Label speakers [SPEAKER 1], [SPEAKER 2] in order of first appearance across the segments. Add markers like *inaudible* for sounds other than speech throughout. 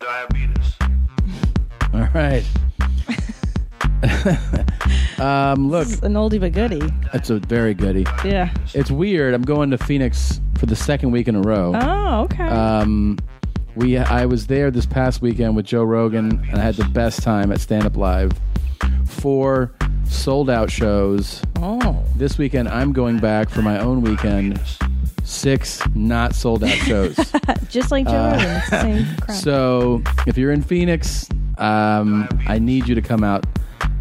[SPEAKER 1] diabetes.
[SPEAKER 2] All right. um, look,
[SPEAKER 3] It's an oldie but goodie.
[SPEAKER 2] that's a very goodie.
[SPEAKER 3] Yeah.
[SPEAKER 2] It's weird. I'm going to Phoenix for the second week in a row.
[SPEAKER 3] Oh, okay.
[SPEAKER 2] Um, we I was there this past weekend with Joe Rogan, and I had the best time at Stand Up Live. Four sold out shows.
[SPEAKER 3] oh.
[SPEAKER 2] This weekend, I'm going back for my own weekend. Six not sold out shows.
[SPEAKER 3] Just like Joe Rogan. It's the
[SPEAKER 2] *laughs*
[SPEAKER 3] same crap.
[SPEAKER 2] uh, so if you're in Phoenix, um, I need you to come out.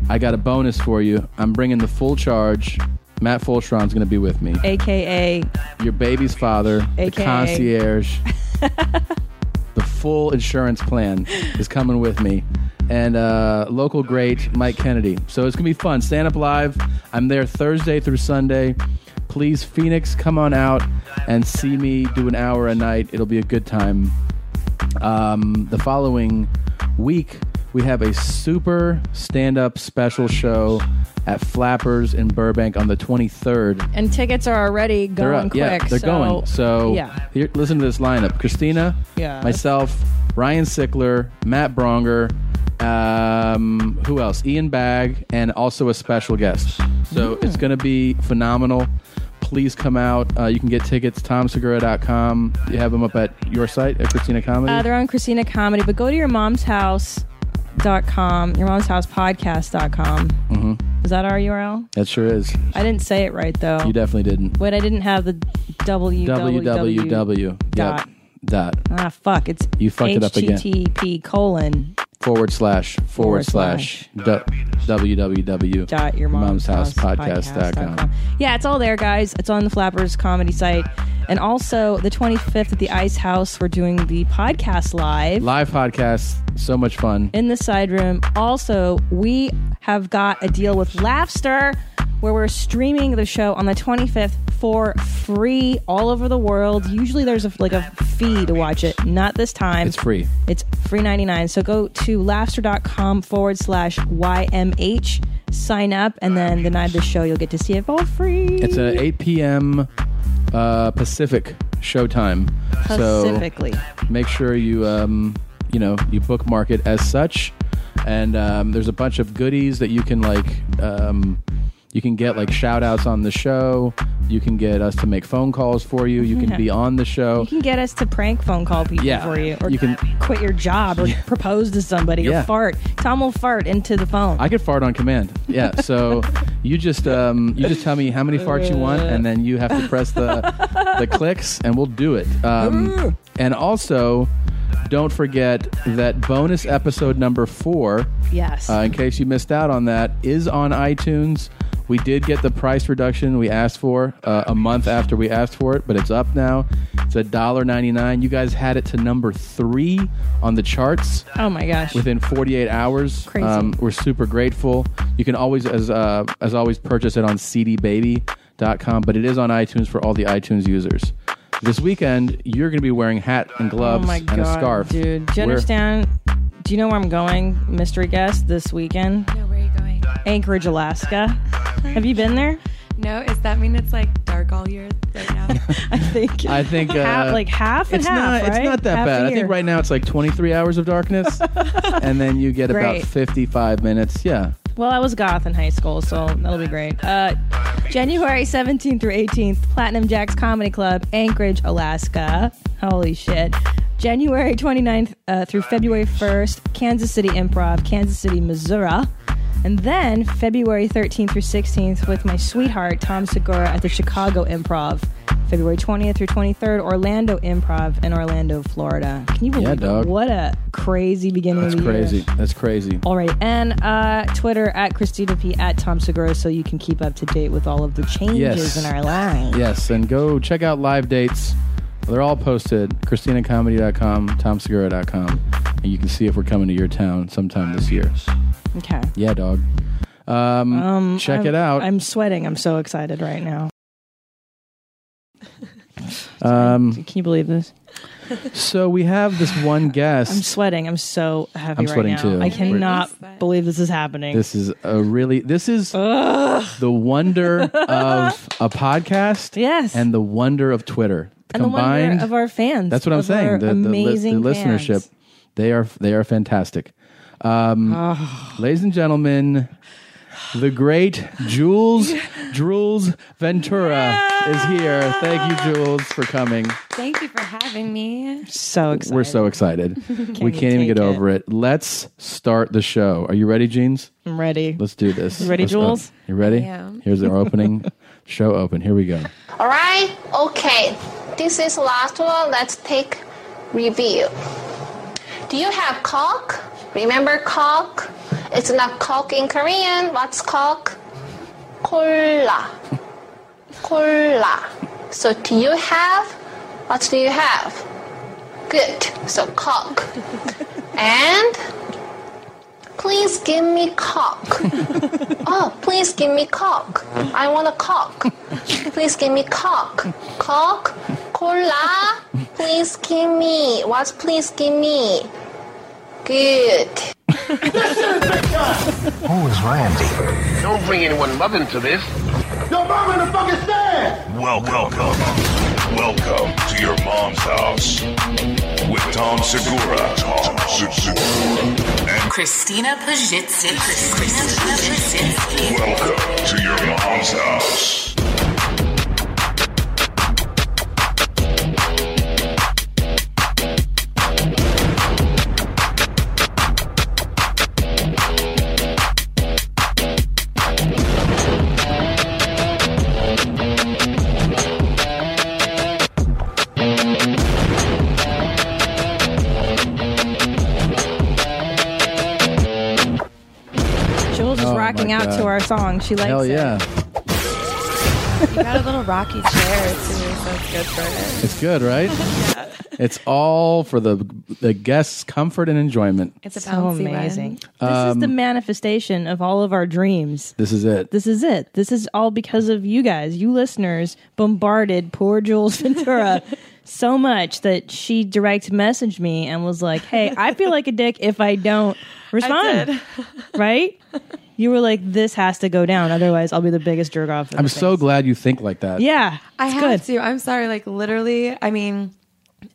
[SPEAKER 2] I got a bonus for you. I'm bringing the full charge. Matt Fultron's going to be with me.
[SPEAKER 3] AKA
[SPEAKER 2] your baby's father, the
[SPEAKER 3] AKA.
[SPEAKER 2] concierge, the full insurance plan is coming with me, and uh, local great Mike Kennedy. So it's gonna be fun. Stand up live. I'm there Thursday through Sunday. Please, Phoenix, come on out and see me do an hour a night. It'll be a good time. Um, the following week, we have a super stand up special show at Flappers in Burbank on the 23rd.
[SPEAKER 4] And tickets are already going
[SPEAKER 2] They're up.
[SPEAKER 4] quick.
[SPEAKER 2] Yeah, they're
[SPEAKER 4] so,
[SPEAKER 2] going. So
[SPEAKER 4] yeah.
[SPEAKER 2] here, listen to this lineup: Christina,
[SPEAKER 4] Yeah.
[SPEAKER 2] myself, Ryan Sickler, Matt Bronger, um, who else? Ian Bagg, and also a special guest. So it's going to be phenomenal. Please come out. Uh, you can get tickets tomsegura.com. You have them up at your site at Christina Comedy.
[SPEAKER 3] Uh, they're on Christina Comedy, but go to your mom's house dot com, your mom's house podcast dot com. Mm-hmm. Is that our URL?
[SPEAKER 2] that sure is.
[SPEAKER 3] I didn't say it right though.
[SPEAKER 2] You definitely didn't.
[SPEAKER 3] Wait, I didn't have the www.
[SPEAKER 2] www.
[SPEAKER 3] dot.
[SPEAKER 2] Yep. Dot
[SPEAKER 3] Ah, fuck. It's
[SPEAKER 2] You fucked it up again.
[SPEAKER 3] HTTP colon
[SPEAKER 2] forward slash forward slash du- www
[SPEAKER 3] dot your mom's, house podcast dot com. Yeah, it's all there, guys. It's on the Flappers comedy site. And also the 25th at the Ice House, we're doing the podcast live.
[SPEAKER 2] live podcast so much fun
[SPEAKER 3] in the side room. Also, we have got a deal with Laughster where we're streaming the show on the 25th for free all over the world. Usually there's a, like a fee to watch it. Not this time.
[SPEAKER 2] it's free
[SPEAKER 3] It's free 99. So go to laughster.com forward slash YMH, sign up, and then the night of the show, you'll get to see it for free.
[SPEAKER 2] it's a 8 p.m uh, pacific showtime
[SPEAKER 3] Specifically.
[SPEAKER 2] so make sure you um, you know you bookmark it as such and um, there's a bunch of goodies that you can like um, you can get like shout outs on the show you can get us to make phone calls for you you can be on the show
[SPEAKER 3] you can get us to prank phone call people
[SPEAKER 2] Yeah.
[SPEAKER 3] for you, or
[SPEAKER 2] You can-
[SPEAKER 3] quit your
[SPEAKER 2] *laughs*
[SPEAKER 3] job, or propose to somebody,
[SPEAKER 2] Yeah.
[SPEAKER 3] or fart. Tom will fart into the phone.
[SPEAKER 2] I could fart on command. Yeah. So you just um, you just tell me how many farts you want, and then you have to press the the clicks, and we'll do it. Um, and also, don't forget that bonus episode number four.
[SPEAKER 4] Yes.
[SPEAKER 2] Uh, in case you missed out on that, is on iTunes. We did get the price reduction we asked for uh, a month after we asked for it, but it's up now. It's a dollar ninety nine. You guys had it to number three on the charts
[SPEAKER 3] oh my gosh.
[SPEAKER 2] within 48 hours. um,
[SPEAKER 3] Crazy.
[SPEAKER 2] we're super grateful. You can always, as uh, as always, purchase it on cdbaby.com, but it is on iTunes for all the iTunes users. This weekend, you're going to be wearing hat and gloves
[SPEAKER 3] Oh my
[SPEAKER 2] and
[SPEAKER 3] god,
[SPEAKER 2] a scarf.
[SPEAKER 3] dude! Do you
[SPEAKER 2] We're-
[SPEAKER 3] understand? Do you know where I'm going, mystery guest, this weekend?
[SPEAKER 4] No, where are you going?
[SPEAKER 3] Anchorage, Alaska. Have you been there?
[SPEAKER 4] No, does that mean it's like dark all year
[SPEAKER 2] *laughs*
[SPEAKER 4] right now? *laughs*
[SPEAKER 3] I think.
[SPEAKER 2] I think uh,
[SPEAKER 3] *laughs* half, like half and
[SPEAKER 2] it's
[SPEAKER 3] half.
[SPEAKER 2] not,
[SPEAKER 3] right?
[SPEAKER 2] It's not that
[SPEAKER 3] Half a
[SPEAKER 2] bad. I
[SPEAKER 3] year.
[SPEAKER 2] think right now it's like 23 hours of
[SPEAKER 3] *laughs*
[SPEAKER 2] darkness, and then you get about
[SPEAKER 3] Great.
[SPEAKER 2] 55 minutes. Yeah.
[SPEAKER 3] Well, I was goth in high school, so that'll be great. Uh, January 17th through 18th, Platinum Jacks Comedy Club, Anchorage, Alaska. Holy shit. January 29th uh, through February 1st, Kansas City Improv, Kansas City, Missouri. And then February 13th through 16th with my sweetheart, Tom Segura, at the Chicago Improv. February 20th through 23rd, Orlando Improv in Orlando, Florida. Can you believe it?
[SPEAKER 2] dog.
[SPEAKER 3] What a crazy beginning
[SPEAKER 2] That's
[SPEAKER 3] of the year.
[SPEAKER 2] crazy. That's crazy.
[SPEAKER 3] All right, and uh, Twitter at Christina P at Tom Segura, so you can keep up to date with all of the changes
[SPEAKER 2] Yes.
[SPEAKER 3] in our lives.
[SPEAKER 2] Yes, and go check out live dates. They're all posted. ChristinaComedy.com, TomSegura.com, and you can see if we're coming to your town sometime this year.
[SPEAKER 3] Okay,
[SPEAKER 2] Yeah, dog. Um, check
[SPEAKER 3] I'm-
[SPEAKER 2] it out.
[SPEAKER 3] I'm sweating. I'm so excited right now.
[SPEAKER 2] um,
[SPEAKER 3] Can you believe this?
[SPEAKER 2] so we have this one
[SPEAKER 3] *laughs* I'm
[SPEAKER 2] guest.
[SPEAKER 3] sweating. I'm so happy.
[SPEAKER 2] I'm
[SPEAKER 3] right
[SPEAKER 2] sweating
[SPEAKER 3] now.
[SPEAKER 2] too.
[SPEAKER 3] I
[SPEAKER 2] We're-
[SPEAKER 3] cannot believe this is happening.
[SPEAKER 2] This is a really. This is the wonder
[SPEAKER 3] *laughs*
[SPEAKER 2] of a podcast.
[SPEAKER 3] Yes.
[SPEAKER 2] and the wonder of Twitter
[SPEAKER 3] and the
[SPEAKER 2] combined.
[SPEAKER 3] wonder of our fans.
[SPEAKER 2] that's what I'm
[SPEAKER 3] of
[SPEAKER 2] saying.
[SPEAKER 3] our
[SPEAKER 2] The, the, lis- the
[SPEAKER 3] amazing fans.
[SPEAKER 2] listenership. They are they are fantastic. Um,
[SPEAKER 3] Ah.
[SPEAKER 2] Ladies and gentlemen, the great Jules
[SPEAKER 3] *laughs*
[SPEAKER 2] Jules Ventura is here. Thank you, Jules, for coming.
[SPEAKER 4] Thank you for having me.
[SPEAKER 3] So excited.
[SPEAKER 2] We're so excited.
[SPEAKER 3] *laughs*
[SPEAKER 2] we
[SPEAKER 3] you
[SPEAKER 2] can't even
[SPEAKER 3] take
[SPEAKER 2] get
[SPEAKER 3] it?
[SPEAKER 2] over it. Let's start the show. Are you ready, Jeans?
[SPEAKER 3] I'm ready.
[SPEAKER 2] Let's do this.
[SPEAKER 3] You ready,
[SPEAKER 2] Let's go.
[SPEAKER 3] Jules?
[SPEAKER 2] You ready?
[SPEAKER 4] Yeah.
[SPEAKER 2] Here's our
[SPEAKER 3] *laughs*
[SPEAKER 2] opening show open. Here we go.
[SPEAKER 1] All right, okay. This is last one. Let's take review. Do you have cock? Remember cock? It's not cock in Korean. What's cock? Cola. Cola. So do you have? What do you have? Good. So cock. And please give me cock. Oh, please give me cock. I want a cock. Please give me cock. Cock? Cola? Please give me. What's please give me? Good.
[SPEAKER 5] Who is Randy?
[SPEAKER 6] Don't bring anyone love into this.
[SPEAKER 7] Yo, mom in the fucking stand!
[SPEAKER 8] Welcome. Welcome to your mom's house with Tom Segura. Tom Segura. And
[SPEAKER 9] Christina Pajitsky. Christina Pajitsky.
[SPEAKER 8] welcome to your mom's house.
[SPEAKER 3] Jules is
[SPEAKER 2] Oh,
[SPEAKER 3] rocking
[SPEAKER 2] my
[SPEAKER 3] out
[SPEAKER 2] God.
[SPEAKER 3] to our song. She likes
[SPEAKER 2] Hell
[SPEAKER 3] it.
[SPEAKER 2] yeah.
[SPEAKER 4] You got a little rocky chair too, so it's good for it.
[SPEAKER 2] It's good,
[SPEAKER 3] *laughs*
[SPEAKER 2] right? It's all for the the guests' comfort and enjoyment.
[SPEAKER 4] It's a
[SPEAKER 3] So
[SPEAKER 4] bouncy one.
[SPEAKER 3] amazing.
[SPEAKER 2] Um,
[SPEAKER 3] this is the manifestation of all of our dreams.
[SPEAKER 2] This is it.
[SPEAKER 3] This is it. This is all because of you guys, you listeners, bombarded poor Jules *laughs* Ventura so much that she direct messaged me and was like, "Hey, I feel like a dick if I
[SPEAKER 4] *laughs*
[SPEAKER 3] don't respond."
[SPEAKER 4] did.
[SPEAKER 3] *laughs* right? You were like, "This has to go down, otherwise, I'll be the biggest jerk off."
[SPEAKER 2] I'm so glad you think like that.
[SPEAKER 3] yeah.
[SPEAKER 4] I
[SPEAKER 3] it's
[SPEAKER 4] have
[SPEAKER 3] good.
[SPEAKER 4] to. I'm sorry. Like literally, I mean,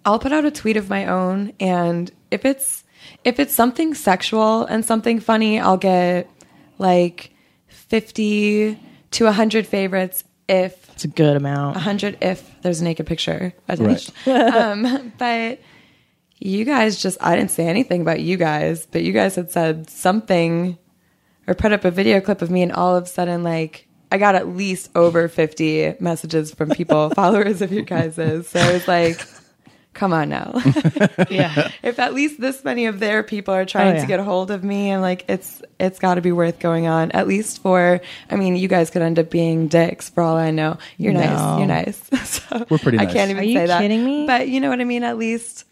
[SPEAKER 4] I'll put out a tweet of my own, and if it's if it's something sexual and something funny, I'll get like fifty to hundred favorites. If
[SPEAKER 3] It's a good amount.
[SPEAKER 4] hundred, if there's a naked picture attached. um, but you guys just, I didn't say anything about you guys, but you guys had said something or put up a video clip of me, and all of a sudden, like, I got at least over 50 messages from people, *laughs* followers of you guys. So I was like, come on now.
[SPEAKER 3] Yeah.
[SPEAKER 4] if at least this many of their people are trying
[SPEAKER 3] Oh, yeah.
[SPEAKER 4] to get a hold of me, and like, it's, it's got to be worth going on, at least for, I mean, you guys could end up being dicks for all I know. You're
[SPEAKER 3] No.
[SPEAKER 4] nice. You're nice. *laughs* so
[SPEAKER 2] We're pretty
[SPEAKER 4] I
[SPEAKER 2] nice.
[SPEAKER 4] can't even
[SPEAKER 3] Are you
[SPEAKER 4] say that.
[SPEAKER 3] kidding me?
[SPEAKER 4] But you know what I mean? At least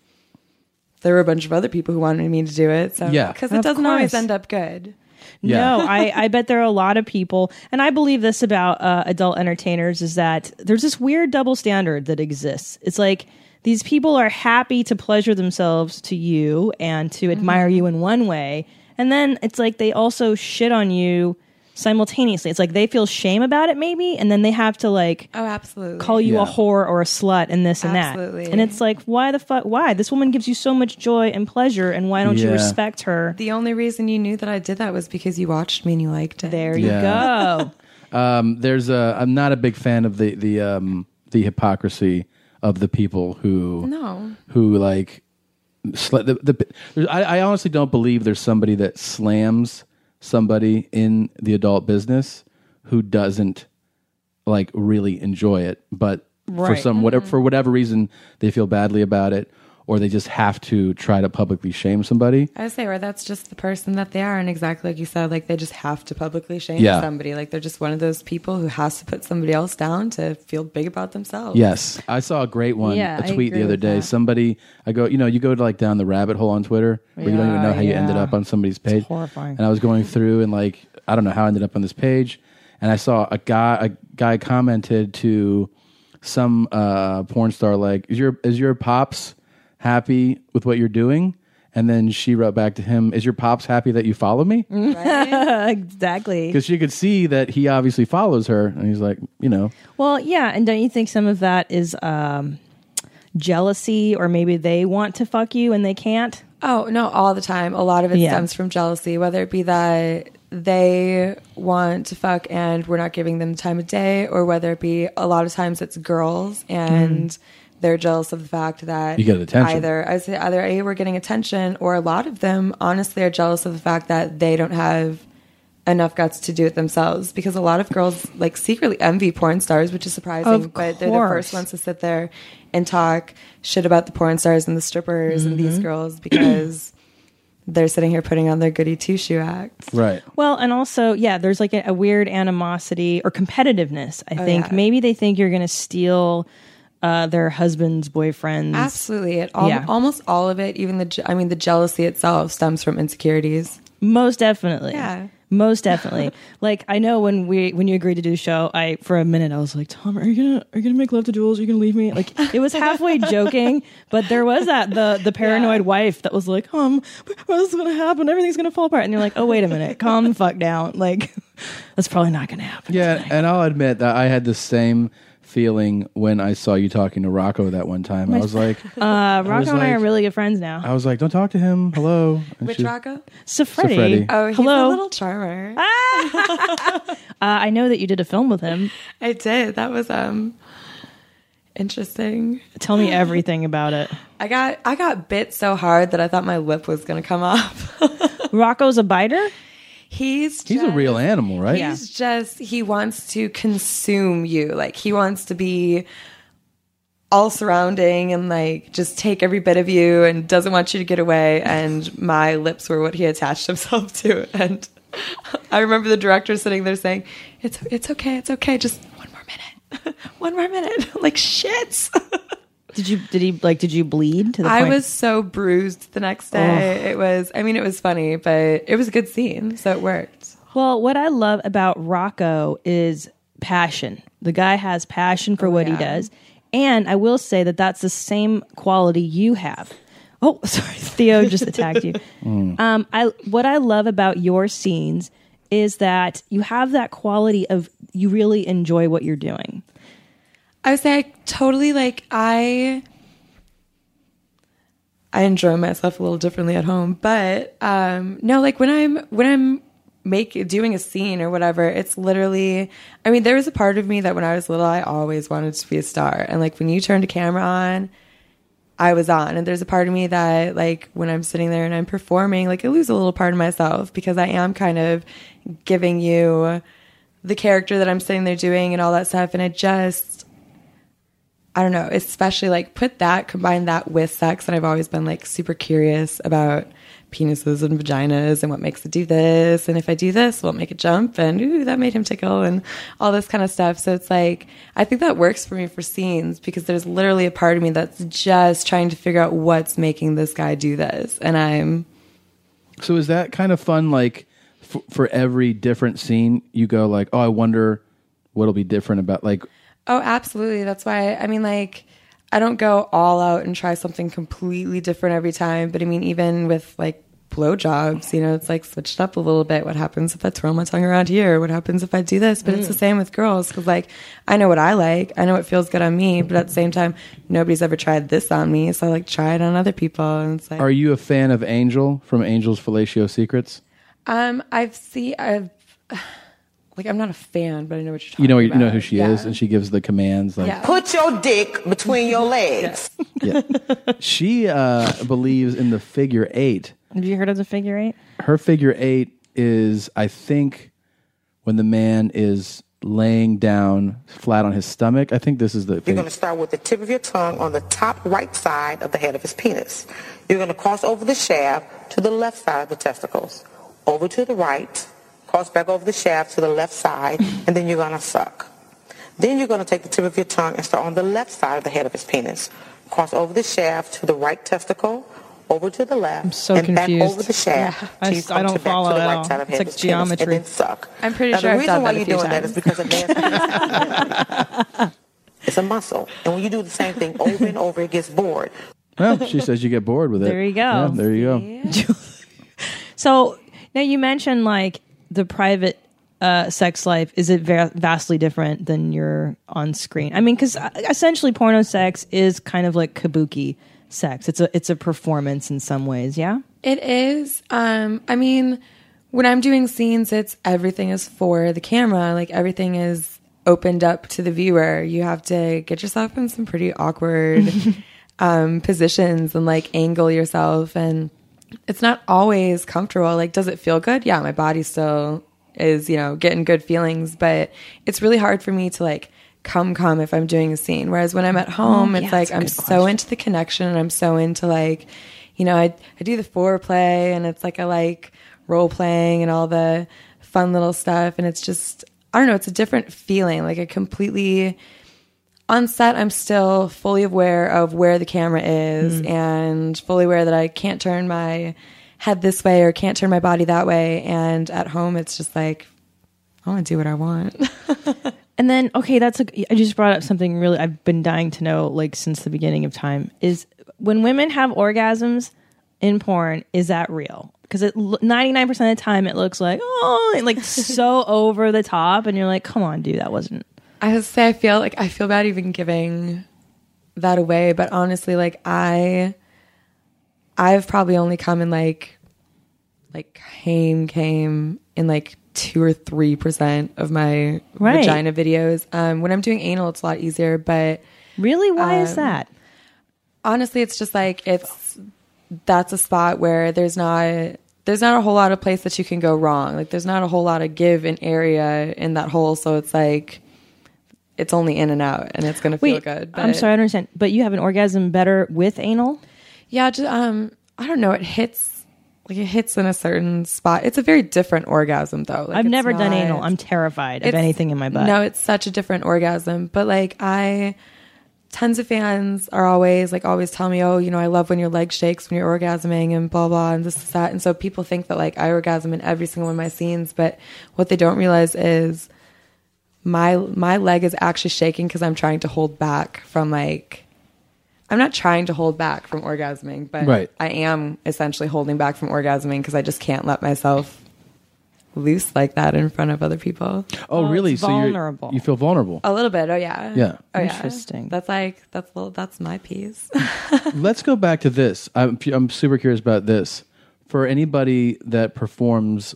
[SPEAKER 4] there were a bunch of other people who wanted me to do it. So
[SPEAKER 2] Yeah.
[SPEAKER 4] because
[SPEAKER 3] Of
[SPEAKER 4] it doesn't always
[SPEAKER 3] course.
[SPEAKER 4] end up good.
[SPEAKER 2] Yeah.
[SPEAKER 3] No,
[SPEAKER 2] *laughs*
[SPEAKER 3] I, I bet there are a lot of people, and I believe this about uh, adult entertainers is that there's this weird double standard that exists. It's like these people are happy to pleasure themselves to you and to
[SPEAKER 2] Mm-hmm.
[SPEAKER 3] admire you in one way, and then it's like they also shit on you simultaneously. It's like they feel shame about it, maybe, and then they have to like
[SPEAKER 4] Oh, absolutely.
[SPEAKER 3] call you
[SPEAKER 2] Yeah.
[SPEAKER 3] a whore or a slut and this and
[SPEAKER 4] Absolutely.
[SPEAKER 3] that. And it's like, why the fuck? Why this woman gives you so much joy and pleasure, and why don't
[SPEAKER 2] Yeah.
[SPEAKER 3] you respect her?
[SPEAKER 4] the only reason you knew that I did that was because you watched me and you liked it.
[SPEAKER 3] there
[SPEAKER 2] Yeah.
[SPEAKER 3] you go.
[SPEAKER 2] There's a I'm not a big fan of the the um the hypocrisy of the people who
[SPEAKER 4] No.
[SPEAKER 2] who like sl- the, the there's- I, I honestly don't believe there's somebody that slams somebody in the adult business who doesn't like really enjoy it but for
[SPEAKER 3] Right. Mm-hmm.
[SPEAKER 2] some whatever for whatever reason they feel badly about it or they just have to try to publicly shame somebody
[SPEAKER 4] I would say, or that's just the person that they are. And exactly like you said, like they just have to publicly shame
[SPEAKER 2] Yeah.
[SPEAKER 4] somebody. Like they're just one of those people who has to put somebody else down to feel big about themselves.
[SPEAKER 2] Yes, I saw a great one,
[SPEAKER 3] Yeah, I
[SPEAKER 2] a tweet
[SPEAKER 3] agree
[SPEAKER 2] the other
[SPEAKER 3] with
[SPEAKER 2] day.
[SPEAKER 3] that.
[SPEAKER 2] Somebody, I go, you know, you go to like down the rabbit hole on Twitter where you don't even know how you ended
[SPEAKER 3] yeah.
[SPEAKER 2] up on somebody's page.
[SPEAKER 3] horrifying.
[SPEAKER 2] And I was going through and like, I don't know how I ended up on this page, and I saw a guy, a guy commented to some uh, porn star like, "Is your is your pops happy with what you're doing?" And then she wrote back to him, "Is your pops happy that you follow me?" *laughs*
[SPEAKER 3] Mm-hmm. *laughs* Exactly.
[SPEAKER 2] Because she could see that he obviously follows her, and he's like, you know,
[SPEAKER 3] Well, yeah, and don't you think some of that is um, jealousy, or maybe they want to fuck you and they can't?
[SPEAKER 4] Oh, no, all the time. A lot of it
[SPEAKER 3] Yeah.
[SPEAKER 4] stems from jealousy, whether it be that they want to fuck and we're not giving them the time of day, or whether it be a lot of times it's girls and they're jealous of the fact that
[SPEAKER 2] You get attention.
[SPEAKER 4] Either I say either A, we're getting attention, or a lot of them honestly are jealous of the fact that they don't have enough guts to do it themselves because a lot of girls like secretly envy porn stars, which is surprising,
[SPEAKER 3] Of
[SPEAKER 4] but they're the first
[SPEAKER 3] course.
[SPEAKER 4] ones to sit there and talk shit about the porn stars and the strippers and these girls because *clears throat* they're sitting here putting on their goody two shoe act.
[SPEAKER 2] Right.
[SPEAKER 3] Well, and also, yeah, there's like a, a weird animosity or competitiveness. I think
[SPEAKER 4] Oh, yeah.
[SPEAKER 3] maybe they think you're going to steal uh, their husband's boyfriend's.
[SPEAKER 4] Absolutely, it all,
[SPEAKER 3] Yeah.
[SPEAKER 4] almost all of it, even the je- I mean, the jealousy itself stems from insecurities.
[SPEAKER 3] Most definitely.
[SPEAKER 4] Yeah.
[SPEAKER 3] Most *laughs* definitely. like I know when we when you agreed to do the show, I for a minute I was like, Tom, are you gonna are you gonna make love to duels? Are you gonna leave me? Like it was *laughs* halfway joking, but there was that the the paranoid wife that was like, um, what's gonna happen? Everything's gonna fall apart. And you're like, oh wait a minute, calm the fuck down. Like *laughs* that's probably not gonna happen.
[SPEAKER 2] Yeah, and I'll admit that I had the same feeling when I saw you talking to Rocco that one time. I was like,
[SPEAKER 3] *laughs* Uh, Rocco
[SPEAKER 2] was
[SPEAKER 3] and I
[SPEAKER 2] like- Oh,
[SPEAKER 3] are really good friends now.
[SPEAKER 2] I was like, don't talk to him. Hello. And
[SPEAKER 4] Which
[SPEAKER 2] she-
[SPEAKER 4] Rocco? Ah.
[SPEAKER 3] Safredi.
[SPEAKER 2] Safredi.
[SPEAKER 4] Oh, he's
[SPEAKER 3] Hello.
[SPEAKER 4] a little charmer.
[SPEAKER 3] Uh, I know that you did a film with him.
[SPEAKER 4] I did. That was um interesting.
[SPEAKER 3] Tell *gasps* me everything about it.
[SPEAKER 4] I got I got bit so hard that I thought my lip was gonna come off. *laughs*
[SPEAKER 3] Rocco's a biter.
[SPEAKER 4] he's
[SPEAKER 2] He's a
[SPEAKER 4] just-
[SPEAKER 2] real animal, right?
[SPEAKER 4] He's just he wants to consume you. Like he wants to be all surrounding and like just take every bit of you and doesn't want you to get away. And my lips were what he attached *laughs* himself to. And I remember the director sitting there saying, "It's it's okay, it's okay. Just one more minute, *laughs* one more minute." *laughs* like shit.
[SPEAKER 3] Did you? Did he like? Did you bleed to the
[SPEAKER 4] I
[SPEAKER 3] point?
[SPEAKER 4] was so bruised the next day. It was, I mean, it was funny, but it was a good scene, so it worked.
[SPEAKER 3] Well, what I love about Rocco is passion. The guy has passion for what he does. And I will say that that's the same quality you have. Oh, *laughs* sorry. Theo just attacked *laughs* you. Um, I what I love about your scenes is that you have that quality of you really enjoy what you're doing.
[SPEAKER 4] I would say I totally like I. I enjoy myself a little differently at home, but um, no, like when I'm when I'm make doing a scene or whatever, it's literally. I mean, there was a part of me that when I was little, I always wanted to be a star, and like when you turned a camera on, I was on. And there's a part of me that, like, when I'm sitting there and I'm performing, like, I lose a little part of myself because I am kind of giving you the character that I'm sitting there doing and all that stuff. And I just, I don't know, especially like put that, combine that with sex. And I've always been like super curious about penises and vaginas and what makes it do this. And if I do this, will it make it jump? And ooh, that made him tickle and all this kind of stuff. So it's like, I think that works for me for scenes because there's literally a part of me that's just trying to figure out what's making this guy do this. And I'm,
[SPEAKER 2] So is that kind of fun? Like f- for every different scene, you go like, oh, I wonder what'll be different about like.
[SPEAKER 4] Oh, absolutely. That's why I mean like I don't go all out and try something completely different every time, but I mean even with like blowjobs, you know, it's like switched up a little bit. What happens if I twirl my tongue around here? What happens if I do this? But
[SPEAKER 2] Mm.
[SPEAKER 4] it's the same with girls cuz like I know what I like. I know what feels good on me, but at the same time, nobody's ever tried this on me, so I like try it on other people and it's like
[SPEAKER 2] Are you a fan of Angel from Angel's Fellatio Secrets?
[SPEAKER 4] um I've see I've *sighs* like I'm not a fan, but I know what you're talking
[SPEAKER 2] You know, you
[SPEAKER 4] about.
[SPEAKER 2] know who she
[SPEAKER 4] Yeah.
[SPEAKER 2] is, and she gives the commands. Like,
[SPEAKER 5] Put your dick
[SPEAKER 3] *laughs*
[SPEAKER 5] between your legs.
[SPEAKER 2] yeah. she uh, believes in the figure eight.
[SPEAKER 3] Have you heard of the figure eight?
[SPEAKER 2] her figure eight is i think when the man is laying down flat on his stomach i think this is the
[SPEAKER 5] You're
[SPEAKER 2] thing
[SPEAKER 5] going to start with the tip of your tongue on the top right side of the head of his penis. You're going to cross over the shaft to the left side of the testicles, over to the right, cross back over the shaft to the left
[SPEAKER 3] *laughs*
[SPEAKER 5] side, and then you're going to suck. Then you're going to take the tip of your tongue and start on the left side of the head of his penis, cross over the shaft to the right testicle, over to the left,
[SPEAKER 3] so
[SPEAKER 5] and back
[SPEAKER 3] confused.
[SPEAKER 5] over the shaft.
[SPEAKER 3] *laughs* I
[SPEAKER 5] till you
[SPEAKER 3] s- I
[SPEAKER 5] come
[SPEAKER 3] don't
[SPEAKER 5] to back to
[SPEAKER 3] follow
[SPEAKER 5] the
[SPEAKER 3] at
[SPEAKER 5] right
[SPEAKER 3] all.
[SPEAKER 5] side of the
[SPEAKER 3] It's
[SPEAKER 5] head
[SPEAKER 3] like
[SPEAKER 5] of his penis, and
[SPEAKER 3] geometry.
[SPEAKER 5] then suck.
[SPEAKER 4] I'm pretty
[SPEAKER 5] now,
[SPEAKER 4] sure
[SPEAKER 5] the
[SPEAKER 4] I've
[SPEAKER 5] reason
[SPEAKER 4] done
[SPEAKER 5] why
[SPEAKER 4] that a
[SPEAKER 5] you're
[SPEAKER 4] few
[SPEAKER 5] doing that
[SPEAKER 4] times.
[SPEAKER 5] is because it man's
[SPEAKER 4] *laughs*
[SPEAKER 5] It's a muscle. And when you do the same thing over and over, it gets bored.
[SPEAKER 2] well she says you get bored with it
[SPEAKER 3] There you go.
[SPEAKER 2] Yeah, there you go
[SPEAKER 3] So now you mentioned like the private uh, sex life. Is it va- vastly different uh, than your on screen? I mean, because essentially porno sex is kind of like kabuki. sex. It's a it's a performance in some ways. Yeah.
[SPEAKER 4] It is. Um, I mean, when I'm doing scenes, it's everything is for the camera. Like everything is opened up to the viewer. You have to get yourself in some pretty awkward um, positions and like angle yourself, and it's not always comfortable. Like, does it feel good? Yeah, my body still is you know getting good feelings, but it's really hard for me to like come come if I'm doing a scene. Whereas when I'm at home,
[SPEAKER 3] Mm,
[SPEAKER 4] it's
[SPEAKER 3] yeah, that's
[SPEAKER 4] like
[SPEAKER 3] a
[SPEAKER 4] I'm
[SPEAKER 3] good
[SPEAKER 4] so
[SPEAKER 3] question.
[SPEAKER 4] into the connection and I'm so into like, you know, I I do the foreplay and it's like I like role playing and all the fun little stuff and it's just I don't know, it's a different feeling. Like a completely on set I'm still fully aware of where the camera is and fully aware that I can't turn my head this way or can't turn my body that way and at home it's just like I want to do what I want. *laughs*
[SPEAKER 3] And then, okay, that's like I just brought up something really I've been dying to know like since the beginning of time is when women have orgasms in porn, is that real? Because ninety nine percent of the time it looks like oh, and like *laughs* so over the top, and you're like, come on, dude, that wasn't.
[SPEAKER 4] I would say I feel like I feel bad even giving that away, but honestly, like I, I've probably only come in like, like came came in like two or three percent of my
[SPEAKER 3] Right.
[SPEAKER 4] vagina videos. Um, when I'm doing anal, it's a lot easier, but
[SPEAKER 3] Really, why
[SPEAKER 4] Um,
[SPEAKER 3] is that?
[SPEAKER 4] honestly it's just like it's that's a spot where there's not there's not a whole lot of place that you can go wrong like there's not a whole lot of give in area in that hole so it's like it's only in and out and it's gonna feel
[SPEAKER 3] Wait,
[SPEAKER 4] good
[SPEAKER 3] I'm sorry, I don't understand. But you have an orgasm better with anal?
[SPEAKER 4] yeah just um i don't know it hits like it hits in a certain spot it's a very different orgasm though Like,
[SPEAKER 3] I've
[SPEAKER 4] it's
[SPEAKER 3] never done
[SPEAKER 4] not-
[SPEAKER 3] anal. I'm terrified of
[SPEAKER 4] It's-
[SPEAKER 3] anything in my butt.
[SPEAKER 4] No, it's such a different orgasm. But like I tons of fans are always like always tell me, Oh, you know, I love when your leg shakes when you're orgasming and blah blah and this is that. And so people think that like I orgasm in every single one of my scenes, but what they don't realize is my my leg is actually shaking because I'm trying to hold back from like I'm not trying to hold back from orgasming, but
[SPEAKER 2] Right.
[SPEAKER 4] I am essentially holding back from orgasming because I just can't let myself loose like that in front of other people.
[SPEAKER 2] Oh, really?
[SPEAKER 3] it's vulnerable.
[SPEAKER 2] So you you feel
[SPEAKER 3] *laughs*
[SPEAKER 2] vulnerable.
[SPEAKER 4] A little bit. Oh yeah.
[SPEAKER 2] Yeah.
[SPEAKER 4] Oh,
[SPEAKER 3] Interesting.
[SPEAKER 4] That's like that's little, that's my piece. *laughs*
[SPEAKER 2] Let's go back to this. I'm, I'm super curious about this. For anybody that performs,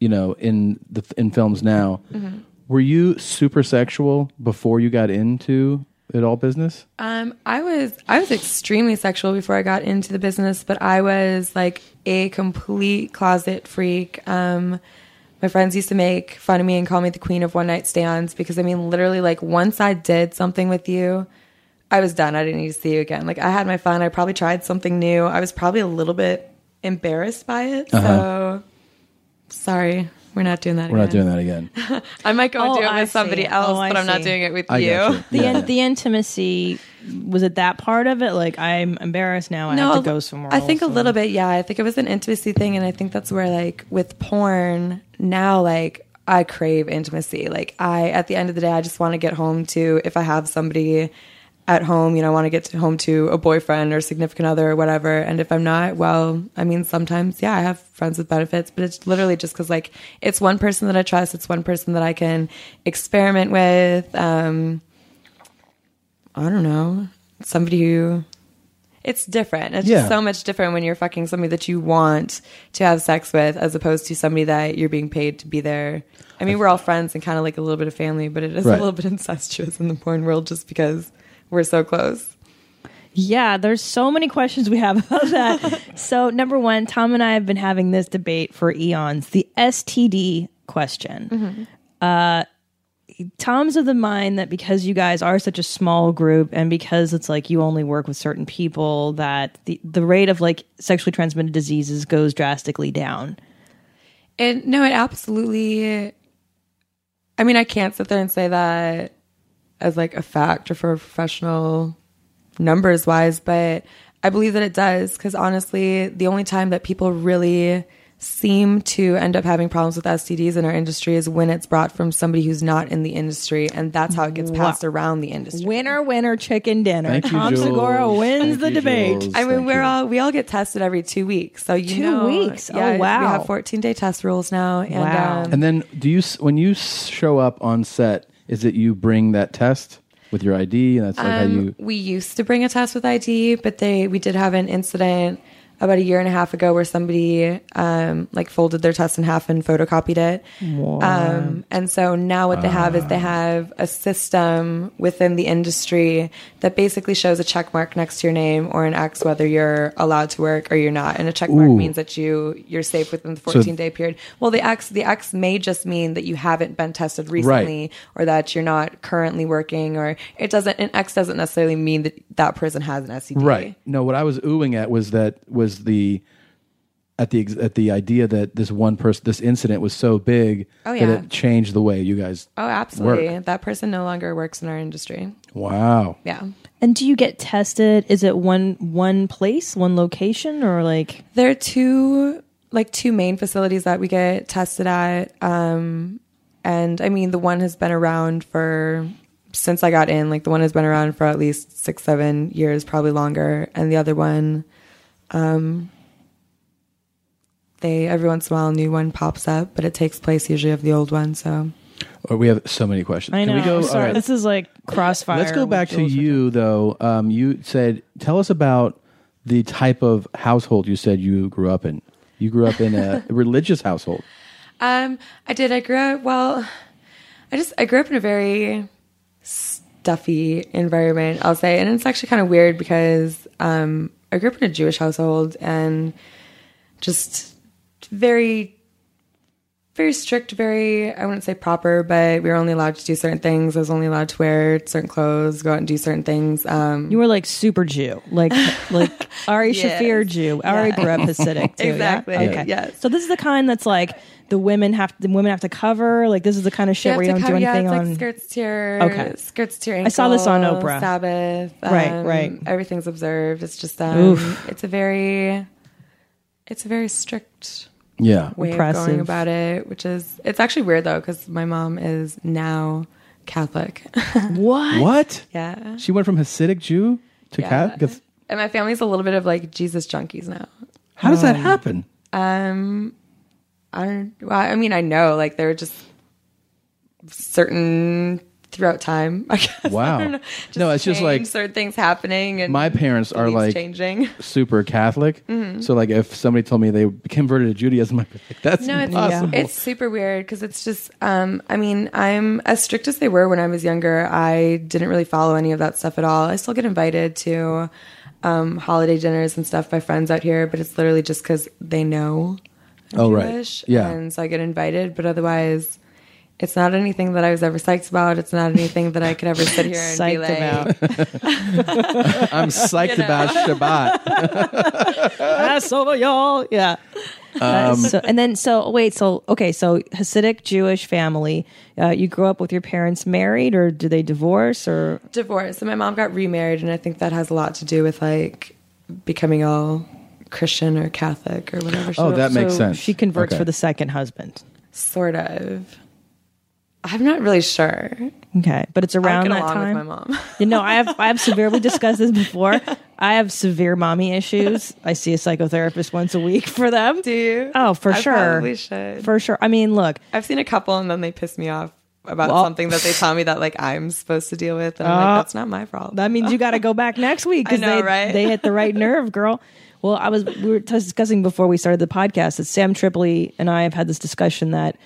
[SPEAKER 2] you know, in the in films now,
[SPEAKER 3] Mm-hmm.
[SPEAKER 2] were you super sexual before you got into it all business?
[SPEAKER 4] um, I was I was extremely sexual before I got into the business, but I was like a complete closet freak. Um, my friends used to make fun of me and call me the queen of one night stands because I mean, literally, like once I did something with you, I was done. I didn't need to see you again. Like I had my fun. I probably tried something new. I was probably a little bit embarrassed by it. So sorry, we're not doing that.
[SPEAKER 2] Uh-huh. We're not
[SPEAKER 4] again.
[SPEAKER 2] doing that
[SPEAKER 3] *laughs*
[SPEAKER 2] again.
[SPEAKER 4] I might go and
[SPEAKER 3] Oh,
[SPEAKER 4] do it with
[SPEAKER 3] I
[SPEAKER 4] somebody
[SPEAKER 3] see.
[SPEAKER 4] else,
[SPEAKER 3] Oh, I
[SPEAKER 4] but I'm not
[SPEAKER 3] see.
[SPEAKER 4] doing it with
[SPEAKER 2] I
[SPEAKER 4] you.
[SPEAKER 2] got you.
[SPEAKER 3] The
[SPEAKER 2] Yeah.
[SPEAKER 3] in, the intimacy was it that part of it? Like I'm embarrassed now. I have to go somewhere.
[SPEAKER 4] I think
[SPEAKER 3] else,
[SPEAKER 4] a
[SPEAKER 3] or-
[SPEAKER 4] little bit, yeah. I think it was an intimacy thing, and I think that's where, like, with porn now, like, I crave intimacy. Like, I at the end of the day, I just want to get home to if I have somebody at home, you know, I want to get to home to a boyfriend or significant other or whatever. And if I'm not, well, I mean, sometimes, yeah, I have friends with benefits, but it's literally just because, like, it's one person that I trust, it's one person that I can experiment with. Um, I don't know, somebody who it's different. It's
[SPEAKER 2] Yeah.
[SPEAKER 4] just so much different when you're fucking somebody that you want to have sex with as opposed to somebody that you're being paid to be there. I mean, we're all friends and kind of like a little bit of family, but it is
[SPEAKER 2] Right.
[SPEAKER 4] a little bit *laughs* incestuous in the porn world just because we're so close.
[SPEAKER 3] Yeah, there's so many questions we have *laughs* about that. so, number one, Tom and I have been having this debate for eons the STD question. Uh, Tom's of the mind that because you guys are such a small group and because it's like you only work with certain people, that the, the rate of like sexually transmitted diseases goes drastically down.
[SPEAKER 4] It no, it absolutely. I mean, I can't sit there and say that as like a fact or for a professional numbers wise, but I believe that it does because honestly, the only time that people really seem to end up having problems with STDs in our industry is when it's brought from somebody who's not in the industry, and that's how it gets passed around the industry.
[SPEAKER 3] Winner, winner, chicken dinner.
[SPEAKER 2] Thank you,
[SPEAKER 3] Tom
[SPEAKER 2] Jules.
[SPEAKER 3] Segura wins
[SPEAKER 2] Thank
[SPEAKER 3] the
[SPEAKER 2] you,
[SPEAKER 3] debate.
[SPEAKER 2] Jules.
[SPEAKER 4] I mean,
[SPEAKER 2] Thank
[SPEAKER 4] we're
[SPEAKER 2] you.
[SPEAKER 4] all we all get tested every two weeks, so you
[SPEAKER 3] Two
[SPEAKER 4] know,
[SPEAKER 3] weeks? Oh,
[SPEAKER 4] we
[SPEAKER 3] wow.
[SPEAKER 4] have fourteen day test rules now, and
[SPEAKER 3] Wow.
[SPEAKER 4] um,
[SPEAKER 2] And then, do you s- when you s- show up on set? Is it you bring that test? with your ID, and that's like how you.
[SPEAKER 4] we used to bring a test with ID, but they we did have an incident about a year and a half ago where somebody um, like folded their test in half and photocopied it. Um, and so now what they have is they have a system within the industry that basically shows a check mark next to your name or an X whether you're allowed to work or you're not. And a check mark
[SPEAKER 2] Ooh.
[SPEAKER 4] means that you you're safe within the 14 day period. Well, the X the X may just mean that you haven't been tested recently or that you're not currently working or it doesn't an X doesn't necessarily mean that that person has an STD.
[SPEAKER 2] Right. No, what I was oohing at was that was the at the ex- at the idea that this one person this incident was so big
[SPEAKER 4] Oh, yeah.
[SPEAKER 2] that it changed the way you guys
[SPEAKER 4] Oh, absolutely.
[SPEAKER 2] work.
[SPEAKER 4] That person no longer works in our industry.
[SPEAKER 2] Wow.
[SPEAKER 4] Yeah.
[SPEAKER 3] And do you get tested? Is it one one place, one location, or like
[SPEAKER 4] There are two like two main facilities that we get tested at. Um and I mean the one has been around for since I got in, like the one has been around for at least six, seven years, probably longer. And the other one, um they every once in a while a new one pops up, but it takes place usually of the old one, so
[SPEAKER 2] Or Oh, we have so many questions.
[SPEAKER 3] I know?
[SPEAKER 2] Can we go
[SPEAKER 3] I'm
[SPEAKER 2] all
[SPEAKER 3] sorry,
[SPEAKER 2] right.
[SPEAKER 3] this is like crossfire.
[SPEAKER 2] Let's go
[SPEAKER 3] with
[SPEAKER 2] back to
[SPEAKER 3] Jules.
[SPEAKER 2] you though. Um, you said tell us about the type of household you said you grew up in. You grew up in *laughs* a religious household.
[SPEAKER 4] Um, I did. I grew up. Well, I just I grew up in a very stuffy environment. I'll say, and it's actually kind of weird because um, I grew up in a Jewish household and just very, very strict. Very I wouldn't say proper, but we were only allowed to do certain things. I was only allowed to wear certain clothes, go out and do certain things. Um,
[SPEAKER 3] You were like super Jew,
[SPEAKER 4] *laughs*
[SPEAKER 3] like like Ari
[SPEAKER 4] Yes.
[SPEAKER 3] Shafir Jew. Ari grew up Hasidic too. yeah?
[SPEAKER 4] Exactly.
[SPEAKER 3] Okay.
[SPEAKER 4] Yes.
[SPEAKER 3] So this is the kind that's like the women have the women have to cover. Like this is the kind of shit where you don't
[SPEAKER 4] have to
[SPEAKER 3] do
[SPEAKER 4] cover- yeah,
[SPEAKER 3] anything
[SPEAKER 4] it's
[SPEAKER 3] on.
[SPEAKER 4] like skirts to your
[SPEAKER 3] Okay.
[SPEAKER 4] skirts to your
[SPEAKER 3] I saw this on
[SPEAKER 4] ankle,
[SPEAKER 3] Oprah.
[SPEAKER 4] Sabbath.
[SPEAKER 3] Right,
[SPEAKER 4] um,
[SPEAKER 3] right.
[SPEAKER 4] Everything's observed. It's just um,
[SPEAKER 3] Oof.
[SPEAKER 4] it's a very it's a very strict
[SPEAKER 2] Yeah.
[SPEAKER 4] way of
[SPEAKER 3] Impressive.
[SPEAKER 4] going about it, which is it's actually weird though because my mom is now Catholic. *laughs*
[SPEAKER 3] what?
[SPEAKER 2] What?
[SPEAKER 4] yeah.
[SPEAKER 2] She went from Hasidic Jew to
[SPEAKER 4] Yeah.
[SPEAKER 2] Catholic.
[SPEAKER 4] And my family's a little bit of like Jesus junkies now.
[SPEAKER 2] How does that happen?
[SPEAKER 4] Um, I don't. Well, I mean, I know like there were just certain throughout time. I guess. *laughs* I
[SPEAKER 2] Wow.
[SPEAKER 4] don't know.
[SPEAKER 2] No, it's just,
[SPEAKER 4] change,
[SPEAKER 2] like,
[SPEAKER 4] certain things happening, and
[SPEAKER 2] My parents are like
[SPEAKER 4] beliefs changing. *laughs* Mm-hmm.
[SPEAKER 2] super Catholic. So like if somebody told me they converted to Judaism, I'd be like, that's
[SPEAKER 4] No, it's
[SPEAKER 2] impossible.
[SPEAKER 4] it's super weird because it's just. Um, I mean, I'm as strict as they were when I was younger. I didn't really follow any of that stuff at all. I still get invited to um, holiday dinners and stuff by friends out here, but it's literally just because they know. I'm
[SPEAKER 2] Oh, right.
[SPEAKER 4] Jewish,
[SPEAKER 2] Yeah.
[SPEAKER 4] and so I get invited, but otherwise. It's not anything that I was ever psyched about. It's not anything that I could ever sit here and be
[SPEAKER 3] Psyched
[SPEAKER 4] like,
[SPEAKER 3] about.
[SPEAKER 4] *laughs*
[SPEAKER 2] I'm psyched about
[SPEAKER 4] *laughs*
[SPEAKER 2] Shabbat.
[SPEAKER 3] Passover, y'all. Yeah. Uh,
[SPEAKER 4] Um,
[SPEAKER 3] so, and then, so wait, so okay, so Hasidic Jewish family. Uh, you grew up with your parents married, or do they divorce, or
[SPEAKER 4] divorce. And my mom got remarried, and I think that has a lot to do with like becoming all Christian or Catholic or whatever. She
[SPEAKER 2] Oh, that makes
[SPEAKER 3] so
[SPEAKER 2] sense.
[SPEAKER 3] She converts
[SPEAKER 2] Okay.
[SPEAKER 3] for the second husband.
[SPEAKER 4] sort of. I'm not really sure.
[SPEAKER 3] Okay, but it's
[SPEAKER 4] I don't
[SPEAKER 3] around
[SPEAKER 4] get
[SPEAKER 3] that
[SPEAKER 4] along
[SPEAKER 3] time.
[SPEAKER 4] with my mom.
[SPEAKER 3] you know, I have I have severely discussed this
[SPEAKER 4] *laughs*
[SPEAKER 3] before. I have severe mommy issues. I see a psychotherapist once a week for them.
[SPEAKER 4] Do you?
[SPEAKER 3] Oh, for
[SPEAKER 4] I
[SPEAKER 3] sure.
[SPEAKER 4] Probably should.
[SPEAKER 3] For sure. I mean, look,
[SPEAKER 4] I've seen a couple, and then they piss me off about
[SPEAKER 3] Well-
[SPEAKER 4] something that they tell me that like I'm supposed to deal with, and I'm
[SPEAKER 3] Uh,
[SPEAKER 4] like, that's not my problem.
[SPEAKER 3] That means you got to go back next week
[SPEAKER 4] *laughs* I
[SPEAKER 3] because
[SPEAKER 4] know,
[SPEAKER 3] they,
[SPEAKER 4] right?
[SPEAKER 3] they hit the
[SPEAKER 4] *laughs*
[SPEAKER 3] right nerve, girl. Well, I was we were discussing before we started the podcast that Sam Tripoli and I have had this discussion that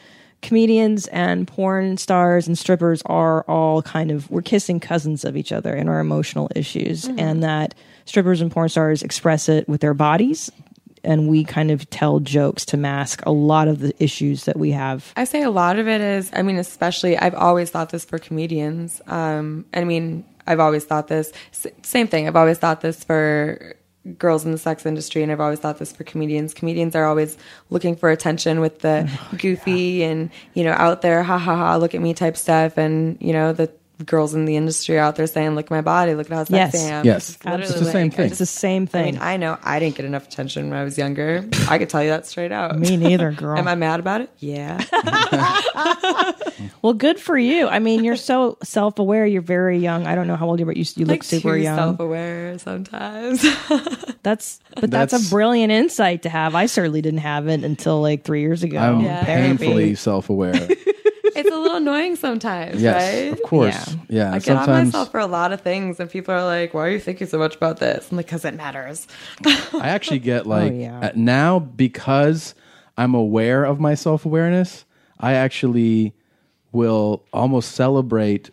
[SPEAKER 3] comedians and porn stars and strippers are all kind of we're kissing cousins of each other in our emotional issues,
[SPEAKER 4] Mm-hmm.
[SPEAKER 3] and that strippers and porn stars express it with their bodies. And we kind of tell jokes to mask a lot of the issues that we have.
[SPEAKER 4] I say a lot of it is, I mean, especially, I've always thought this for comedians. Um, I mean, I've always thought this, s- same thing. I've always thought this for girls in the sex industry, and I've always thought this for comedians. Comedians are always looking for attention with
[SPEAKER 3] *laughs*
[SPEAKER 4] the
[SPEAKER 3] Oh,
[SPEAKER 4] goofy and, you know, out there, ha ha ha, look at me type stuff. And, you know, the girls in the industry are out there saying, look at my body, look at how sexy
[SPEAKER 3] Yes.
[SPEAKER 4] I am.
[SPEAKER 2] Yes.
[SPEAKER 4] It's literally
[SPEAKER 2] It's the same
[SPEAKER 4] like, I
[SPEAKER 2] thing.
[SPEAKER 3] It's the same
[SPEAKER 4] I
[SPEAKER 3] thing.
[SPEAKER 4] mean, I know I didn't get enough attention when I was younger. I could tell you that straight out.
[SPEAKER 3] Me neither,
[SPEAKER 4] *laughs*
[SPEAKER 3] girl.
[SPEAKER 4] Am I mad about it? Yeah.
[SPEAKER 3] Well, good for you. I mean, you're
[SPEAKER 4] *laughs*
[SPEAKER 3] so self aware. You're very young. I don't know how old you are, but you, you look super
[SPEAKER 4] too
[SPEAKER 3] young.
[SPEAKER 4] self-aware sometimes. *laughs*
[SPEAKER 3] That's but that's,
[SPEAKER 2] That's-
[SPEAKER 3] a brilliant insight to have. I certainly didn't have it until like three years ago.
[SPEAKER 2] I'm
[SPEAKER 3] Yeah.
[SPEAKER 4] *laughs*
[SPEAKER 2] painfully self aware.
[SPEAKER 4] it's a little annoying sometimes,
[SPEAKER 2] Yes,
[SPEAKER 4] right?
[SPEAKER 2] of course. Yeah,
[SPEAKER 4] I get on
[SPEAKER 2] sometimes-
[SPEAKER 4] myself for a lot of things, and people are like, "Why are you thinking so much about this?" I'm like, "Cause it matters."
[SPEAKER 2] I actually get like
[SPEAKER 3] yeah.
[SPEAKER 2] uh, now because I'm aware of my self awareness, I actually will almost celebrate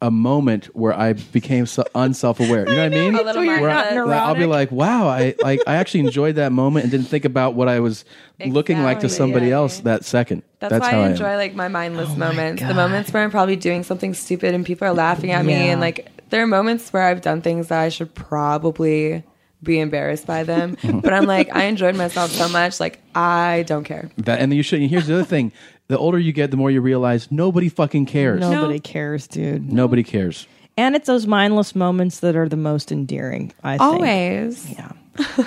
[SPEAKER 2] a moment where I became so unself aware. You know what I mean?
[SPEAKER 4] A little
[SPEAKER 3] you're
[SPEAKER 4] more
[SPEAKER 3] not
[SPEAKER 4] than-
[SPEAKER 2] Like, I'll be
[SPEAKER 3] neurotic.
[SPEAKER 2] like, wow, I like I actually enjoyed that moment and didn't think about what I was looking like to
[SPEAKER 4] Exactly,
[SPEAKER 2] somebody
[SPEAKER 4] yeah.
[SPEAKER 2] else that second.
[SPEAKER 4] That's,
[SPEAKER 2] That's,
[SPEAKER 4] why
[SPEAKER 2] how
[SPEAKER 4] I
[SPEAKER 2] am. Oh
[SPEAKER 4] enjoy like my mindless moments. The moments where I'm probably doing something stupid and people are laughing at me, and like there are moments where I've done things that I should probably be embarrassed
[SPEAKER 2] *laughs*
[SPEAKER 4] by them, but I'm like, I enjoyed myself so much, like I don't care.
[SPEAKER 2] That, and you should. And here's the other thing: the older you get, the more you realize nobody fucking cares.
[SPEAKER 3] Nobody cares, dude.
[SPEAKER 2] Nobody cares.
[SPEAKER 3] And it's those mindless moments that are the most endearing, I think.
[SPEAKER 4] Always.
[SPEAKER 3] Yeah. *laughs*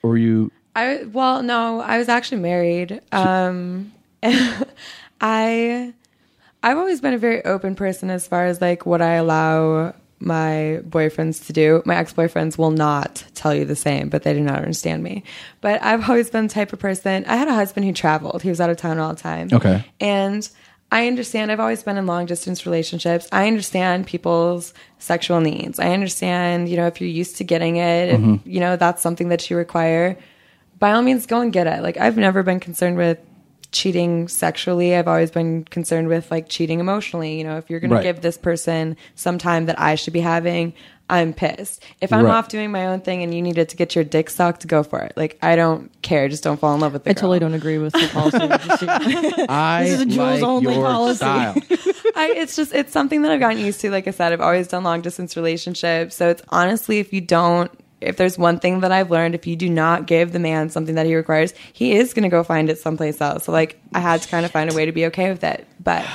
[SPEAKER 2] or you?
[SPEAKER 4] I well, no, I was actually married. Um, *laughs* I I've always been a very open person as far as like what I allow my boyfriends to do. My ex-boyfriends will not tell you the same, but they do not understand me. But I've always been the type of person. I had a husband who traveled. He was out of town all the time.
[SPEAKER 2] Okay.
[SPEAKER 4] And I understand I've always been in long distance relationships. I understand people's sexual needs. I understand, you know, if you're used to getting it, if,
[SPEAKER 2] Mm-hmm.
[SPEAKER 4] you know, that's something that you require, by all means go and get it. Like I've never been concerned with cheating sexually. I've always been concerned with like cheating emotionally. You know, if you're going
[SPEAKER 2] Right.
[SPEAKER 4] to give this person some time that I should be having, I'm pissed. If I'm
[SPEAKER 2] Right.
[SPEAKER 4] off doing my own thing and you needed to get your dick sucked, go for it. Like I don't care. Just don't fall in love with the
[SPEAKER 3] I
[SPEAKER 2] uh,
[SPEAKER 3] totally
[SPEAKER 4] girl.
[SPEAKER 3] don't agree with the
[SPEAKER 2] *laughs*
[SPEAKER 3] policy.
[SPEAKER 2] I
[SPEAKER 3] *laughs* This is a Jules
[SPEAKER 2] like
[SPEAKER 3] only
[SPEAKER 2] your
[SPEAKER 3] policy. *laughs*
[SPEAKER 2] style.
[SPEAKER 4] I, it's just it's something that I've gotten used to. Like I said, I've always done long distance relationships. So it's honestly, if you don't, if there's one thing that I've learned, if you do not give the man something that he requires, he is going to go find it someplace else. So like I had to kind of find a way to be okay with it. But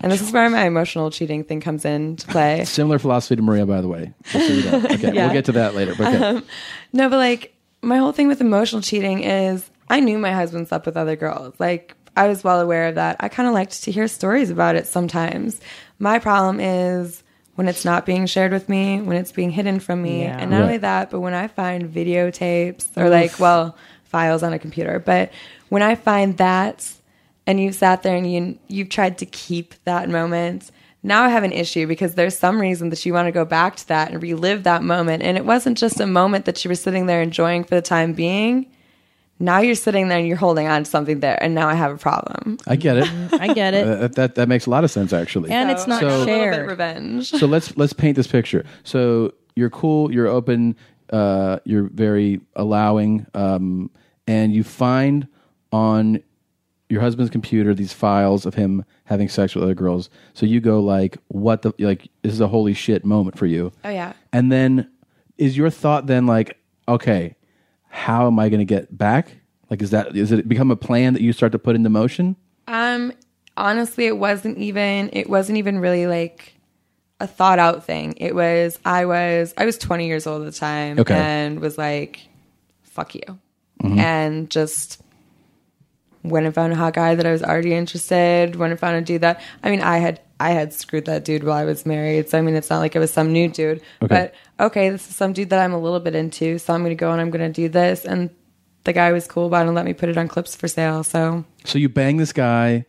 [SPEAKER 4] and this is where my emotional cheating thing comes into play.
[SPEAKER 2] Similar philosophy to Maria, by the way. Just so you know. Okay,
[SPEAKER 4] Yeah.
[SPEAKER 2] we'll get to that later. But okay.
[SPEAKER 3] Um,
[SPEAKER 4] No, but like my whole thing with emotional cheating is I knew my husband slept with other girls. Like I was well aware of that. I kind of liked to hear stories about it sometimes. My problem is when it's not being shared with me, when it's being hidden from me.
[SPEAKER 3] Yeah.
[SPEAKER 4] And not
[SPEAKER 3] Right.
[SPEAKER 4] only that, but when I find videotapes or like, well, files on a computer, but when I find that and you've sat there and you you've tried to keep that moment, now I have an issue because there's some reason that you want to go back to that and relive that moment. And it wasn't just a moment that you were sitting there enjoying for the time being. Now you're sitting there and you're holding on to something there, and now I have a problem.
[SPEAKER 2] I get
[SPEAKER 3] *laughs*
[SPEAKER 2] it.
[SPEAKER 4] I get it.
[SPEAKER 2] Uh, that, that that makes a lot of sense actually.
[SPEAKER 4] And it's not
[SPEAKER 2] so,
[SPEAKER 4] shared. A little bit *laughs* revenge.
[SPEAKER 2] so let's let's paint this picture. So you're cool, you're open, uh, you're very allowing, um, and you find on your husband's computer these files of him having sex with other girls. So you go like, "What the like? This is a holy shit moment for you."
[SPEAKER 4] Oh yeah.
[SPEAKER 2] And then is your thought then like, okay, how am I going to get back? Like, is that is it become a plan that you start to put into motion?
[SPEAKER 4] Um honestly it wasn't even it wasn't even really like a thought out thing. It was I was I was 20 years old at the time
[SPEAKER 2] Okay.
[SPEAKER 4] and was like fuck you.
[SPEAKER 10] Mhm.
[SPEAKER 4] And just went and found a hot guy that I was already interested, went and found a dude that I mean I had I had screwed that dude while I was married. So I mean it's not like it was some new dude.
[SPEAKER 10] Okay.
[SPEAKER 4] But okay, this is some dude that I'm a little bit into, so I'm gonna go and I'm gonna do this and the guy was cool about it and let me put it on clips for sale. So
[SPEAKER 2] So you bang this guy,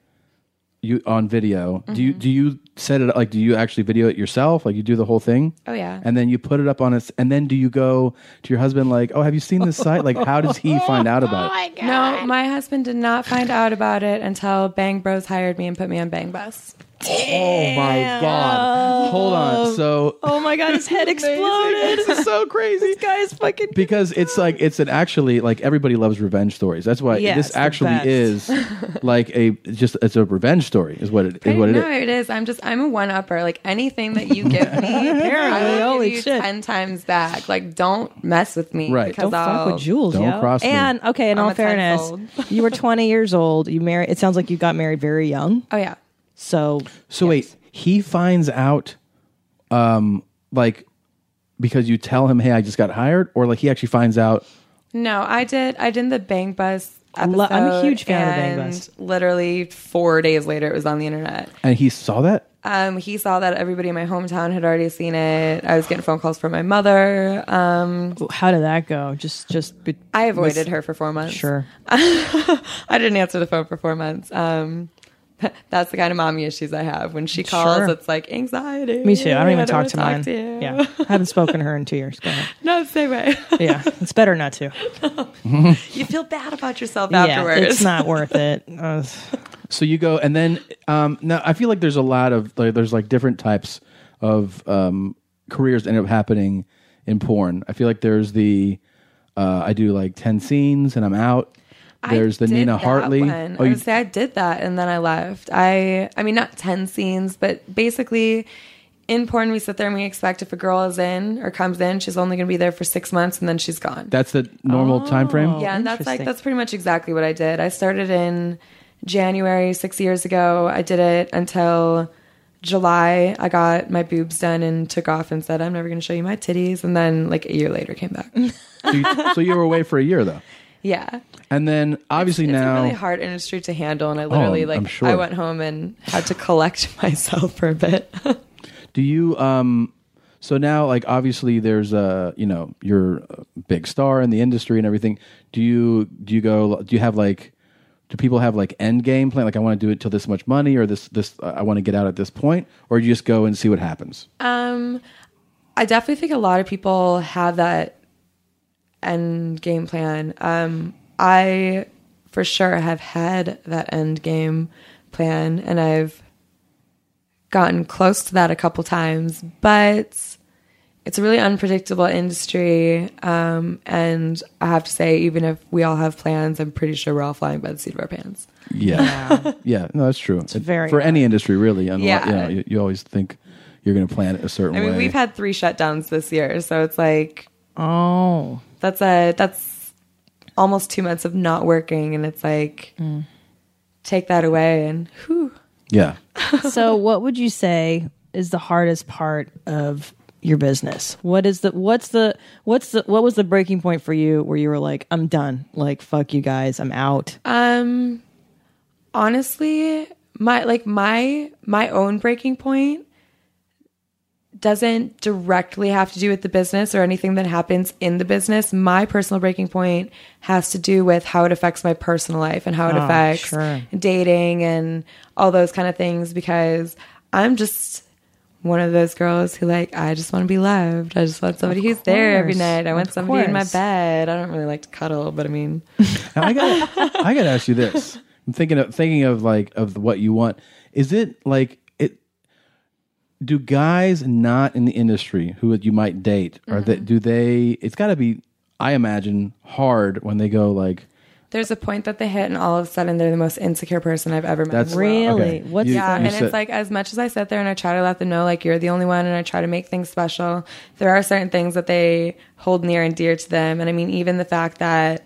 [SPEAKER 2] you on video. Do
[SPEAKER 4] Mm-hmm.
[SPEAKER 2] you do you set it up? Like, do you actually video it yourself? Like, you do the whole thing,
[SPEAKER 4] Oh yeah.
[SPEAKER 2] and then you put it up on us. And then do you go to your husband like, oh, have you seen this site? Like, how does
[SPEAKER 4] *laughs*
[SPEAKER 2] he find out about it?
[SPEAKER 4] No, Oh my husband did not find out about it until Bang Bros hired me and put me on Bang Bus.
[SPEAKER 2] Oh my god! Hold on. So
[SPEAKER 3] Oh my god, his
[SPEAKER 4] *laughs*
[SPEAKER 3] head exploded.
[SPEAKER 2] *laughs* This is so crazy.
[SPEAKER 3] this guy is fucking
[SPEAKER 2] because it's like it's an actually like everybody loves revenge stories. That's why
[SPEAKER 4] Yes,
[SPEAKER 2] this
[SPEAKER 4] the
[SPEAKER 2] actually
[SPEAKER 4] best.
[SPEAKER 2] is like a just it's a revenge story is what it is what it
[SPEAKER 4] no,
[SPEAKER 2] is.
[SPEAKER 4] it is. I'm just I'm a one upper. Like anything that you give
[SPEAKER 3] *laughs*
[SPEAKER 4] me, I will give you ten times back. Like don't mess with me.
[SPEAKER 3] Right.
[SPEAKER 4] Because
[SPEAKER 3] Don't
[SPEAKER 4] I'll,
[SPEAKER 3] fuck with Jules, yo. Oh. And okay, in
[SPEAKER 4] I'm
[SPEAKER 3] all
[SPEAKER 4] a
[SPEAKER 3] fairness, *laughs*
[SPEAKER 4] tenfold.
[SPEAKER 3] you were 20 years old. You married. It sounds like you got married very young.
[SPEAKER 4] Oh yeah.
[SPEAKER 3] So
[SPEAKER 2] So wait, he finds out, um, like because you tell him, hey, I just got hired, or like he actually finds out.
[SPEAKER 4] No, I did. I did the Bang Bus. Episode,
[SPEAKER 3] I'm a huge fan of Bang
[SPEAKER 4] and
[SPEAKER 3] Bus.
[SPEAKER 4] Literally four days later, it was on the internet.
[SPEAKER 2] And he saw that?
[SPEAKER 4] Um, he saw that everybody in my hometown had already seen it. I was getting phone calls from my mother. Um,
[SPEAKER 3] how did that go? Just, just. Be-
[SPEAKER 4] I avoided
[SPEAKER 3] mis-
[SPEAKER 4] her for four months.
[SPEAKER 3] Sure.
[SPEAKER 4] I didn't answer the phone for four months. Um, *laughs* that's the kind of mommy issues I have. When she calls,
[SPEAKER 3] Sure.
[SPEAKER 4] it's like anxiety.
[SPEAKER 3] Me too. I don't even talk
[SPEAKER 4] wanna
[SPEAKER 3] to mine.
[SPEAKER 4] you.
[SPEAKER 3] Yeah, I haven't spoken to her in two years. Go *laughs* ahead.
[SPEAKER 4] *laughs* No, same way. *laughs*
[SPEAKER 3] Yeah, it's better not to.
[SPEAKER 4] you feel bad about yourself
[SPEAKER 3] Yeah,
[SPEAKER 4] afterwards.
[SPEAKER 3] it's *laughs*
[SPEAKER 4] *laughs*
[SPEAKER 3] not worth *laughs* it.
[SPEAKER 2] So you go, and then um, now I feel like there's a lot of like, there's like different types of um, careers that end up happening in porn. I feel like there's the uh, I do like ten scenes and I'm out. There's the
[SPEAKER 4] did
[SPEAKER 2] Nina
[SPEAKER 4] that
[SPEAKER 2] Hartley.
[SPEAKER 4] one.
[SPEAKER 2] Oh,
[SPEAKER 4] I
[SPEAKER 2] you,
[SPEAKER 4] would say I did that and then I left. I I mean not ten scenes, but basically in porn we sit there and we expect if a girl is in or comes in, she's only gonna be there for six months and then she's gone.
[SPEAKER 2] that's the normal time frame.
[SPEAKER 4] "Oh." yeah, and that's like
[SPEAKER 2] Oh, interesting.
[SPEAKER 4] that's pretty much exactly what I did. I started in January six years ago. I did it until July. I got my boobs done and took off and said, I'm never gonna show you my titties and then like a year later came back.
[SPEAKER 2] so, you, so you were away for a year though,
[SPEAKER 4] yeah.
[SPEAKER 2] and then obviously
[SPEAKER 4] *laughs* It's
[SPEAKER 2] now
[SPEAKER 4] a really hard industry to handle, and I literally
[SPEAKER 2] I'm-
[SPEAKER 4] like
[SPEAKER 2] I'm sure.
[SPEAKER 4] I went home and had to collect *laughs* myself for a bit.
[SPEAKER 2] Do you um so now like obviously there's a you know you're a big star in the industry and everything. Do you do you go do you have like do people have like end game plan like I want to do it till this much money or this this I want to get out at this point or you just go and see what happens?
[SPEAKER 4] Um, I definitely think a lot of people have that end game plan. Um, I for sure have had that end game plan, and I've gotten close to that a couple times, but it's a really unpredictable industry. Um, and I have to say, even if we all have plans, I'm pretty sure we're all flying by the seat of our pants.
[SPEAKER 2] Yeah. Yeah, no that's true. It's
[SPEAKER 4] very
[SPEAKER 2] for any industry really. Unlike,
[SPEAKER 4] Yeah.
[SPEAKER 2] you, know, you, you always think you're going to plan it a certain
[SPEAKER 4] I mean,
[SPEAKER 2] way.
[SPEAKER 4] we've had three shutdowns this year, so it's like,
[SPEAKER 3] oh,
[SPEAKER 4] that's a that's almost two months of not working, and it's like, take that away, and whew.
[SPEAKER 2] yeah.
[SPEAKER 3] so, what would you say is the hardest part of your business? What is the what's the what's the what was the breaking point for you where you were like, I'm done. Like, fuck you guys, I'm out.
[SPEAKER 4] Um, honestly, my like my my own breaking point doesn't directly have to do with the business or anything that happens in the business. My personal breaking point has to do with how it affects my personal life and how it
[SPEAKER 11] Oh,
[SPEAKER 4] affects
[SPEAKER 11] sure.
[SPEAKER 4] dating and all those kind of things because I'm just one of those girls who like I just want to be loved. I just want somebody who's there every
[SPEAKER 11] course.
[SPEAKER 4] night. I want
[SPEAKER 11] Of
[SPEAKER 4] somebody in my
[SPEAKER 11] course.
[SPEAKER 4] bed. I don't really like to cuddle, but I mean
[SPEAKER 2] Now, I got I got to ask you this. I'm thinking of thinking of like of what you want. Is it like it? Do guys not in the industry who you might date are
[SPEAKER 4] Mm-hmm.
[SPEAKER 2] that do they? It's got to be I imagine hard when they go like
[SPEAKER 4] There's a point that they hit, and all of a sudden they're the most insecure person I've ever met.
[SPEAKER 2] That's- Really? okay. What's- You-
[SPEAKER 4] yeah?
[SPEAKER 2] you
[SPEAKER 4] and
[SPEAKER 2] said-
[SPEAKER 4] it's like as much as I sit there and I try to let them know, like you're the only one, and I try to make things special. There are certain things that they hold near and dear to them, and I mean, even the fact that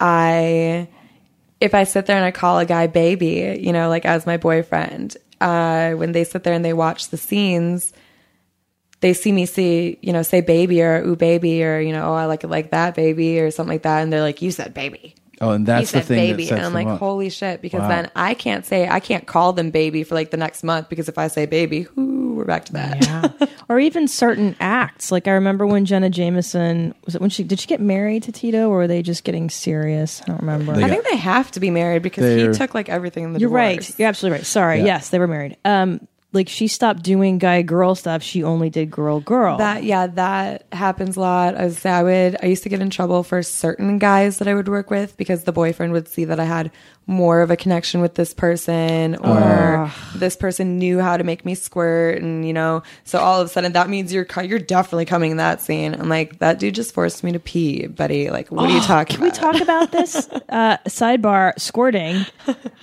[SPEAKER 4] I, if I sit there and I call a guy baby, you know, like as my boyfriend, uh, when they sit there and they watch the scenes, they see me see, you know, say baby or ooh baby or you know, oh I like it like that baby or something like that, and they're like, you said baby
[SPEAKER 2] oh, and that's
[SPEAKER 4] he
[SPEAKER 2] the
[SPEAKER 4] said
[SPEAKER 2] thing
[SPEAKER 4] baby
[SPEAKER 2] that sets
[SPEAKER 4] and i'm
[SPEAKER 2] them
[SPEAKER 4] like
[SPEAKER 2] up.
[SPEAKER 4] holy shit because
[SPEAKER 2] Wow.
[SPEAKER 4] then i can't say i can't call them baby for like the next month because if i say baby whoo, we're back to that
[SPEAKER 3] or even certain acts. Like I remember when Jenna Jameson was it when she did she get married to Tito, or were they just getting serious? I don't remember.
[SPEAKER 4] *laughs* i think they have to be married because
[SPEAKER 3] They're-
[SPEAKER 4] he took like everything in the
[SPEAKER 3] You're
[SPEAKER 4] divorce.
[SPEAKER 3] right. You're absolutely right. Sorry.
[SPEAKER 4] Yeah.
[SPEAKER 3] Yes, they were married. Um, like she stopped doing guy girl stuff. She only did girl girl.
[SPEAKER 4] That yeah, that happens a lot. I would say I would I used to get in trouble for certain guys that I would work with because the boyfriend would see that I had more of a connection with this person or
[SPEAKER 3] Ugh.
[SPEAKER 4] this person knew how to make me squirt and you know, so all of a sudden that means you're co- you're definitely coming in that scene. I'm like that dude just forced me to pee, buddy. Like what are you
[SPEAKER 3] Oh,
[SPEAKER 4] talking
[SPEAKER 3] Can we talk about this? *laughs* uh, sidebar
[SPEAKER 4] *laughs*
[SPEAKER 3] squirting.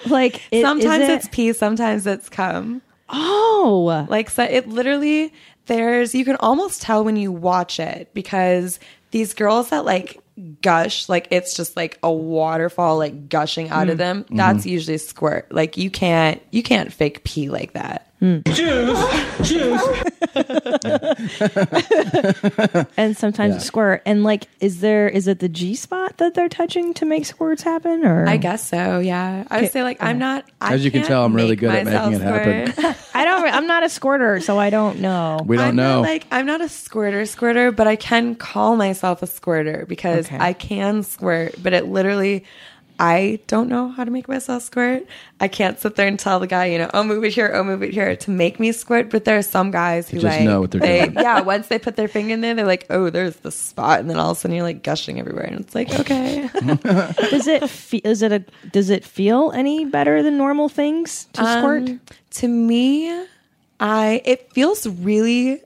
[SPEAKER 3] Like it- is
[SPEAKER 4] sometimes
[SPEAKER 3] it-
[SPEAKER 4] it's pee, sometimes it's cum.
[SPEAKER 3] Oh,
[SPEAKER 4] like so it literally there's you can almost tell when you watch it because these girls that like gush like it's just like a waterfall like gushing out of
[SPEAKER 10] Mm.
[SPEAKER 4] them. That's
[SPEAKER 10] Mhm.
[SPEAKER 4] usually squirt. Like you can't you can't fake pee like that.
[SPEAKER 10] Juice, juice.
[SPEAKER 3] and sometimes it's squirt. And like, is there is it the G spot that they're touching to make squirts happen? Or
[SPEAKER 4] I guess so. Yeah, I would say like I'm not. I
[SPEAKER 2] As you can
[SPEAKER 4] can't
[SPEAKER 2] tell, I'm really
[SPEAKER 4] make
[SPEAKER 2] good at making
[SPEAKER 4] myself
[SPEAKER 2] it happen.
[SPEAKER 4] squirt. *laughs*
[SPEAKER 3] I don't. I'm not a squirter, so I don't know.
[SPEAKER 2] We don't
[SPEAKER 4] I'm
[SPEAKER 2] know.
[SPEAKER 4] Not like I'm not a squirter squirter, but I can call myself a squirter because
[SPEAKER 3] Okay.
[SPEAKER 4] I can squirt, but it literally I don't know how to make myself squirt. I can't sit there and tell the guy, you know, oh move it here, oh move it here to make me squirt. But there are some guys who
[SPEAKER 2] They just
[SPEAKER 4] like
[SPEAKER 2] know what they're
[SPEAKER 4] they-
[SPEAKER 2] doing.
[SPEAKER 4] Yeah, once they put their finger in there, they're like, oh, there's the spot, and then all of a sudden you're like gushing everywhere, and it's like, okay.
[SPEAKER 3] does it fe- is it a does it feel any better than normal things to squirt?
[SPEAKER 4] Um, To me, I it feels really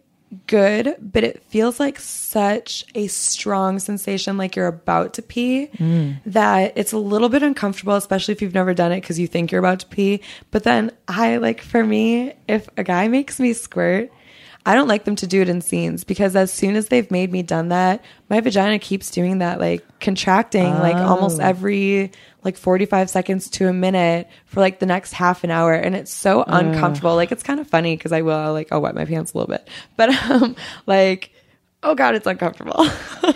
[SPEAKER 4] good, but it feels like such a strong sensation like you're about to pee that it's a little bit uncomfortable, especially if you've never done it because you think you're about to pee. But then I like for me, if a guy makes me squirt, I don't like them to do it in scenes because as soon as they've made me done that, my vagina keeps doing that, like contracting like almost
[SPEAKER 10] Oh.
[SPEAKER 4] every like 45 seconds to a minute for like the next half an hour. And it's so
[SPEAKER 10] Ugh.
[SPEAKER 4] uncomfortable. Like it's kind of funny because I will I'll, like, I'll wet my pants a little bit, *laughs* but um, like, oh God, it's uncomfortable. *laughs*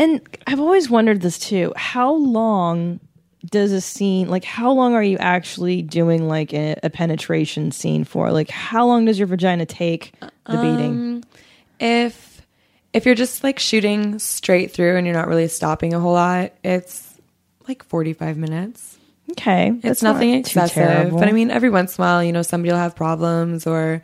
[SPEAKER 3] And I've always wondered this too. How long does a scene like how long are you actually doing like a, a penetration scene for? Like how long does your vagina take the beating?
[SPEAKER 4] Um, if if you're just like shooting straight through and you're not really stopping a whole lot, it's like 45 minutes.
[SPEAKER 3] Okay,
[SPEAKER 4] it's
[SPEAKER 3] that's not
[SPEAKER 4] nothing
[SPEAKER 3] too
[SPEAKER 4] excessive,
[SPEAKER 3] terrible.
[SPEAKER 4] but I mean, every once in a while, you know, somebody will have problems or.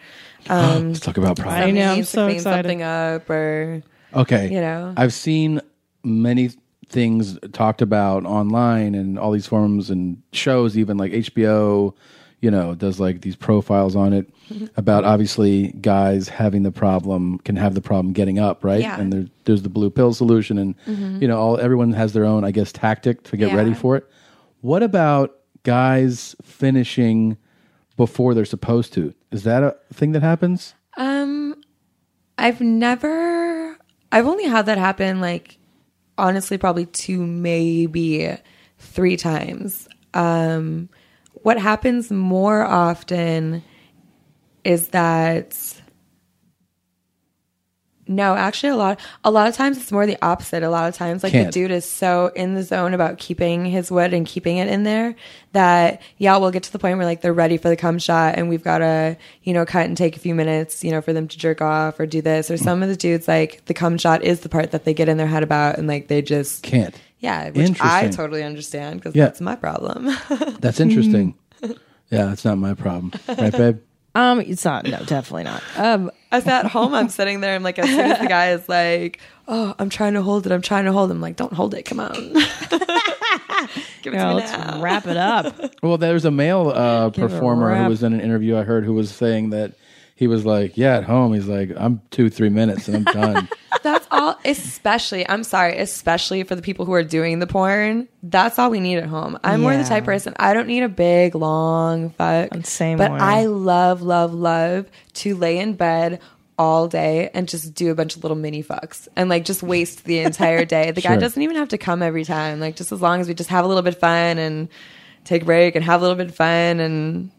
[SPEAKER 4] Um,
[SPEAKER 2] Let's talk about problems.
[SPEAKER 4] somebody
[SPEAKER 2] I know,
[SPEAKER 3] I'm
[SPEAKER 4] needs to
[SPEAKER 3] so
[SPEAKER 4] clean
[SPEAKER 3] excited.
[SPEAKER 4] Something up or
[SPEAKER 2] Okay.
[SPEAKER 4] you know,
[SPEAKER 2] I've seen many things talked about online and all these forums and shows, even like HBO, you know, does like these profiles on it about obviously guys having the problem can have the problem getting up, right?
[SPEAKER 10] Yeah.
[SPEAKER 2] And there, there's the blue pill solution, and
[SPEAKER 10] Mhm.
[SPEAKER 2] you know, all everyone has their own, I guess, tactic to get
[SPEAKER 10] Yeah.
[SPEAKER 2] ready for it. What about guys finishing before they're supposed to? Is that a thing that happens?
[SPEAKER 4] Um, I've never. I've only had that happen like, honestly, probably two, maybe three times. Um, what happens more often is that No, actually, a lot. A lot of times, it's more the opposite. A lot of times, like the
[SPEAKER 2] Can't.
[SPEAKER 4] dude is so in the zone about keeping his wood and keeping it in there that yeah, we'll get to the point where like they're ready for the cum shot, and we've got to you know cut and take a few minutes, you know, for them to jerk off or do this. Or some of the dudes like the cum shot is the part that they get in their head about, and like they just
[SPEAKER 2] Can't.
[SPEAKER 4] Yeah, which I
[SPEAKER 2] Interesting.
[SPEAKER 4] totally understand because
[SPEAKER 2] Yeah.
[SPEAKER 4] that's my problem. *laughs*
[SPEAKER 2] That's
[SPEAKER 3] Hmm.
[SPEAKER 2] interesting. yeah, that's not my problem,
[SPEAKER 3] *laughs*
[SPEAKER 2] right, babe?
[SPEAKER 3] Um, it's not. No, definitely *laughs* not.
[SPEAKER 4] Um, I was at home. I'm sitting there. I'm like, as soon as the guy is like, "Oh, I'm trying to hold it. I'm trying to hold." It. I'm like, "Don't hold it. Come on, *laughs* give it
[SPEAKER 3] Yeah,
[SPEAKER 4] to me
[SPEAKER 3] let's
[SPEAKER 4] now."
[SPEAKER 3] wrap it up. *laughs*
[SPEAKER 2] Well, there was a male uh,
[SPEAKER 3] Give a
[SPEAKER 2] performer who
[SPEAKER 3] rap.
[SPEAKER 2] was in an interview I heard who was saying that he was like, "Yeah, at home, he's like, I'm two, three minutes and I'm
[SPEAKER 3] *laughs*
[SPEAKER 2] done."
[SPEAKER 4] That's all. Especially, I'm sorry. Especially for the people who are doing the porn. That's all we need at home. I'm more the
[SPEAKER 3] Yeah.
[SPEAKER 4] type of person. I don't need a big long fuck.
[SPEAKER 3] same
[SPEAKER 4] But
[SPEAKER 3] way.
[SPEAKER 4] I love, love, love to lay in bed all day and just do a bunch of little mini fucks and like just waste the entire day. The guy
[SPEAKER 3] Sure.
[SPEAKER 4] doesn't even have to come every time. Like just as long as we just have a little bit of fun and take a break and have a little bit of fun and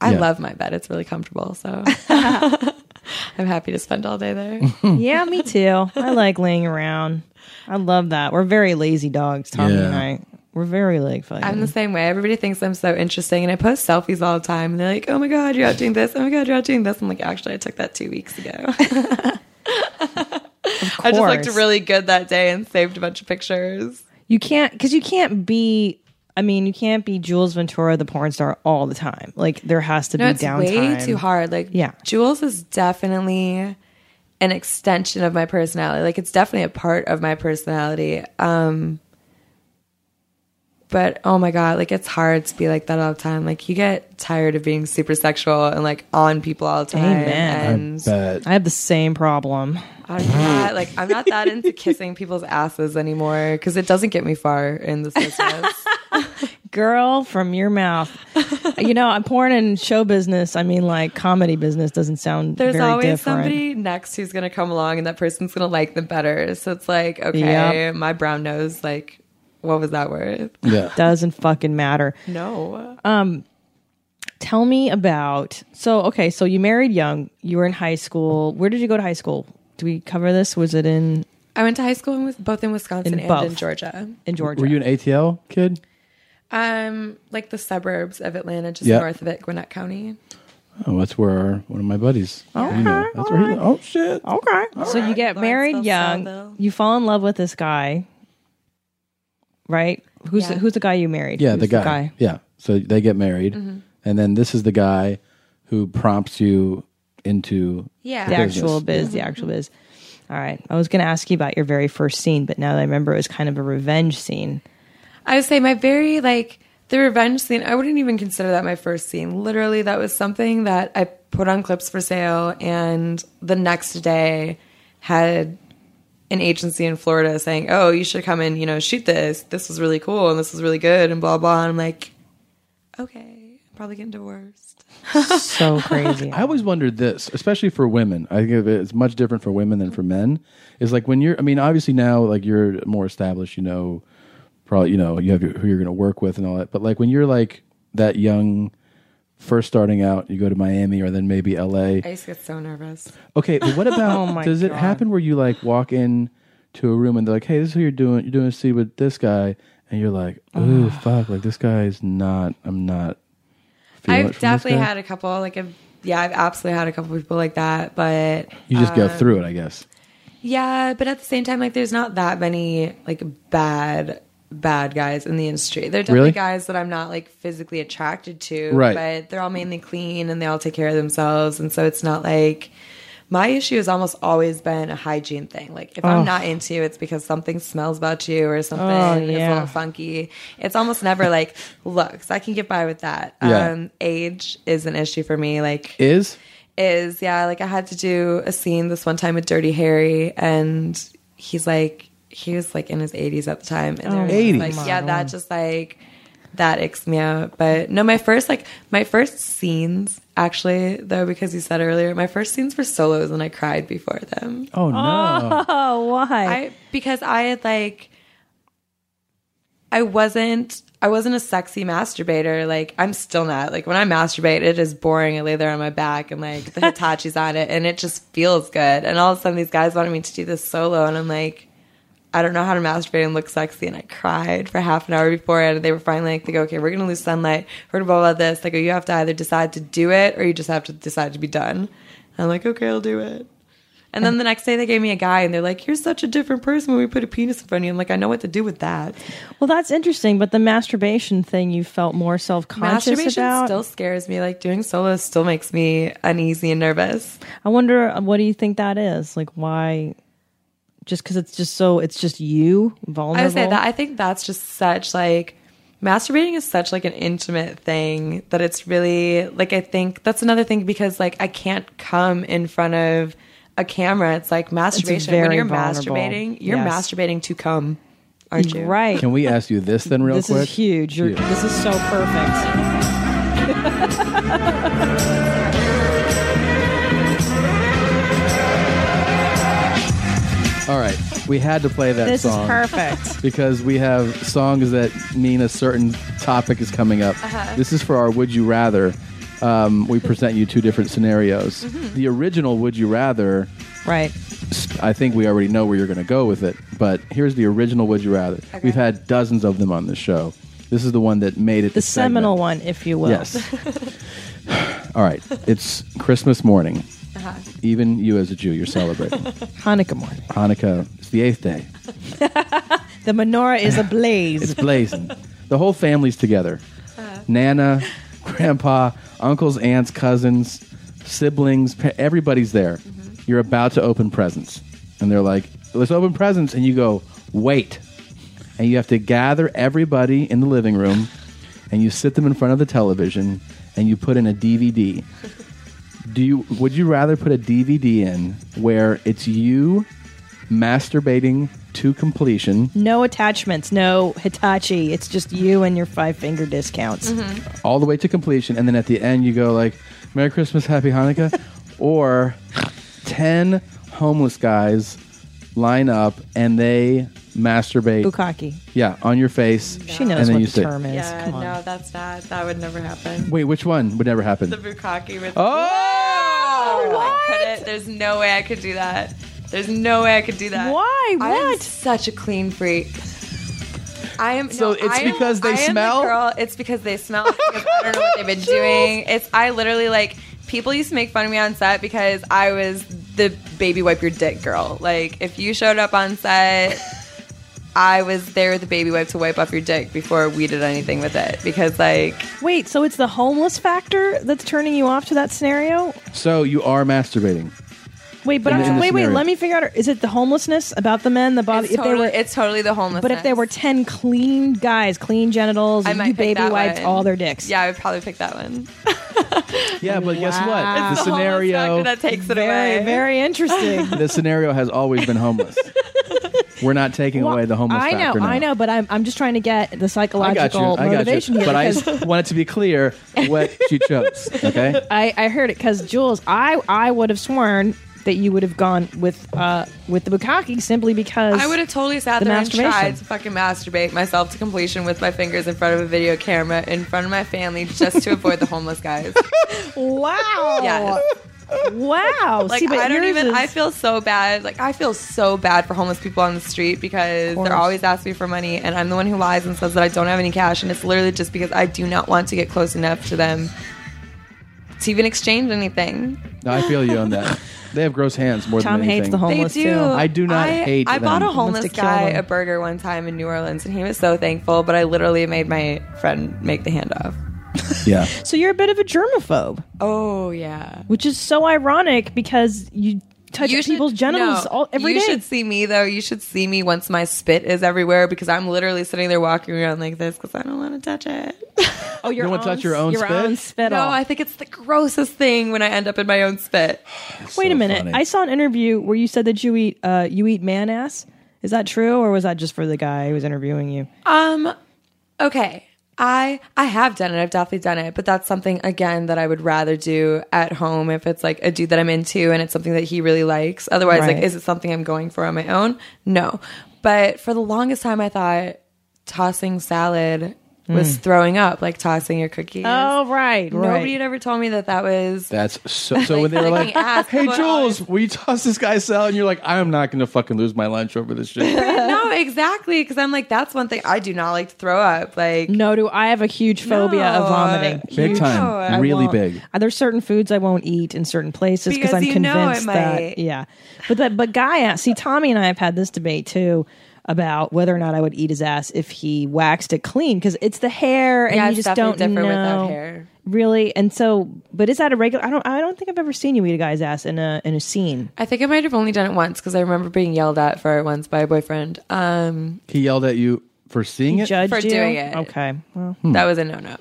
[SPEAKER 4] I
[SPEAKER 3] Yeah.
[SPEAKER 4] love my bed. It's really comfortable.
[SPEAKER 3] *laughs*
[SPEAKER 4] So *laughs* I'm happy to spend all day there.
[SPEAKER 3] yeah, me too. I like laying around. I love that. We're very lazy dogs, Tommy and
[SPEAKER 4] Yeah.
[SPEAKER 3] I. We're very like fucking.
[SPEAKER 4] I'm the same way. Everybody thinks I'm so interesting, and I post selfies all the time. And they're like, "Oh my god, you're out doing this! Oh my god, you're out doing this!" I'm like, "Actually, I took that two weeks ago. *laughs* I just looked
[SPEAKER 3] course.
[SPEAKER 4] really good that day and saved a bunch of pictures."
[SPEAKER 3] You can't because you can't be. I mean, you can't be Jules Ventura, the porn star, all the time. Like there has to
[SPEAKER 4] no,
[SPEAKER 3] be
[SPEAKER 4] it's
[SPEAKER 3] downtime.
[SPEAKER 4] way too hard. Like,
[SPEAKER 3] Yeah.
[SPEAKER 4] Jules is definitely an extension of my personality. Like, it's definitely a part of my personality. Um, but oh my god, like it's hard to be like that all the time. Like, you get tired of being super sexual and like on people all the time.
[SPEAKER 3] Amen.
[SPEAKER 4] And
[SPEAKER 3] I have the same problem.
[SPEAKER 4] I'm not like I'm not that into kissing people's asses anymore because it doesn't get me far in *laughs* this business.
[SPEAKER 3] Girl from your
[SPEAKER 4] *laughs*
[SPEAKER 3] mouth. you know, I'm porn and show business. I mean, like comedy business doesn't sound.
[SPEAKER 4] There's
[SPEAKER 3] very
[SPEAKER 4] always
[SPEAKER 3] different.
[SPEAKER 4] somebody next who's gonna come along and that person's gonna like them better. So it's like, okay,
[SPEAKER 3] Yep.
[SPEAKER 4] my brown nose, like, what was that worth?
[SPEAKER 2] Yeah,
[SPEAKER 3] doesn't fucking matter.
[SPEAKER 4] No.
[SPEAKER 3] Um, tell me about. So okay, so you married young. You were in high school. Where did you go to high school? Do we cover this? Was it in
[SPEAKER 4] I went to high school in was both in Wisconsin and in Georgia.
[SPEAKER 3] In Georgia.
[SPEAKER 2] Were you an ATL kid?
[SPEAKER 4] Um, like the suburbs of Atlanta, just
[SPEAKER 2] Yeah.
[SPEAKER 4] north of it, Gwinnett County.
[SPEAKER 2] Oh, that's where our, one of my buddies. you know, that's where he, oh shit.
[SPEAKER 3] Okay. so you get married young. You fall in love with this guy, right? Who's the, who's the guy you married?
[SPEAKER 2] Yeah,
[SPEAKER 3] Who's
[SPEAKER 2] the guy. Yeah. So they get married,
[SPEAKER 3] Mhm.
[SPEAKER 2] and then this is the guy who prompts you into
[SPEAKER 3] Yeah.
[SPEAKER 2] the
[SPEAKER 3] The
[SPEAKER 2] business.
[SPEAKER 3] actual biz. The actual biz. All right. I was going to ask you about your very first scene, but now that I remember, it was kind of a revenge
[SPEAKER 4] *laughs*
[SPEAKER 3] scene.
[SPEAKER 4] I would say my very like the revenge scene. I wouldn't even consider that my first scene. Literally, that was something that I put on clips for sale, and the next day had an agency in Florida saying, "Oh, you should come and you know shoot this. This was really cool, and this was really good, and blah blah." And I'm like, okay, I'm probably getting divorced.
[SPEAKER 3] so
[SPEAKER 4] *laughs*
[SPEAKER 3] crazy.
[SPEAKER 2] I always wondered this, especially for women. I think it's much different for women than for men. Is like when you're, I mean, obviously now, like you're more established, you know, probably, you know, you have your, who you're going to work with and all that. But like when you're like that young, first starting out, you go to Miami or then maybe LA.
[SPEAKER 4] I used to get so nervous.
[SPEAKER 2] Okay, but what about
[SPEAKER 4] *laughs* Oh my
[SPEAKER 2] does it
[SPEAKER 4] God.
[SPEAKER 2] happen where you like walk in to a room and they're like, "Hey, this is who you're doing. You're doing a scene with this guy," and you're like, "Ooh, fuck! Like this guy is not. I'm not." feeling it
[SPEAKER 4] I've
[SPEAKER 2] from this
[SPEAKER 4] definitely
[SPEAKER 2] guy."
[SPEAKER 4] had a couple, like a yeah, I've absolutely had a couple people like that, but
[SPEAKER 2] You just go
[SPEAKER 4] um,
[SPEAKER 2] through it, I guess.
[SPEAKER 4] Yeah, but at the same time, like there's not that many like bad bad guys in the industry. There are definitely
[SPEAKER 2] Really?
[SPEAKER 4] guys that I'm not like physically attracted to,
[SPEAKER 2] Right.
[SPEAKER 4] but they're all mainly clean and they all take care of themselves, and so it's not like my issue has almost always been a hygiene thing. Like if
[SPEAKER 2] Oh.
[SPEAKER 3] Ugh.
[SPEAKER 4] I'm not into you, it's because something smells about you or something
[SPEAKER 3] Oh,
[SPEAKER 4] is a
[SPEAKER 3] yeah.
[SPEAKER 4] little funky. It's almost never like looks. I can get by with that.
[SPEAKER 2] Yeah.
[SPEAKER 4] Um age is an issue for me. Like
[SPEAKER 2] Is
[SPEAKER 4] is yeah like i had to do a scene this one time with dirty harry and he's like he was like in his 80s at the time and they
[SPEAKER 3] Oh
[SPEAKER 4] were
[SPEAKER 3] my God.
[SPEAKER 4] just like yeah that just like that icks me out but no my first like my first scenes actually though because you said earlier my first scenes were solos and i cried before them
[SPEAKER 2] oh
[SPEAKER 3] Oh, why?
[SPEAKER 4] I, because I had like, I wasn't I wasn't a sexy masturbator. Like I'm still not. Like when I masturbate, it is boring. I lay there on my back and like the Hitachi's on it, and it just feels good. And all of a sudden, these guys wanted me to do this solo, and I'm like, I don't know how to masturbate and look sexy. And I cried for half an hour before it. And they were finally like, they go, okay, we're gonna lose sunlight. We're gonna blah blah this. They go, you have to either decide to do it or you just have to decide to be done. And I'm like, okay, I'll do it. And then the next day they gave me a guy and they're like, You're such a different person when we put a penis in front of you. I'm like, I know what to do with that.
[SPEAKER 3] Well, that's interesting, but the masturbation thing you felt more self conscious
[SPEAKER 4] Masturbation
[SPEAKER 3] about.
[SPEAKER 4] still scares me. Like doing solo still makes me uneasy and nervous.
[SPEAKER 3] I wonder uh, what do you think that is? Like why just cuz it's just so it's just you vulnerable.
[SPEAKER 4] I would say that I think that's just such like masturbating is such like an intimate thing that it's really like I think that's another thing because like I can't come in front of a camera. It's like masturbation. when
[SPEAKER 3] very
[SPEAKER 4] you're
[SPEAKER 3] vulnerable.
[SPEAKER 4] masturbating, you're
[SPEAKER 3] Yes.
[SPEAKER 4] masturbating to come, aren't you?
[SPEAKER 3] Right.
[SPEAKER 2] Can we ask you this then, real
[SPEAKER 3] This is
[SPEAKER 2] quick?
[SPEAKER 3] huge. You're- this is so perfect.
[SPEAKER 2] All right, we had to play that
[SPEAKER 3] This is
[SPEAKER 2] song.
[SPEAKER 3] perfect.
[SPEAKER 2] Because we have songs that mean a certain topic is coming up.
[SPEAKER 3] Uh-huh.
[SPEAKER 2] This is for our Would You Rather. Um, we present you two different scenarios.
[SPEAKER 3] Mm-hmm.
[SPEAKER 2] The original Would You Rather,
[SPEAKER 3] Right.
[SPEAKER 2] I think we already know where you're going to go with it, but here's the original Would You Rather. We've had dozens of them on this show. This is the one that made it
[SPEAKER 3] The
[SPEAKER 2] to segment.
[SPEAKER 3] seminal one, if you will. *laughs*
[SPEAKER 2] Yes. All right, it's Christmas morning.
[SPEAKER 3] Uh-huh.
[SPEAKER 2] Even you as a Jew, you're celebrating.
[SPEAKER 3] Hanukkah morning.
[SPEAKER 2] Hanukkah, it's the eighth day.
[SPEAKER 3] The menorah is
[SPEAKER 2] *laughs*
[SPEAKER 3] ablaze.
[SPEAKER 2] It's blazing. the whole family's together. Nana, grandpa, uncles, aunts, cousins, siblings, pa- everybody's there. You're about to open presents. And they're like, let's open presents. And you go, wait. And you have to gather everybody in the living room and you sit them in front of the television and you put in a DVD. Do you would you rather put a DVD in where it's you masturbating to completion?
[SPEAKER 3] No attachments, no Hitachi. It's just you and your five finger discounts.
[SPEAKER 4] Mm-hmm.
[SPEAKER 2] all the way to completion, and then at the end you go like, "Merry Christmas, Happy Hanukkah," or ten homeless guys line up and they masturbate.
[SPEAKER 3] Bukkake.
[SPEAKER 2] Yeah, on your face.
[SPEAKER 3] She knows
[SPEAKER 2] and then
[SPEAKER 3] what
[SPEAKER 2] you
[SPEAKER 3] the
[SPEAKER 2] sit.
[SPEAKER 3] term is.
[SPEAKER 4] Yeah,
[SPEAKER 3] Come on.
[SPEAKER 4] no, that's not. That would never happen.
[SPEAKER 2] Wait, which one would never happen?
[SPEAKER 4] The bukkake with.
[SPEAKER 2] Oh,
[SPEAKER 4] Wow! Like, put it- There's no way I could do that. There's no way I could do that.
[SPEAKER 3] Why?
[SPEAKER 4] What? I am such a clean freak. I am.
[SPEAKER 2] So
[SPEAKER 4] no,
[SPEAKER 2] it's
[SPEAKER 4] I am-
[SPEAKER 2] because they
[SPEAKER 4] I am the
[SPEAKER 2] smell?
[SPEAKER 4] girl- It's because they smell. It's because I don't know what they've
[SPEAKER 3] *laughs*
[SPEAKER 4] been doing. It's. I literally like. People used to make fun of me on set because I was the baby wipe your dick girl. Like if you showed up on set. I was there with the baby wipe to wipe off your dick before we did anything with it because like
[SPEAKER 3] Wait, so it's the homeless factor that's turning you off to that scenario?
[SPEAKER 2] So you are masturbating.
[SPEAKER 3] Wait, but
[SPEAKER 2] In
[SPEAKER 3] I'm
[SPEAKER 2] the- in the
[SPEAKER 3] wait, wait.
[SPEAKER 2] scenario.
[SPEAKER 3] Let me figure out. Is it the homelessness about the men, the body?
[SPEAKER 4] It's totally, it's totally the homelessness.
[SPEAKER 3] but if there were ten clean guys, clean genitals,
[SPEAKER 4] I might
[SPEAKER 3] you
[SPEAKER 4] pick
[SPEAKER 3] baby
[SPEAKER 4] that
[SPEAKER 3] wiped
[SPEAKER 4] one.
[SPEAKER 3] all their dicks.
[SPEAKER 4] Yeah, I would probably pick that one. *laughs*
[SPEAKER 2] Yeah, but guess what?
[SPEAKER 3] Wow.
[SPEAKER 2] The
[SPEAKER 3] It's the homeless
[SPEAKER 2] scenario.
[SPEAKER 4] that takes it
[SPEAKER 3] Very,
[SPEAKER 4] away.
[SPEAKER 3] very
[SPEAKER 4] *laughs*
[SPEAKER 3] interesting.
[SPEAKER 2] *laughs* the scenario has always been
[SPEAKER 3] *laughs*
[SPEAKER 2] homeless. We're not taking away the homeless
[SPEAKER 3] I know,
[SPEAKER 2] factor. now.
[SPEAKER 3] I know, but I'm, I'm just trying to get the
[SPEAKER 2] I got you.
[SPEAKER 3] psychological
[SPEAKER 2] I got
[SPEAKER 3] motivation
[SPEAKER 2] you. *laughs*
[SPEAKER 3] here
[SPEAKER 2] But I
[SPEAKER 3] because
[SPEAKER 2] just wanted to be clear what she chose.
[SPEAKER 3] *laughs*
[SPEAKER 2] Okay.
[SPEAKER 3] I, I heard it because Jules, I, I would have sworn that you would have gone with uh with the bukkake simply because
[SPEAKER 4] I would have totally sat
[SPEAKER 3] the
[SPEAKER 4] there and
[SPEAKER 3] masturbation.
[SPEAKER 4] tried to fucking masturbate myself to completion with my fingers in front of a video camera in front of my family just to avoid the
[SPEAKER 3] *laughs*
[SPEAKER 4] homeless guys. *laughs*
[SPEAKER 3] Wow.
[SPEAKER 4] Yes.
[SPEAKER 3] Wow.
[SPEAKER 4] Like
[SPEAKER 3] See, but
[SPEAKER 4] I don't
[SPEAKER 3] yours
[SPEAKER 4] even.
[SPEAKER 3] is-
[SPEAKER 4] I feel so bad. Like I feel so bad for homeless people on the street because
[SPEAKER 3] course.
[SPEAKER 4] they're always asking me for money, and I'm the one who lies and says that I don't have any cash, and it's literally just because I do not want to get close enough to them to even exchange anything.
[SPEAKER 2] No, I feel you on that. They have gross hands more
[SPEAKER 3] Tom
[SPEAKER 2] than anything.
[SPEAKER 3] hates the homeless,
[SPEAKER 4] they do.
[SPEAKER 3] too.
[SPEAKER 2] I do not
[SPEAKER 4] I,
[SPEAKER 2] hate
[SPEAKER 4] I bought
[SPEAKER 2] them.
[SPEAKER 4] a homeless
[SPEAKER 3] Wants to kill
[SPEAKER 4] guy
[SPEAKER 3] them.
[SPEAKER 4] a burger one time in New Orleans, and he was so thankful. But I literally made my friend make the handoff.
[SPEAKER 2] Yeah.
[SPEAKER 3] So you're a bit of a germaphobe,
[SPEAKER 4] Oh yeah.
[SPEAKER 3] which is so ironic because you touch
[SPEAKER 4] You should-
[SPEAKER 3] people's genitals
[SPEAKER 4] no,
[SPEAKER 3] all, every
[SPEAKER 4] you
[SPEAKER 3] day.
[SPEAKER 4] should see me though. You should see me once my spit is everywhere because I'm literally sitting there walking around like this because I don't want to touch it.
[SPEAKER 3] oh, your
[SPEAKER 2] You wanna
[SPEAKER 3] own,
[SPEAKER 2] touch your own
[SPEAKER 3] your
[SPEAKER 2] spit?
[SPEAKER 3] own spittle.
[SPEAKER 4] *laughs* No, I think it's the grossest thing when I end up in my own spit.
[SPEAKER 3] Wait
[SPEAKER 2] So
[SPEAKER 3] a minute.
[SPEAKER 2] funny.
[SPEAKER 3] I saw an interview where you said that you eat uh, you eat man ass. Is that true, or was that just for the guy who was interviewing you?
[SPEAKER 4] Um, okay. I I have done it. I've definitely done it, but that's something again that I would rather do at home if it's like a dude that I'm into and it's something that he really likes. Otherwise,
[SPEAKER 3] Right.
[SPEAKER 4] like, is it something I'm going for on my own? No. But for the longest time, I thought tossing salad was throwing up, like tossing your cookies.
[SPEAKER 3] Mm. Oh, right,
[SPEAKER 4] Nobody
[SPEAKER 3] right.
[SPEAKER 4] had ever told me that
[SPEAKER 3] *laughs*
[SPEAKER 4] that was
[SPEAKER 2] That's so. So when they were like,
[SPEAKER 4] licking ass,
[SPEAKER 2] "Hey
[SPEAKER 4] but
[SPEAKER 2] Jules, will you toss this guy salad?" and you're like, "I'm not going to fucking lose my lunch over this shit."
[SPEAKER 3] *laughs*
[SPEAKER 4] no, exactly. Because I'm like, that's one thing I do not like to throw up. Like,
[SPEAKER 3] no, do I have a huge phobia of vomiting?
[SPEAKER 2] Big
[SPEAKER 4] Oh,
[SPEAKER 2] time,
[SPEAKER 3] I
[SPEAKER 2] really
[SPEAKER 3] won't.
[SPEAKER 2] big.
[SPEAKER 3] Uh, There's certain foods I won't eat in certain places because
[SPEAKER 4] Because
[SPEAKER 3] I'm
[SPEAKER 4] you know I
[SPEAKER 3] convinced that
[SPEAKER 4] might.
[SPEAKER 3] yeah. But that, but guy, ass- see, Tommy and I have had this debate too about whether or not I would eat his ass if he waxed it clean because it's the hair and
[SPEAKER 4] Yeah,
[SPEAKER 3] you
[SPEAKER 4] it's
[SPEAKER 3] just don't
[SPEAKER 4] definitely different
[SPEAKER 3] know.
[SPEAKER 4] without hair.
[SPEAKER 3] Really, and so, but is that a regular? I don't. I don't think I've ever seen you eat a guy's ass in a in a scene.
[SPEAKER 4] I think I might have only done it once because I remember being yelled at for it once by a boyfriend. Um,
[SPEAKER 2] He yelled at you for seeing it.
[SPEAKER 4] for doing it.
[SPEAKER 3] Okay, well,
[SPEAKER 2] Hmm.
[SPEAKER 4] that was a no no.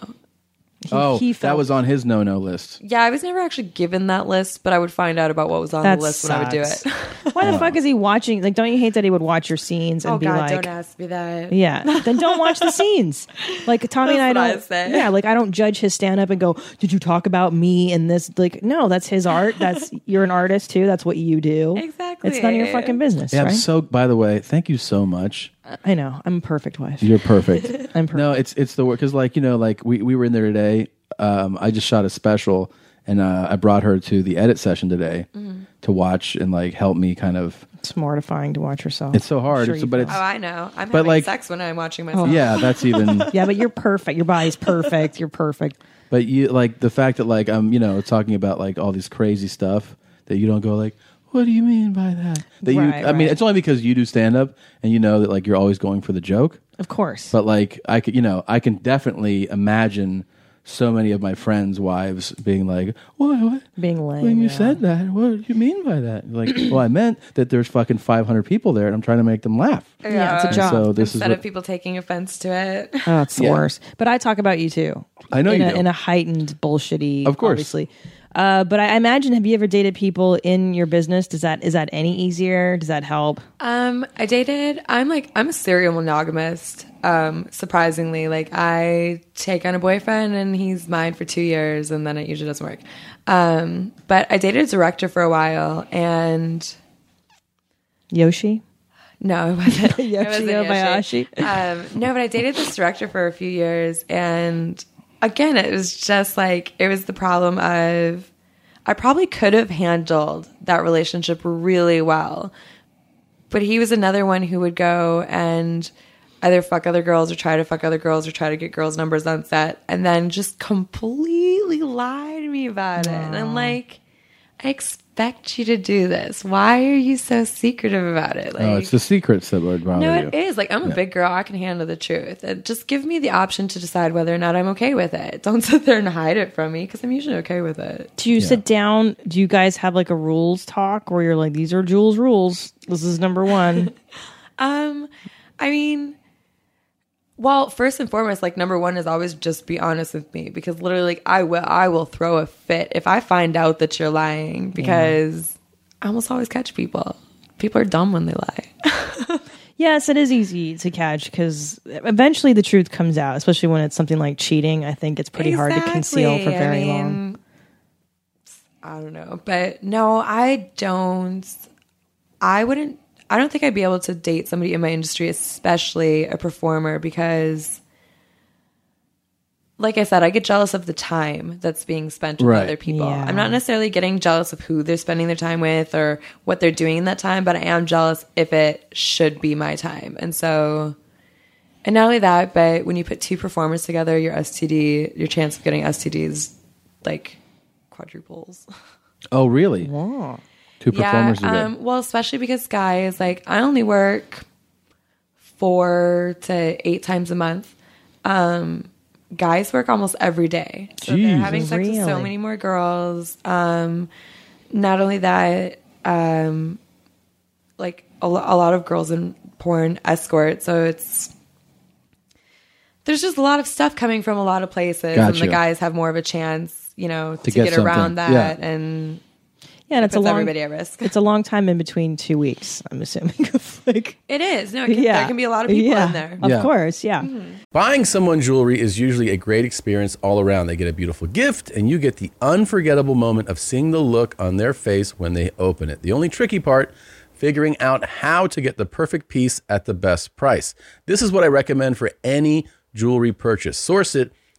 [SPEAKER 2] oh,
[SPEAKER 3] he
[SPEAKER 2] that
[SPEAKER 3] felt-
[SPEAKER 2] was on his no-no list.
[SPEAKER 4] Yeah, I was never actually given that list, but I would find out about what was on
[SPEAKER 3] That
[SPEAKER 4] the list when I would do
[SPEAKER 3] sucks.
[SPEAKER 4] it. *laughs*
[SPEAKER 3] Why the fuck is he watching? Like, don't you hate that he would watch your scenes and
[SPEAKER 4] oh
[SPEAKER 3] be
[SPEAKER 4] God,
[SPEAKER 3] like,
[SPEAKER 4] don't ask me that.
[SPEAKER 3] Yeah. Then don't watch
[SPEAKER 4] *laughs*
[SPEAKER 3] the scenes. Like Tommy and I
[SPEAKER 4] That's what I
[SPEAKER 3] don't.
[SPEAKER 4] say.
[SPEAKER 3] Yeah. Like I don't judge his stand up and go, "Did you talk about me in this?" Like, no, that's his art.
[SPEAKER 4] *laughs*
[SPEAKER 3] That's you're an artist too. That's what you do.
[SPEAKER 4] Exactly.
[SPEAKER 3] It's none of your fucking business,
[SPEAKER 2] Yeah, I'm
[SPEAKER 3] right?
[SPEAKER 2] so. By the way, thank you so much.
[SPEAKER 3] I know. I'm a perfect wife.
[SPEAKER 2] You're perfect.
[SPEAKER 3] *laughs* I'm perfect.
[SPEAKER 2] No, it's it's the work because like you know like we we were in there today. Um, I just shot a special and uh, I brought her to the edit session today
[SPEAKER 3] Mm.
[SPEAKER 2] to watch and like help me kind of.
[SPEAKER 3] It's mortifying to watch yourself.
[SPEAKER 2] It's so hard,
[SPEAKER 3] Sure
[SPEAKER 2] it's-
[SPEAKER 3] you
[SPEAKER 2] but
[SPEAKER 3] feel.
[SPEAKER 2] it's
[SPEAKER 4] Oh, I know. I'm
[SPEAKER 2] But,
[SPEAKER 4] having
[SPEAKER 2] like-
[SPEAKER 4] sex when I'm watching
[SPEAKER 3] Oh.
[SPEAKER 4] myself.
[SPEAKER 2] yeah, that's even.
[SPEAKER 3] *laughs* yeah, but you're perfect. Your body's perfect. You're perfect.
[SPEAKER 2] But you like the fact that like I'm you know talking about like all these crazy stuff that you don't go like What do you mean by that? that you. I
[SPEAKER 3] Right,
[SPEAKER 2] mean,
[SPEAKER 3] right.
[SPEAKER 2] it's only because you do stand up and you know that like you're always going for the joke.
[SPEAKER 3] Of course.
[SPEAKER 2] But like I could, you know, I can definitely imagine so many of my friends' wives being like, "What? what?
[SPEAKER 3] Being lame.
[SPEAKER 2] When you
[SPEAKER 3] yeah.
[SPEAKER 2] said that, what did you mean by that?"
[SPEAKER 3] *clears throat*
[SPEAKER 2] Like, well, I meant that there's fucking 500 people there, and I'm trying to make them laugh.
[SPEAKER 3] Yeah, it's a
[SPEAKER 2] And
[SPEAKER 3] job.
[SPEAKER 2] uh, So Oh, this is
[SPEAKER 4] Instead of
[SPEAKER 2] what,
[SPEAKER 4] people taking offense
[SPEAKER 3] *laughs*
[SPEAKER 4] to it.
[SPEAKER 3] Oh, it's the
[SPEAKER 2] Yeah.
[SPEAKER 3] worst. But I talk about you too.
[SPEAKER 2] I know
[SPEAKER 3] in
[SPEAKER 2] you
[SPEAKER 3] a,
[SPEAKER 2] do.
[SPEAKER 3] in a heightened bullshitty.
[SPEAKER 2] Of course.
[SPEAKER 3] obviously. Uh, but I imagine, have you ever dated people in your business? Does that is that any easier? Does that help?
[SPEAKER 4] Um, I dated. I'm like I'm a serial monogamist. Um, surprisingly, like I take on a boyfriend and he's mine for two years, and then it usually doesn't work. Um, but I dated a director for a while, and
[SPEAKER 3] Yoshi,
[SPEAKER 4] no, it wasn't. *laughs* it
[SPEAKER 3] Yoshi
[SPEAKER 4] wasn't
[SPEAKER 3] Obayashi.
[SPEAKER 4] Um, no, but I dated this director for a few years, and again, it was just like it was the problem of I probably could have handled that relationship really well, but he was another one who would go and either fuck other girls or try to fuck other girls or try to get girls' numbers on set, and then just completely lie to me about it. And I'm like, I expect you to do this. Why are you so secretive about it? Like,
[SPEAKER 2] oh, it's the secrets that would bother
[SPEAKER 4] no,
[SPEAKER 2] you.
[SPEAKER 4] it is. Like, I'm a big girl. I can handle the truth. And just give me the option to decide whether or not I'm okay with it. *laughs* Don't sit there and hide it from me because I'm usually okay with it.
[SPEAKER 3] do you sit down? Do you guys have like a rules talk where you're like, these are Jules' rules. This is
[SPEAKER 2] *laughs*
[SPEAKER 3] number one.
[SPEAKER 4] Um, I mean, well, first and foremost, like number one is always just be honest with me because literally, like I will, I will throw a fit if I find out that you're lying because I almost always catch people. People are dumb when they lie. *laughs*
[SPEAKER 3] yes, it is easy to catch because eventually the truth comes out, especially when it's something like cheating. I think it's pretty hard to conceal for
[SPEAKER 4] Exactly. I
[SPEAKER 3] very
[SPEAKER 4] mean,
[SPEAKER 3] long.
[SPEAKER 4] I don't know, but no, I don't. I wouldn't. I don't think I'd be able to date somebody in my industry, especially a performer, because, like I said, I get jealous of the time that's being spent with
[SPEAKER 2] Right.
[SPEAKER 4] other people.
[SPEAKER 3] Yeah.
[SPEAKER 4] I'm not necessarily getting jealous of who they're spending their time with or what they're doing in that time, but I am jealous if it should be my time. And so, and not only that, but when you put two performers together, your STD, your chance of getting STDs, like quadruples.
[SPEAKER 2] Oh, really? Two performers
[SPEAKER 4] yeah.
[SPEAKER 2] together.
[SPEAKER 4] Um, well, especially because guys, like I only work four to eight times a month. Um, guys work almost every day. So they're having sex with so
[SPEAKER 3] Really?
[SPEAKER 4] many more girls. Um, not only that, um, like a, lo- a lot of girls in porn escort. So it's there's just a lot of stuff coming from a lot of places, and
[SPEAKER 2] Gotcha.
[SPEAKER 4] the guys have more of a chance, you know, to,
[SPEAKER 2] get
[SPEAKER 4] get,
[SPEAKER 2] something.
[SPEAKER 4] around
[SPEAKER 2] Yeah.
[SPEAKER 4] that and
[SPEAKER 3] Yeah, and it's a
[SPEAKER 4] puts
[SPEAKER 3] long.
[SPEAKER 4] everybody at risk.
[SPEAKER 3] It's a long time in between two weeks. I'm assuming. *laughs* of, like,
[SPEAKER 4] It is. No, it can, there can be a lot of people
[SPEAKER 3] Yeah.
[SPEAKER 4] in there. Mm-hmm.
[SPEAKER 3] Of
[SPEAKER 2] Yeah.
[SPEAKER 3] course, yeah.
[SPEAKER 12] Buying someone jewelry is usually a great experience all around. They get a beautiful gift, and you get the unforgettable moment of seeing the look on their face when they open it. The only tricky part, figuring out how to get the perfect piece at the best price. This is what I recommend for any
[SPEAKER 2] jewelry purchase. Source it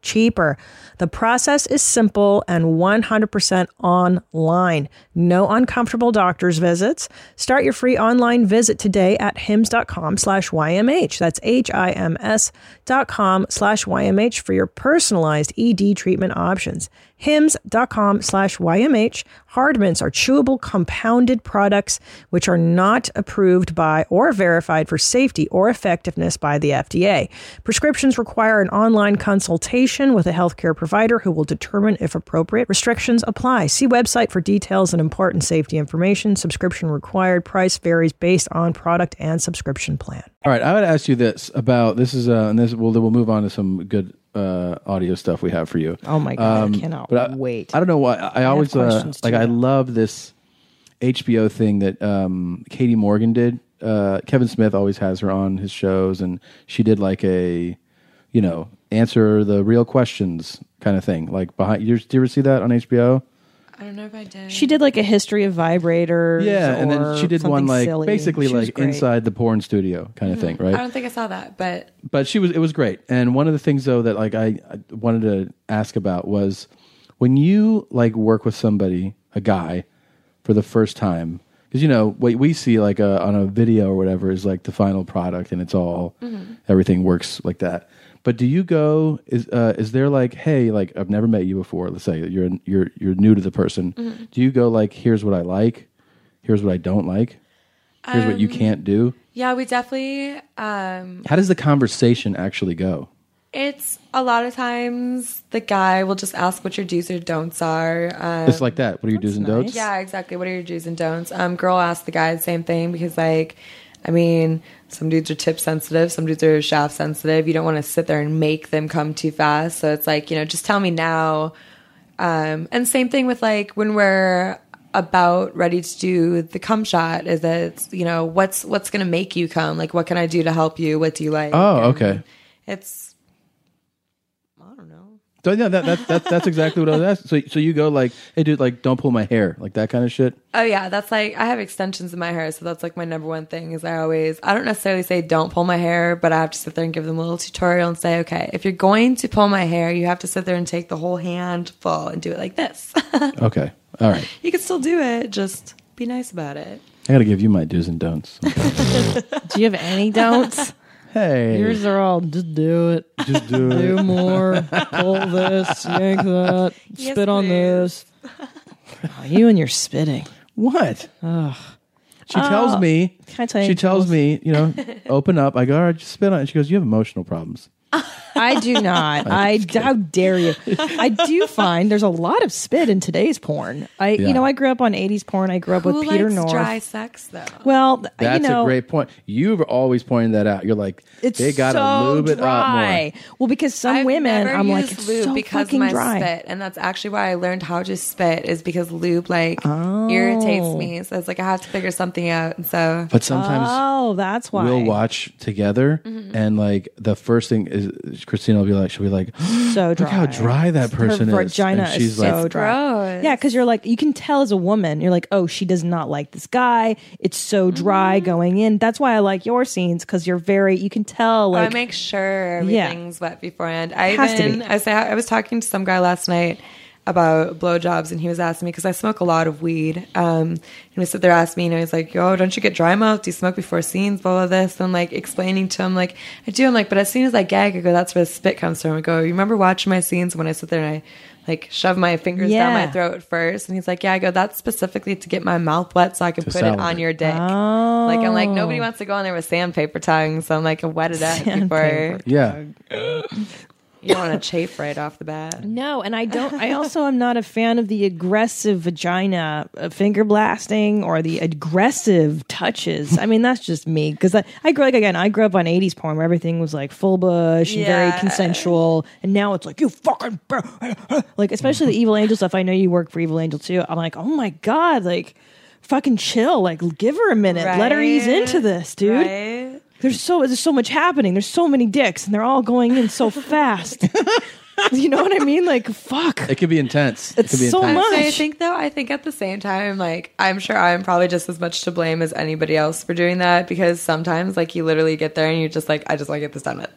[SPEAKER 11] cheaper. The process is simple and 100% online. No uncomfortable doctor's visits. Start your free online visit today at hims.com slash YMH. That's H-I-M-S dot com slash YMH for your personalized E ED treatment options. Hims.com slash YMH. Hardmints are chewable compounded products which are not approved by or verified for safety or effectiveness by the FDA. Prescriptions require an online consultation with a healthcare provider who will determine if appropriate. Restrictions apply. See website for details and important safety information. Subscription required. Price varies based on product and subscription plan.
[SPEAKER 8] All right, I would ask you this about this is uh, and this we'll we'll move on to some good uh, audio stuff we have for you.
[SPEAKER 3] Oh my god, I cannot
[SPEAKER 8] Um, but I,
[SPEAKER 3] wait.
[SPEAKER 8] I don't know why I, always uh,
[SPEAKER 3] questions,
[SPEAKER 8] like
[SPEAKER 3] too.
[SPEAKER 8] I love this HBO thing that um, Katie Morgan did. Uh, Kevin Smith always has her on his shows, and she did like a you know answer the real questions kind of thing. Like behind, you, do you ever see that on HBO?
[SPEAKER 4] I don't know if I did.
[SPEAKER 3] She did like a history of vibrators.
[SPEAKER 8] Yeah, and
[SPEAKER 3] or
[SPEAKER 8] then she did one
[SPEAKER 3] something
[SPEAKER 8] like
[SPEAKER 3] silly.
[SPEAKER 8] basically
[SPEAKER 3] She was
[SPEAKER 8] like
[SPEAKER 3] great. Mm-hmm.
[SPEAKER 8] inside the porn studio kind of thing, right?
[SPEAKER 4] I don't think I saw that, but
[SPEAKER 8] but she was it was great and one of the things though that like I, I wanted to ask about was when you like work with somebody a guy for the first time because you know what we see like uh on a video or whatever is like the final product and it's all
[SPEAKER 13] Mhm.
[SPEAKER 8] everything works like that but do you go is uh, is there like hey like I've never met you before let's say you're you're you're new to the person
[SPEAKER 4] Mhm.
[SPEAKER 8] do you go like here's what I like here's what I don't like here's what you
[SPEAKER 4] Um,
[SPEAKER 8] can't do
[SPEAKER 4] yeah, we definitely. Um,
[SPEAKER 8] how does the conversation actually go
[SPEAKER 4] it's a lot of times the guy will just ask what your do's or don'ts are. Um,
[SPEAKER 8] it's like that what are you do's and don'ts
[SPEAKER 4] Yeah, exactly. What are your do's and don'ts? Um, girl asked the guy the same thing because, like, I mean, some dudes are tip sensitive, some dudes are shaft sensitive. You don't want to sit there and make them come too fast. So it's like, you know, just tell me now. Um, and same thing with like when we're about ready to do the cum shot is that it's, you know what's what's gonna make you come like what can I do to help you what do you like
[SPEAKER 8] Oh, okay.
[SPEAKER 4] it's
[SPEAKER 8] So yeah, that, that, that that's exactly
[SPEAKER 3] *laughs*
[SPEAKER 8] what I was asking. So so you go like, hey dude, like don't pull my hair, like that kind of shit.
[SPEAKER 4] Oh yeah, that's like I have extensions in my hair, so that's like my number one thing is I always I don't necessarily say don't pull my hair, but I have to sit there and give them a little tutorial and say, okay, if you're going to pull my hair, you have to sit there and take the whole handful and do it like this. *laughs*
[SPEAKER 8] Okay, all right.
[SPEAKER 4] you can still do it, just be nice about it.
[SPEAKER 8] I got to give you my do's
[SPEAKER 3] *laughs*
[SPEAKER 8] and don'ts.
[SPEAKER 3] Do you have any don'ts?
[SPEAKER 8] Hey.
[SPEAKER 3] Yours are all just do it.
[SPEAKER 8] Just do it.
[SPEAKER 3] Do more.
[SPEAKER 8] *laughs*
[SPEAKER 3] Pull this. Yank that.
[SPEAKER 4] Yes,
[SPEAKER 3] spit on this. *laughs* Oh, you and your spitting.
[SPEAKER 8] What?
[SPEAKER 3] Ugh.
[SPEAKER 8] She tells
[SPEAKER 3] Oh,
[SPEAKER 8] me.
[SPEAKER 3] Can I tell you?
[SPEAKER 8] She tells me,
[SPEAKER 3] *laughs*
[SPEAKER 8] you know, open up. I go, all right, just spit on. it. She goes, you have emotional problems.
[SPEAKER 3] I do
[SPEAKER 8] *laughs*
[SPEAKER 3] not. I how dare you? I do find there's a lot of spit in today's porn. I
[SPEAKER 8] Yeah.
[SPEAKER 3] you know I grew up on 80s porn. I grew up
[SPEAKER 4] Who
[SPEAKER 3] with Peter
[SPEAKER 4] likes
[SPEAKER 3] North.
[SPEAKER 4] dry sex though?
[SPEAKER 3] Well, th-
[SPEAKER 8] That's
[SPEAKER 3] Uh, you know,
[SPEAKER 8] a great point. You've always pointed that out. You're like,
[SPEAKER 3] It's
[SPEAKER 8] they got to
[SPEAKER 3] so
[SPEAKER 8] lube it
[SPEAKER 3] dry.
[SPEAKER 8] up more.
[SPEAKER 3] Well, because some women,
[SPEAKER 4] never
[SPEAKER 3] I'm like,
[SPEAKER 4] used
[SPEAKER 3] it's
[SPEAKER 4] lube
[SPEAKER 3] so
[SPEAKER 4] because
[SPEAKER 3] fucking
[SPEAKER 4] my
[SPEAKER 3] dry.
[SPEAKER 4] spit, and that's actually why I learned how to spit is because lube like irritates
[SPEAKER 3] Oh.
[SPEAKER 4] me. So it's like I have to figure something out, and so
[SPEAKER 8] But sometimes
[SPEAKER 3] oh, that's why. Mm-hmm.
[SPEAKER 8] We'll watch together, and like the first thing is
[SPEAKER 2] she's Christina will be like, she'll be like,
[SPEAKER 3] *gasps*
[SPEAKER 2] *gasps*
[SPEAKER 3] So
[SPEAKER 2] look how dry that person
[SPEAKER 3] Her
[SPEAKER 2] is.
[SPEAKER 3] vagina
[SPEAKER 2] and she's
[SPEAKER 3] is
[SPEAKER 2] like,
[SPEAKER 3] so dry. Yeah, because you're like, you can tell as a woman, you're like, oh, she does not like this guy. It's so dry
[SPEAKER 4] Mm-hmm.
[SPEAKER 3] going in. That's why I like your scenes because you're very, you can tell. Like,
[SPEAKER 4] Oh, I make sure
[SPEAKER 3] Yeah.
[SPEAKER 4] everything's wet beforehand. I
[SPEAKER 3] It has to
[SPEAKER 4] even
[SPEAKER 3] be.
[SPEAKER 4] I say I was talking to some guy last night about blowjobs, and he was asking me because I smoke a lot of weed. Um, and he sit there asking me, and he's like, "Yo, don't you get dry mouth? Do you smoke before scenes? Blah blah this." And I'm like explaining to him, like, "I do." I'm like, "But as soon as I gag, I go, that's where the spit comes from." I go, "You remember watching my scenes when I sit there and I." Like shove my fingers down
[SPEAKER 3] Yeah.
[SPEAKER 4] my throat first, and he's like, "Yeah." I go, "That's specifically to get my mouth wet, so I can
[SPEAKER 3] To
[SPEAKER 4] put it
[SPEAKER 3] salivate.
[SPEAKER 4] on your dick."
[SPEAKER 3] Ah.
[SPEAKER 4] Like I'm like, nobody
[SPEAKER 3] Oh.
[SPEAKER 4] wants to go in there with sandpaper tongue, so I'm like, wet it up
[SPEAKER 3] Sandpaper
[SPEAKER 4] before
[SPEAKER 2] yeah.
[SPEAKER 4] you don't want to chafe right off the bat.
[SPEAKER 3] No, and I don't.
[SPEAKER 4] *laughs*
[SPEAKER 3] I also am not a fan of the aggressive vagina uh, finger blasting or the aggressive touches. I mean, that's just me because I, I grew like again. I grew up on '80s porn where everything was like full bush and
[SPEAKER 4] Yeah.
[SPEAKER 3] very consensual, and now it's like you fucking *laughs* like, especially the Evil Angel stuff. I know you work for Evil Angel too. I'm like, oh my god, like fucking chill, like give her a minute, let her ease
[SPEAKER 4] Right.
[SPEAKER 3] into this, dude.
[SPEAKER 4] Right?
[SPEAKER 3] There's so there's so much happening. There's so many dicks, and they're all going in so
[SPEAKER 4] *laughs*
[SPEAKER 3] fast. you know what I mean? Like fuck.
[SPEAKER 2] It could be intense. it
[SPEAKER 3] It's
[SPEAKER 2] could be
[SPEAKER 3] so
[SPEAKER 2] intense.
[SPEAKER 4] Honestly, I think though, I think at the same time, like I'm sure I'm probably just as much to blame as anybody else for doing that because sometimes, like, you literally get there and you're just like, I just want to get this done with.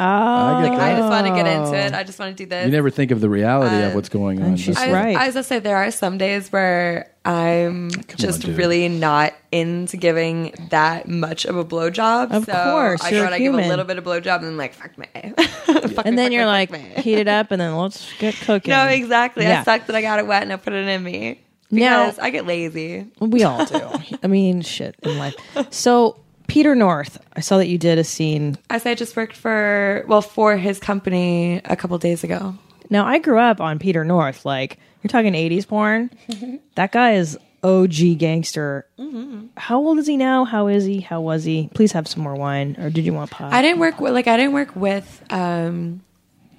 [SPEAKER 3] Oh,
[SPEAKER 2] I
[SPEAKER 4] Like, I just want to get into it. I just want to do this.
[SPEAKER 2] You never think of the reality of what's going on.
[SPEAKER 4] Um, I was, I was gonna say there are some days where I'm just
[SPEAKER 2] dude.
[SPEAKER 4] really not into giving that much of a blowjob.
[SPEAKER 3] Of
[SPEAKER 4] so
[SPEAKER 3] course,
[SPEAKER 4] I
[SPEAKER 3] you're
[SPEAKER 4] try to give a
[SPEAKER 3] human.
[SPEAKER 4] little bit of blowjob and then like fuck me. *laughs*
[SPEAKER 3] and then you're like heat it up, and then let's get cooking.
[SPEAKER 4] No, exactly.
[SPEAKER 3] Yeah.
[SPEAKER 4] I suck that I got it wet and I put it in me
[SPEAKER 3] Now-
[SPEAKER 4] because I get lazy.
[SPEAKER 3] We all do. I mean, shit in life. So Peter North, I saw that you did a scene.
[SPEAKER 4] I say I just worked for well for his company a couple days ago.
[SPEAKER 3] Now I grew up on Peter North. Like you're talking '80s porn. That guy is OG gangster.
[SPEAKER 4] Mm-hmm.
[SPEAKER 3] How old is he now? How is he? How was he? Please have some more wine, or did you want pop?
[SPEAKER 4] I didn't work with like I didn't work with um,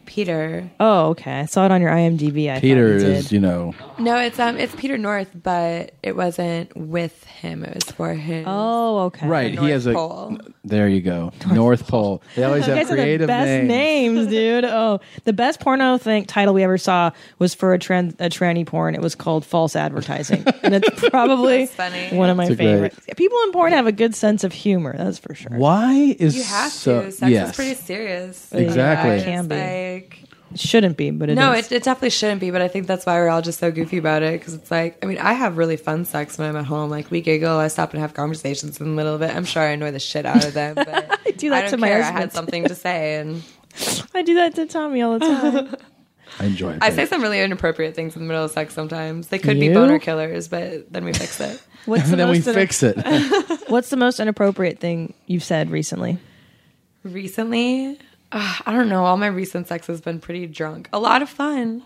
[SPEAKER 4] Peter.
[SPEAKER 3] Oh, okay. I saw it on your IMDb. I thought
[SPEAKER 2] Peter
[SPEAKER 3] you did.
[SPEAKER 2] is, you know,
[SPEAKER 4] No, it's um it's Peter North, but it wasn't with him. It was for him.
[SPEAKER 3] Oh, okay.
[SPEAKER 2] right. he has a.
[SPEAKER 4] Pole.
[SPEAKER 2] There you
[SPEAKER 3] *laughs*
[SPEAKER 2] go. North, Pole. They always
[SPEAKER 3] You
[SPEAKER 2] have
[SPEAKER 3] guys are the
[SPEAKER 2] creative
[SPEAKER 3] best
[SPEAKER 2] names. *laughs*
[SPEAKER 3] names, dude. Oh, the best porno thing title we ever saw was for a, tran- a tranny porn. It was called
[SPEAKER 2] *laughs*
[SPEAKER 3] False Advertising, and it's probably one of my
[SPEAKER 2] It's a great-
[SPEAKER 3] favorites. People in porn have a good sense of humor. That's for sure.
[SPEAKER 2] Why is
[SPEAKER 4] You have
[SPEAKER 2] so?
[SPEAKER 4] to. Sex
[SPEAKER 2] yes.
[SPEAKER 4] is pretty serious.
[SPEAKER 2] Exactly.
[SPEAKER 4] Otherwise,
[SPEAKER 2] It can
[SPEAKER 3] be.
[SPEAKER 4] Like,
[SPEAKER 3] It shouldn't be, but it is.
[SPEAKER 4] no, it, it definitely shouldn't be. But I think that's why we're all just so goofy about it because it's like, I mean, I have really fun sex when I'm at home. Like we giggle, I stop and have conversations in the middle of it. I'm sure I annoy the shit out of them, but
[SPEAKER 3] *laughs*
[SPEAKER 4] I
[SPEAKER 3] do that
[SPEAKER 4] don't
[SPEAKER 3] to my
[SPEAKER 4] care. I
[SPEAKER 3] husband.
[SPEAKER 4] had something to say, and
[SPEAKER 3] I do that to Tommy *laughs* all the time.
[SPEAKER 2] I enjoy it.
[SPEAKER 4] I say some really inappropriate things in the middle of sex. Sometimes they could
[SPEAKER 3] You?
[SPEAKER 4] be boner killers, but then we
[SPEAKER 3] *laughs*
[SPEAKER 4] fix it.
[SPEAKER 2] *laughs*
[SPEAKER 3] What's the
[SPEAKER 2] then we
[SPEAKER 3] most inap-
[SPEAKER 2] fix it.
[SPEAKER 3] What's the most inappropriate thing you've said recently?
[SPEAKER 4] Recently, uh, I don't know. All my recent sex has been pretty drunk. A lot of fun,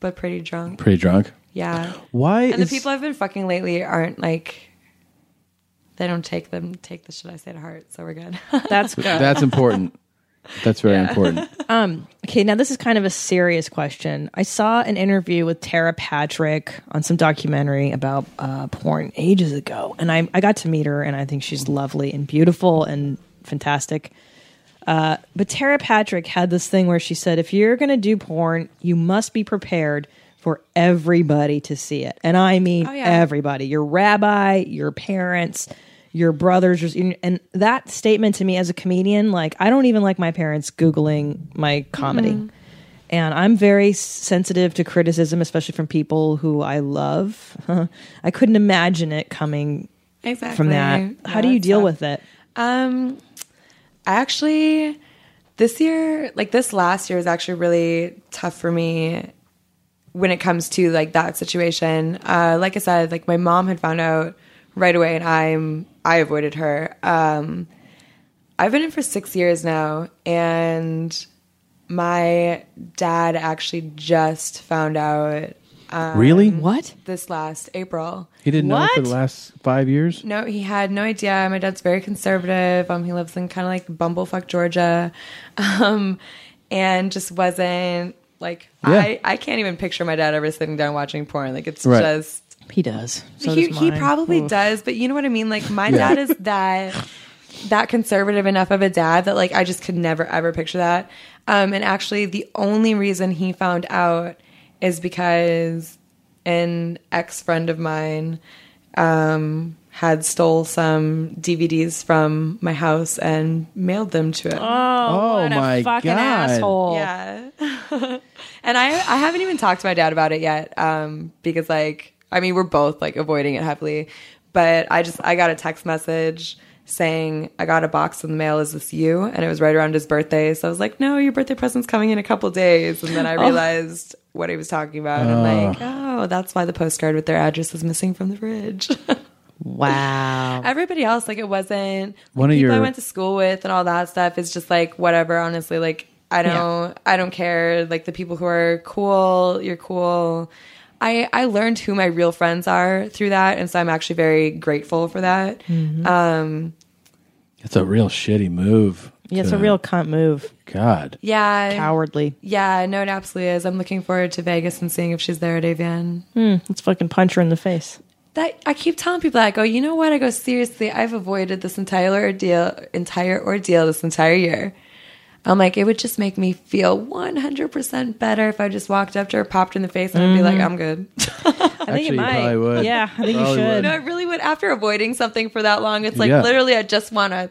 [SPEAKER 4] but pretty
[SPEAKER 2] *laughs*
[SPEAKER 4] drunk.
[SPEAKER 2] pretty drunk.
[SPEAKER 4] Yeah.
[SPEAKER 2] Why
[SPEAKER 4] And
[SPEAKER 2] is-
[SPEAKER 4] the people I've been fucking lately aren't like they don't take them take the shit I say to heart, so we're good. *laughs*
[SPEAKER 3] That's
[SPEAKER 2] *laughs*
[SPEAKER 3] good.
[SPEAKER 2] That's important. That's very important.
[SPEAKER 3] *laughs* Um, okay, now this is kind of a serious question. I saw an interview with Tara Patrick on some documentary about uh, porn ages ago, and I, I got to meet her, and I think she's lovely and beautiful and fantastic. Uh, but Tara Patrick had this thing where she said, if you're going to do porn, you must be prepared for everybody to see it. And I mean
[SPEAKER 4] Oh, yeah.
[SPEAKER 3] everybody your rabbi, your parents, your brothers. your- And that statement to me as a comedian, like, I don't even like my parents Googling my comedy.
[SPEAKER 4] Mhm.
[SPEAKER 3] And I'm very sensitive to criticism, especially from people who I love. *laughs* I couldn't imagine it coming
[SPEAKER 4] Exactly.
[SPEAKER 3] from that. How
[SPEAKER 4] Yeah,
[SPEAKER 3] do you
[SPEAKER 4] that's
[SPEAKER 3] deal
[SPEAKER 4] tough.
[SPEAKER 3] with it?
[SPEAKER 4] Um, I actually, this year, like this last year, was actually really tough for me when it comes to like that situation. Uh, like I said, like my mom had found out right away, and I'm I avoided her. Um, I've been in for six years now, and my dad actually just found out.
[SPEAKER 3] Uh,
[SPEAKER 4] Um,
[SPEAKER 2] Really? What?
[SPEAKER 4] This last April.
[SPEAKER 2] He didn't know for the last five years.
[SPEAKER 4] No, he had no idea. My dad's very conservative. Um, he lives in kind of like bumblefuck Georgia, *laughs* um, and just wasn't like
[SPEAKER 2] Yeah.
[SPEAKER 4] I. I can't even picture my dad ever sitting down watching porn. Like it's
[SPEAKER 3] Right.
[SPEAKER 4] just
[SPEAKER 3] He does. So
[SPEAKER 4] he,
[SPEAKER 3] does
[SPEAKER 4] he
[SPEAKER 3] mine.
[SPEAKER 4] probably
[SPEAKER 3] Oof.
[SPEAKER 4] does, but you know what I mean. Like my
[SPEAKER 3] Yeah.
[SPEAKER 4] dad is that. that conservative enough of a dad that like I just could never ever picture that. Um, and actually, the only reason he found out is because an ex friend of mine um, had stole some DVDs from my house and mailed them to him.
[SPEAKER 3] Oh,
[SPEAKER 2] what a my fucking God. asshole.
[SPEAKER 4] Yeah. *laughs* and I I haven't even talked to my dad about it yet um, because like I mean we're both like avoiding it heavily, but I just I got a text message saying I got a box in the mail. Is this you? And it was right around his birthday, so I was like, no, your birthday present's coming in a couple days. And then I
[SPEAKER 3] Oh.
[SPEAKER 4] realized what he was talking about. and I'm like, oh, that's why the postcard with their address is missing from the fridge. *laughs*
[SPEAKER 3] Wow.
[SPEAKER 4] Everybody else, like it wasn't
[SPEAKER 2] One
[SPEAKER 4] one
[SPEAKER 2] of
[SPEAKER 4] of people I
[SPEAKER 2] your-
[SPEAKER 4] went to school with and all that stuff is just like whatever. Honestly, like I don't, I don't care. Like the people who are cool, you're cool. I I learned who my real friends are through that, and so I'm actually very grateful for that.
[SPEAKER 3] Mhm.
[SPEAKER 4] Um,
[SPEAKER 2] It's a real shitty move.
[SPEAKER 3] Yeah, it's a
[SPEAKER 2] to-
[SPEAKER 3] real cunt move.
[SPEAKER 2] God.
[SPEAKER 4] yeah,
[SPEAKER 3] Cowardly.
[SPEAKER 4] Yeah, no, it absolutely is. I'm looking forward to Vegas and seeing if she's there at AVN.
[SPEAKER 3] Hmm, let's fucking punch her in the face.
[SPEAKER 4] That I keep telling people that I go, you know what? I go seriously. I've avoided this entire ordeal, entire ordeal this entire year. I'm like, it would just make me feel 100% better if I just walked up to her, popped her in the face, and I'd be
[SPEAKER 2] Mm-hmm.
[SPEAKER 4] like,
[SPEAKER 3] Mhm.
[SPEAKER 4] I'm good.
[SPEAKER 3] I think it might. Yeah, I think you should.
[SPEAKER 4] No, I really would. After avoiding something for that long, it's like
[SPEAKER 2] Yeah.
[SPEAKER 4] literally, I just want to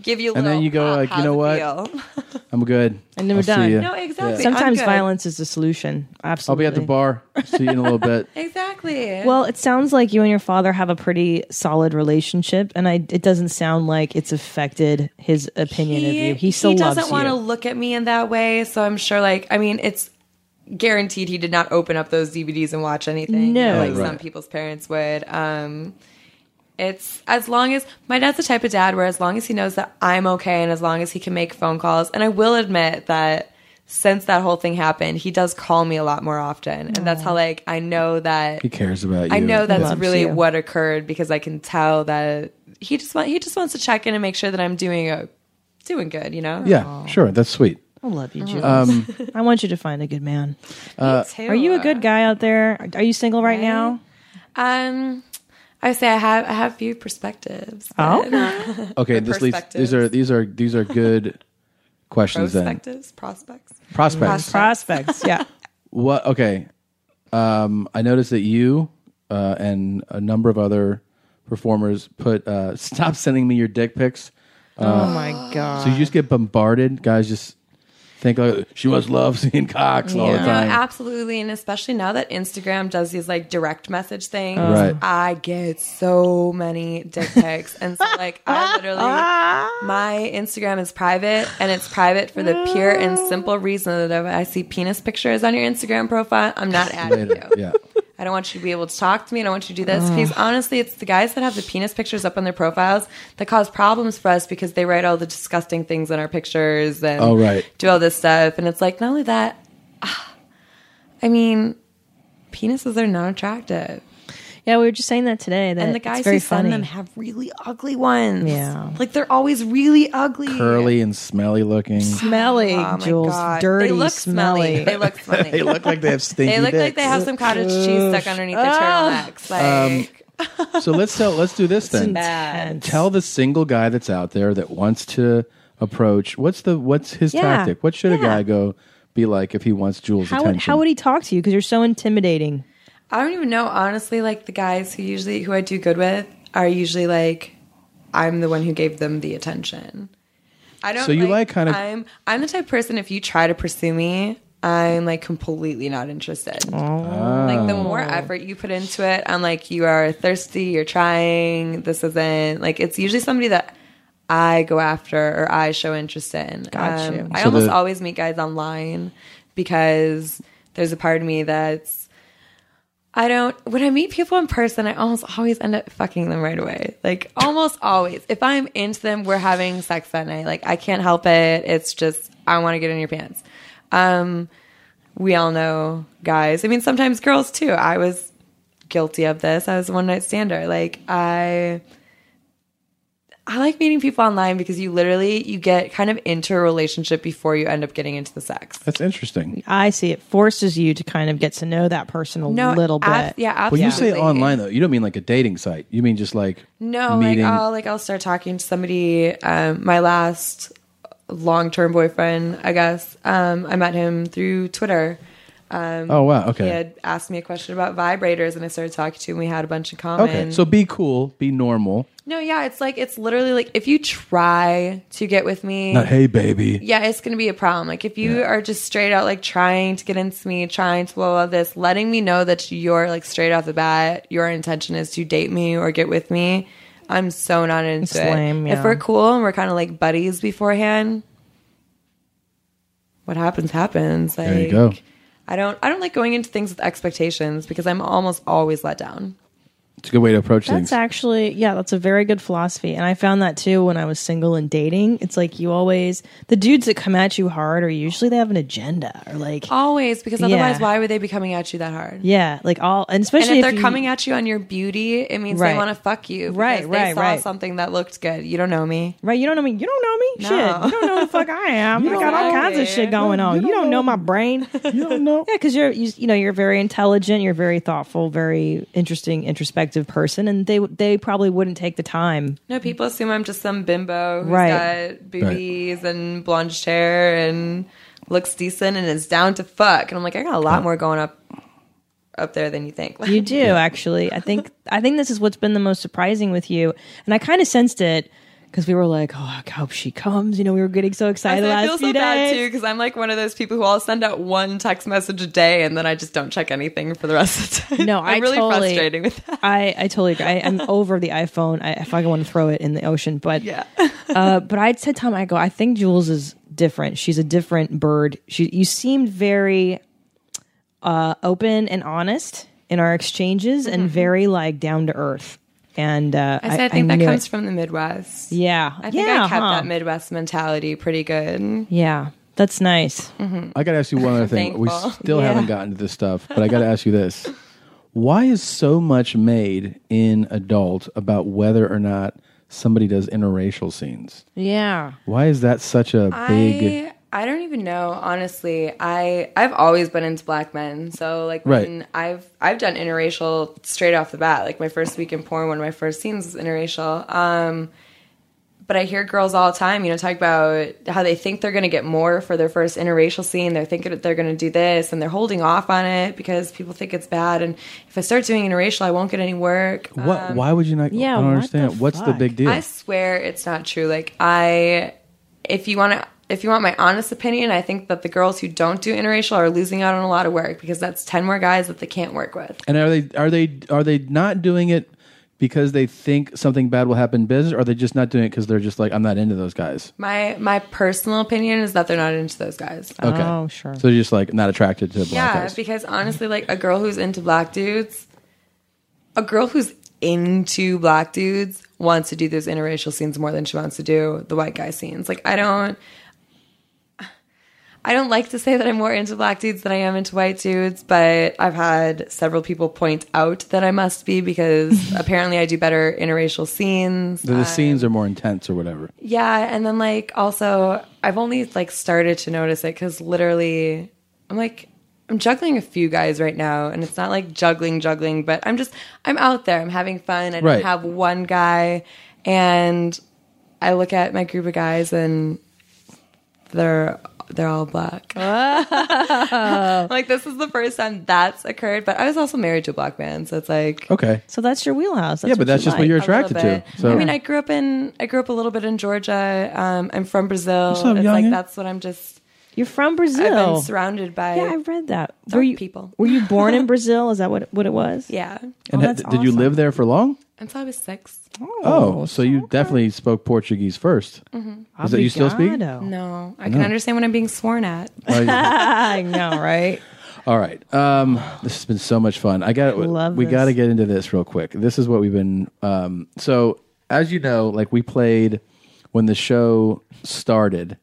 [SPEAKER 4] give you. A
[SPEAKER 2] And
[SPEAKER 4] little,
[SPEAKER 2] then you go
[SPEAKER 4] "Ah,
[SPEAKER 2] like, you
[SPEAKER 4] how's
[SPEAKER 2] know
[SPEAKER 4] it
[SPEAKER 2] what?
[SPEAKER 4] feel?" *laughs*
[SPEAKER 2] I'm good.
[SPEAKER 3] And then we're
[SPEAKER 2] I'll see ya.
[SPEAKER 3] done.
[SPEAKER 4] No, exactly. I'm
[SPEAKER 3] Sometimes
[SPEAKER 4] good.
[SPEAKER 3] violence is the solution.
[SPEAKER 2] I'll be
[SPEAKER 3] Absolutely.
[SPEAKER 2] at the bar. See you in a little
[SPEAKER 3] *laughs*
[SPEAKER 2] bit.
[SPEAKER 4] Exactly.
[SPEAKER 3] Well, it sounds like you and your father have a pretty solid relationship, and I, it doesn't sound like it's affected his opinion of you. He still loves
[SPEAKER 4] doesn't want to
[SPEAKER 3] you.
[SPEAKER 4] look at me in that way, so I'm sure. Like, I mean, it's guaranteed he did not open up those DVDs and watch anything.
[SPEAKER 3] No.
[SPEAKER 4] like
[SPEAKER 3] Right.
[SPEAKER 4] some people's parents would. Um, it's as long as my dad's the type of dad where as long as he knows that I'm okay and as long as he can make phone calls, and I will admit that since that whole thing happened, he does call me a lot more often, and
[SPEAKER 3] Oh.
[SPEAKER 4] that's how like I know that
[SPEAKER 2] He cares about you.
[SPEAKER 4] I know that's
[SPEAKER 2] Loves
[SPEAKER 4] really
[SPEAKER 2] you.
[SPEAKER 4] what occurred because I can tell that he just want, he just wants to check in and make sure that I'm doing a doing good, you know?
[SPEAKER 2] Yeah, sure. That's sweet.
[SPEAKER 3] I love you, Jules.
[SPEAKER 2] Um,
[SPEAKER 3] *laughs* I want you to find a good man.
[SPEAKER 2] uh,
[SPEAKER 3] Are you a good guy out there? Are you single right, now?
[SPEAKER 4] Um I would say I have I have few perspectives.
[SPEAKER 3] Oh.
[SPEAKER 4] but-
[SPEAKER 2] okay, this leads. These are these are these are
[SPEAKER 3] *laughs*
[SPEAKER 2] good questions. Then
[SPEAKER 4] Perspectives, prospects.
[SPEAKER 2] prospects.
[SPEAKER 3] Prospects, yeah.
[SPEAKER 2] What? Okay. Um, I noticed that you uh, and a number of other performers put uh, *laughs* "Stop sending me your dick pics." Uh,
[SPEAKER 3] *laughs* Oh my God.
[SPEAKER 2] So you just get bombarded, guys. Just think like she must love *laughs* seeing cocks all the
[SPEAKER 4] No,
[SPEAKER 2] time.
[SPEAKER 4] absolutely, and especially now that Instagram does these like direct message things,
[SPEAKER 2] Right.
[SPEAKER 4] I get so many dick pics, and so like I literally
[SPEAKER 2] *laughs*
[SPEAKER 4] my Instagram is private, and it's private for the pure and simple reason that if I see penis pictures on your Instagram profile, I'm not adding you.
[SPEAKER 2] Later, Yeah.
[SPEAKER 4] I don't want you to be able to talk to me. I don't want you to do this.
[SPEAKER 2] Ugh.
[SPEAKER 4] Because honestly, it's the guys that have the penis pictures up on their profiles that cause problems for us because they write all the disgusting things in our pictures and
[SPEAKER 2] Oh, right.
[SPEAKER 4] do all this stuff. And it's like, not only that, ah, I mean, penises are not attractive.
[SPEAKER 3] Yeah, we were just saying that today. That
[SPEAKER 4] and the
[SPEAKER 3] it's
[SPEAKER 4] guys
[SPEAKER 3] very
[SPEAKER 4] who send
[SPEAKER 3] funny.
[SPEAKER 4] them have really ugly ones.
[SPEAKER 3] Yeah.
[SPEAKER 4] Like they're always really ugly.
[SPEAKER 2] Curly and smelly looking.
[SPEAKER 3] *laughs* Smelly,
[SPEAKER 4] Oh, my
[SPEAKER 3] Jules.
[SPEAKER 4] God.
[SPEAKER 3] Dirty,
[SPEAKER 4] They look
[SPEAKER 3] smelly.
[SPEAKER 4] smelly. They
[SPEAKER 2] *laughs*
[SPEAKER 4] look
[SPEAKER 2] *laughs*
[SPEAKER 4] smelly.
[SPEAKER 2] they look like they have stinky.
[SPEAKER 4] they look like they
[SPEAKER 2] dicks.
[SPEAKER 4] have some cottage cheese stuck underneath their turtlenecks. Like,
[SPEAKER 2] Ah. Um, so let's tell let's do this then.
[SPEAKER 4] intense.
[SPEAKER 2] Tell the single guy that's out there that wants to approach. What's the what's his
[SPEAKER 3] Yeah.
[SPEAKER 2] tactic? What should a
[SPEAKER 3] Yeah.
[SPEAKER 2] guy go be like if he wants Jules'
[SPEAKER 3] How would,
[SPEAKER 2] attention?
[SPEAKER 3] how would he talk to you? Because you're so intimidating.
[SPEAKER 4] I don't even know, honestly, like the guys who usually who I do good with are usually like I'm the one who gave them the attention. I don't
[SPEAKER 2] So you like kind of-
[SPEAKER 4] I'm I'm the type of person if you try to pursue me, I'm like completely not interested. Like the more effort you put into it, I'm like you are thirsty, you're trying, this isn't like it's usually somebody that I go after or I show interest in. Um,
[SPEAKER 3] Got you.
[SPEAKER 4] I
[SPEAKER 3] So
[SPEAKER 4] almost
[SPEAKER 3] the-
[SPEAKER 4] always meet guys online because there's a part of me that's I don't when I meet people in person, I almost always end up fucking them right away. Like almost always. If I'm into them, we're having sex that night. Like I can't help it. It's just I want to get in your pants. Um we all know guys. I mean sometimes girls too. I was guilty of this. I was a one night stander. Like I I like meeting people online because you literally you get kind of into a relationship before you end up getting into the sex.
[SPEAKER 11] That's interesting.
[SPEAKER 3] I see. It forces you to kind of get to know that person a
[SPEAKER 4] No,
[SPEAKER 3] little bit.
[SPEAKER 4] ab- yeah,
[SPEAKER 11] When you say
[SPEAKER 4] absolutely.
[SPEAKER 11] online though, you don't mean like a dating site. You mean just like
[SPEAKER 4] No,
[SPEAKER 11] meeting.
[SPEAKER 4] like um, I'll like I'll start talking to somebody. Um, my last long term boyfriend, I guess. Um, I met him through Twitter. Um,
[SPEAKER 11] Oh, wow, okay.
[SPEAKER 4] He had asked me a question about vibrators, and I started talking to him. We had a bunch in common.
[SPEAKER 11] okay, so be cool, be normal.
[SPEAKER 4] no, yeah, it's like it's literally like if you try to get with me,
[SPEAKER 11] Not hey baby.
[SPEAKER 4] yeah, it's gonna be a problem. Like if you are just straight out like trying to get into me, trying to blah blah this, letting me know that you're like straight off the bat, your intention is to date me or get with me. I'm so not into
[SPEAKER 3] It's
[SPEAKER 4] it.
[SPEAKER 3] lame, yeah.
[SPEAKER 4] If we're cool and we're kind of like buddies beforehand, what happens happens. Like,
[SPEAKER 11] There you go.
[SPEAKER 4] I don't. I don't like going into things with expectations because I'm almost always let down.
[SPEAKER 11] It's a good way to approach
[SPEAKER 3] That's
[SPEAKER 11] things.
[SPEAKER 3] actually, yeah, that's a very good philosophy. And I found that too when I was single and dating. It's like you always, the dudes that come at you hard are usually they have an agenda or like,
[SPEAKER 4] Always, because otherwise,
[SPEAKER 3] Yeah.
[SPEAKER 4] why would they be coming at you that hard?
[SPEAKER 3] yeah, like all, and especially
[SPEAKER 4] and if they're
[SPEAKER 3] you-
[SPEAKER 4] coming at you on your beauty, it means
[SPEAKER 3] Right.
[SPEAKER 4] they want to fuck you. because
[SPEAKER 3] Right,
[SPEAKER 4] they
[SPEAKER 3] right,
[SPEAKER 4] saw
[SPEAKER 3] right.
[SPEAKER 4] Something that looked good. You don't know me.
[SPEAKER 3] Right, you don't know me. You don't know me.
[SPEAKER 4] No.
[SPEAKER 3] Shit, you don't know who the fuck I am. I got all kinds of shit going on. You don't, know, my
[SPEAKER 4] *laughs*
[SPEAKER 3] brain. You
[SPEAKER 11] don't know.
[SPEAKER 3] yeah, because you're you, you know you're very intelligent. You're very thoughtful, very interesting, introspective person, and they would- they probably wouldn't take the time.
[SPEAKER 4] No, people assume I'm just some bimbo who's
[SPEAKER 3] Right.
[SPEAKER 4] got boobies and blondish hair and looks decent and is down to fuck. And I'm like, I got a lot more going up up there than
[SPEAKER 3] *laughs*
[SPEAKER 4] you think.
[SPEAKER 3] You do actually. I think I think this is what's been the most surprising with you, and I kind of sensed it because we were like, oh, I hope she comes. You know, we were getting so
[SPEAKER 4] I,
[SPEAKER 3] excited
[SPEAKER 4] said,
[SPEAKER 3] the
[SPEAKER 4] I
[SPEAKER 3] last
[SPEAKER 4] feel
[SPEAKER 3] few
[SPEAKER 4] *laughs* so bad too
[SPEAKER 3] days.
[SPEAKER 4] because I'm like one of those people who all send out one text message a day and then I just don't check anything for the rest of the time.
[SPEAKER 3] No,
[SPEAKER 4] *laughs* I'm
[SPEAKER 3] I
[SPEAKER 4] really
[SPEAKER 3] totally,
[SPEAKER 4] frustrating with that.
[SPEAKER 3] I, I totally agree. I, I'm over the iPhone. I, I fucking want to throw it in the ocean. But
[SPEAKER 4] Yeah.
[SPEAKER 3] *laughs* uh, but I said, Tom, I go, I think Jules is different. She's a different bird. She, you seemed very uh, open and honest in our exchanges, and very like down to earth. And uh,
[SPEAKER 4] I said I think that
[SPEAKER 3] knew
[SPEAKER 4] comes
[SPEAKER 3] it.
[SPEAKER 4] from the Midwest.
[SPEAKER 3] yeah.
[SPEAKER 4] I think
[SPEAKER 3] yeah,
[SPEAKER 4] I kept
[SPEAKER 3] huh.
[SPEAKER 4] that Midwest mentality pretty good.
[SPEAKER 3] Yeah, that's nice.
[SPEAKER 4] Mm.
[SPEAKER 11] I got to ask you one other thing. We
[SPEAKER 4] Thankful.
[SPEAKER 11] still
[SPEAKER 4] Yeah.
[SPEAKER 11] haven't gotten to this stuff, but I got to ask you this. Why is so much made in adult about whether or not somebody does interracial scenes?
[SPEAKER 3] Yeah.
[SPEAKER 11] Why is that such a big
[SPEAKER 4] I I don't even know honestly. I I've always been into black men, so like
[SPEAKER 11] Right.
[SPEAKER 4] when I've I've done interracial straight off the bat. Like my first week in porn, one of my first scenes was interracial. Um, but I hear girls all the time, you know, talk about how they think they're going to get more for their first interracial scene. They're thinking that they're going to do this, and they're holding off on it because people think it's bad. And if I start doing interracial, I won't get any work.
[SPEAKER 11] what why would you not
[SPEAKER 4] yeah,
[SPEAKER 11] I don't
[SPEAKER 4] what the
[SPEAKER 11] understand. What's the big deal?
[SPEAKER 4] I swear it's not true. Like I, if you want to, if you want my honest opinion, I think that the girls who don't do interracial are losing out on a lot of work because that's ten more guys that they can't work with.
[SPEAKER 11] and are they are they are they not doing it because they think something bad will happen in business or are they just not doing it cuz they're just like I'm not into those guys?
[SPEAKER 4] My my personal opinion is that they're not into those guys.
[SPEAKER 11] Okay. So they're just like not attracted to black
[SPEAKER 4] yeah,
[SPEAKER 11] guys.
[SPEAKER 4] because honestly, like a girl who's into black dudes, a girl who's into black dudes wants to do those interracial scenes more than she wants to do the white guy scenes. Like I don't I don't like to say that I'm more into black dudes than I am into white dudes, but I've had several people point out that I must be because *laughs* apparently I do better interracial scenes.
[SPEAKER 11] The, the scenes are more intense or whatever.
[SPEAKER 4] Yeah, and then like also I've only like started to notice it cuz literally I'm like I'm juggling a few guys right now and it's not like juggling juggling, but I'm just I'm out there. I'm having fun. I don't
[SPEAKER 14] Right.
[SPEAKER 4] have one guy and I look at my group of guys and they're they're all black. I'm *laughs* like this is the first time that's occurred, but I was also married to a black man, so it's like
[SPEAKER 11] Okay.
[SPEAKER 3] So that's your wheelhouse.
[SPEAKER 11] Yeah, but that's just what you're attracted to. So
[SPEAKER 4] I mean, I grew up in I grew up a little bit in Georgia. Um, I'm from Brazil.
[SPEAKER 3] What's up,
[SPEAKER 4] it's like
[SPEAKER 3] youngin'?
[SPEAKER 4] that's what I'm just.
[SPEAKER 3] You're from Brazil.
[SPEAKER 4] I've been surrounded by.
[SPEAKER 3] Yeah, I read that.
[SPEAKER 4] dark
[SPEAKER 3] were you
[SPEAKER 4] people?
[SPEAKER 3] Were you born
[SPEAKER 4] *laughs*
[SPEAKER 3] in Brazil? Is that what what it was?
[SPEAKER 4] Yeah.
[SPEAKER 11] And
[SPEAKER 3] oh,
[SPEAKER 11] ha-
[SPEAKER 3] that's
[SPEAKER 11] did you
[SPEAKER 3] awesome.
[SPEAKER 11] live there for long?
[SPEAKER 4] Until I was six.
[SPEAKER 11] Oh, so you definitely spoke Portuguese 1st
[SPEAKER 4] Mhm.
[SPEAKER 3] Mm-hmm.
[SPEAKER 11] Is
[SPEAKER 3] Oh
[SPEAKER 11] that you still speak?
[SPEAKER 4] No, I can
[SPEAKER 11] No.
[SPEAKER 4] understand when I'm being sworn at.
[SPEAKER 11] Oh, yeah.
[SPEAKER 3] *laughs* I know, right?
[SPEAKER 11] All right. Um, this has been so much fun. I got
[SPEAKER 3] Love
[SPEAKER 11] we
[SPEAKER 3] this.
[SPEAKER 11] got to get into this real quick. This is what we've been. Um, so as you know, like we played when the show started.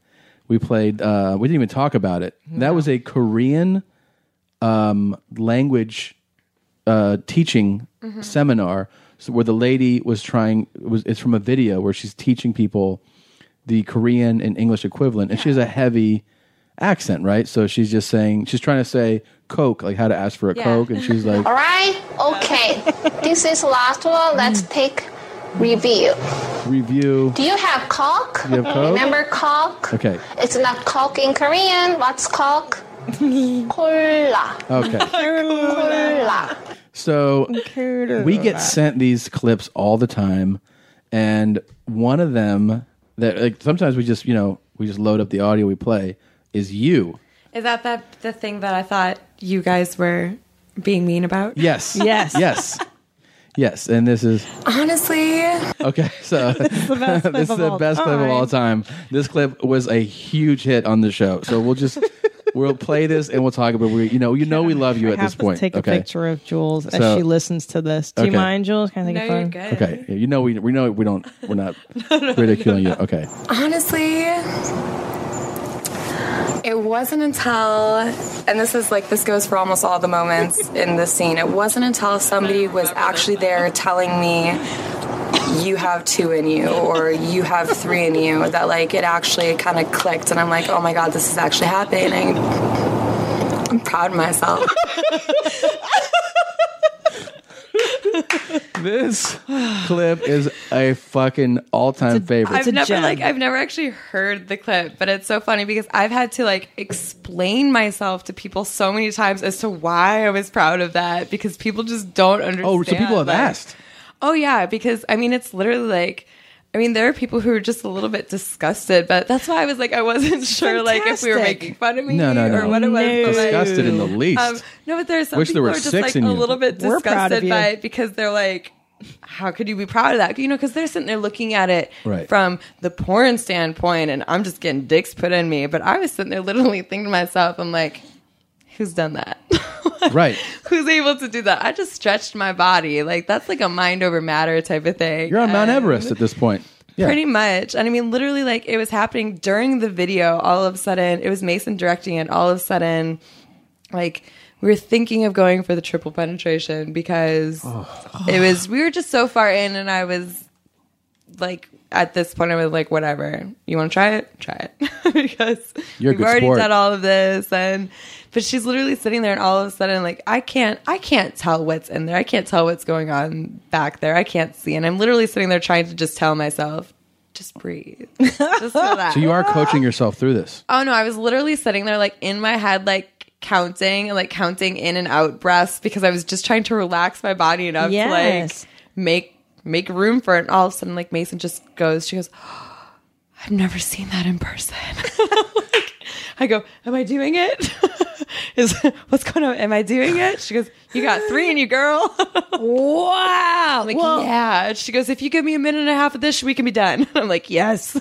[SPEAKER 11] We played. Uh, we didn't even talk about it. That was a Korean um, language uh, teaching seminar so where the lady was trying was it's from a video where she's teaching people the Korean and English equivalent, and she has a heavy accent, right? So she's just saying she's trying to say Coke, like how to ask for a
[SPEAKER 1] Yeah.
[SPEAKER 11] Coke, and
[SPEAKER 1] *laughs*
[SPEAKER 11] she's like,
[SPEAKER 1] All right,
[SPEAKER 15] *laughs*
[SPEAKER 1] okay. this is last one. Let's
[SPEAKER 15] Mm.
[SPEAKER 1] take review.
[SPEAKER 11] review.
[SPEAKER 1] Do you have Coke?
[SPEAKER 11] You have Coke?
[SPEAKER 1] Remember Coke?
[SPEAKER 11] Okay,
[SPEAKER 1] It's not Coke in Korean.
[SPEAKER 15] *laughs*
[SPEAKER 1] What's Coke? Cola.
[SPEAKER 11] okay.
[SPEAKER 1] Cola.
[SPEAKER 11] So we get sent these clips all the time, and one of them that like sometimes we just you know we just load up the audio we play is you.
[SPEAKER 4] Is that that the thing that I thought you guys were being mean about?
[SPEAKER 11] Yes. Yes. Yes. And this is
[SPEAKER 4] Honestly,
[SPEAKER 11] okay. So *laughs* this is
[SPEAKER 4] the best clip
[SPEAKER 11] this is
[SPEAKER 4] of
[SPEAKER 11] the
[SPEAKER 4] all
[SPEAKER 11] best clip of all time.
[SPEAKER 4] time.
[SPEAKER 11] This clip was a huge hit on the show. So we'll just we'll play this and we'll talk about we you know you know we love you
[SPEAKER 3] I
[SPEAKER 11] at
[SPEAKER 3] have
[SPEAKER 11] this
[SPEAKER 3] to
[SPEAKER 11] point.
[SPEAKER 3] take a
[SPEAKER 11] okay.
[SPEAKER 3] picture of Jules as
[SPEAKER 11] So-
[SPEAKER 3] she listens to this. Do you
[SPEAKER 11] Okay.
[SPEAKER 3] mind, Jules? Can I take a photo?
[SPEAKER 11] Okay. Yeah, You know we we know we don't we're not ridiculing you. Okay.
[SPEAKER 4] honestly, it wasn't until, and this is like, this goes for almost all the moments in this scene, it wasn't until somebody was actually there telling me, you have two in you, or you have three in you, that like it actually kind of clicked, and I'm like, oh my god, this is actually happening. I'm proud of myself.
[SPEAKER 11] This *sighs* clip is a fucking all time favorite.
[SPEAKER 4] I've never like I've never actually heard the clip, but it's so funny because I've had to like explain myself to people so many times as to why I was proud of that because people just don't understand.
[SPEAKER 11] Oh, so people have
[SPEAKER 4] like-
[SPEAKER 11] asked.
[SPEAKER 4] Oh yeah, because I mean it's literally like I mean there are people who are just a little bit disgusted, but that's why I was like I wasn't *laughs* sure like if we were
[SPEAKER 3] fantastic.
[SPEAKER 4] making fun of me
[SPEAKER 11] No, no, no.
[SPEAKER 4] or what it was. but, like-
[SPEAKER 11] Disgusted in the least.
[SPEAKER 4] Um, no, but there's some
[SPEAKER 11] Wish there
[SPEAKER 4] people
[SPEAKER 11] were
[SPEAKER 4] who are just
[SPEAKER 11] six
[SPEAKER 4] like a
[SPEAKER 11] in you.
[SPEAKER 4] little bit
[SPEAKER 11] We're proud of
[SPEAKER 4] disgusted
[SPEAKER 11] you.
[SPEAKER 4] by it because they're like how could you be proud of that? You know, because they're sitting there looking at it
[SPEAKER 11] Right.
[SPEAKER 4] from the porn standpoint, and I'm just getting dicks put in me. But I was sitting there literally *laughs* thinking to myself, I'm like, who's done that? *laughs*
[SPEAKER 11] right.
[SPEAKER 4] Who's able to do that? I just stretched my body. Like, that's like a mind over matter type of thing.
[SPEAKER 11] You're on Mount Everest at this point. Yeah.
[SPEAKER 4] Pretty much. And I mean, literally, like, it was happening during the video. All of a sudden, it was Mason directing it. All of a sudden, like, we were thinking of going for the triple penetration because
[SPEAKER 11] Oh,
[SPEAKER 4] it was, we were just so far in, and I was like, at this point, I was like, whatever. You want to try it? Try it. *laughs* because
[SPEAKER 11] You're a
[SPEAKER 4] we've
[SPEAKER 11] good
[SPEAKER 4] already
[SPEAKER 11] sport.
[SPEAKER 4] done all of this. And, but she's literally sitting there, and all of a sudden, like, I can't, I can't tell what's in there. I can't tell what's going on back there. I can't see. And I'm literally sitting there trying to just tell myself, just breathe.
[SPEAKER 11] *laughs*
[SPEAKER 4] just relax.
[SPEAKER 11] So you are coaching yourself through this.
[SPEAKER 4] Oh no, I was literally sitting there like in my head, like counting and like counting in and out breaths because I was just trying to relax my body enough
[SPEAKER 3] Yes.
[SPEAKER 4] to like make make room for it. And all of a sudden, like Mason just goes, she goes, I've never seen that in person. Like, I go, Am I doing it? *laughs* Is what's going on? Am I doing it? She goes, You got three in you, girl. *laughs* wow. I'm like, yeah. And she goes, If you give me a minute and a half of this, we can be done. *laughs* I'm like, Yes.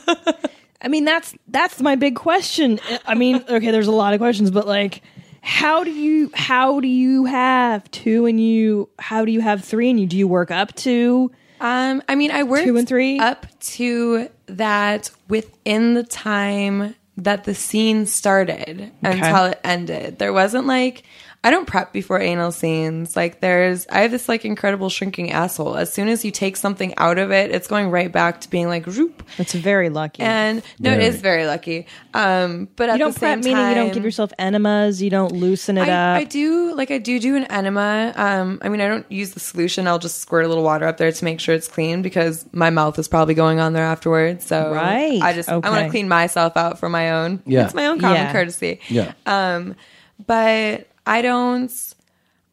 [SPEAKER 3] I mean, that's that's my big question. I mean, *laughs* okay, there's a lot of questions, but like, how do you how do you have two and you how do you have three and you do you work up to?
[SPEAKER 4] Um, I mean, I worked two and three up to that within the time that the scene started until it ended. There wasn't like I don't prep before anal scenes. Like there's I have this like incredible shrinking asshole. As soon as you take something out of it, it's going right back to being like roop.
[SPEAKER 3] That's very lucky.
[SPEAKER 4] And no,
[SPEAKER 3] Very.
[SPEAKER 4] it is very lucky. Um, but at
[SPEAKER 3] you don't
[SPEAKER 4] the
[SPEAKER 3] prep,
[SPEAKER 4] same
[SPEAKER 3] meaning you don't
[SPEAKER 4] time-
[SPEAKER 3] give yourself enemas. You don't loosen it
[SPEAKER 4] I,
[SPEAKER 3] up.
[SPEAKER 4] I do like I do do an enema. Um, I mean I don't use the solution. I'll just squirt a little water up there to make sure it's clean because my mouth is probably going on there afterwards. So
[SPEAKER 3] Right.
[SPEAKER 4] I just I want
[SPEAKER 3] Okay.
[SPEAKER 4] to clean myself out for my own.
[SPEAKER 3] Yeah.
[SPEAKER 4] it's my own common
[SPEAKER 3] Yeah.
[SPEAKER 4] courtesy.
[SPEAKER 3] Yeah.
[SPEAKER 4] Um, but I don't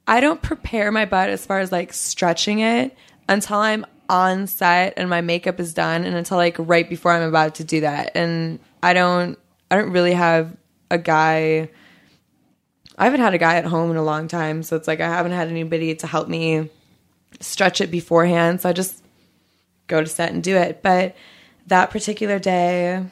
[SPEAKER 4] I don't prepare my butt as far as like stretching it until I'm on set and my makeup is done and until like right before I'm about to do that. And I don't I don't really have a guy I haven't had a guy at home in a long time, so it's like I haven't had anybody to help me stretch it beforehand. So I just go to set and do it. But that particular day,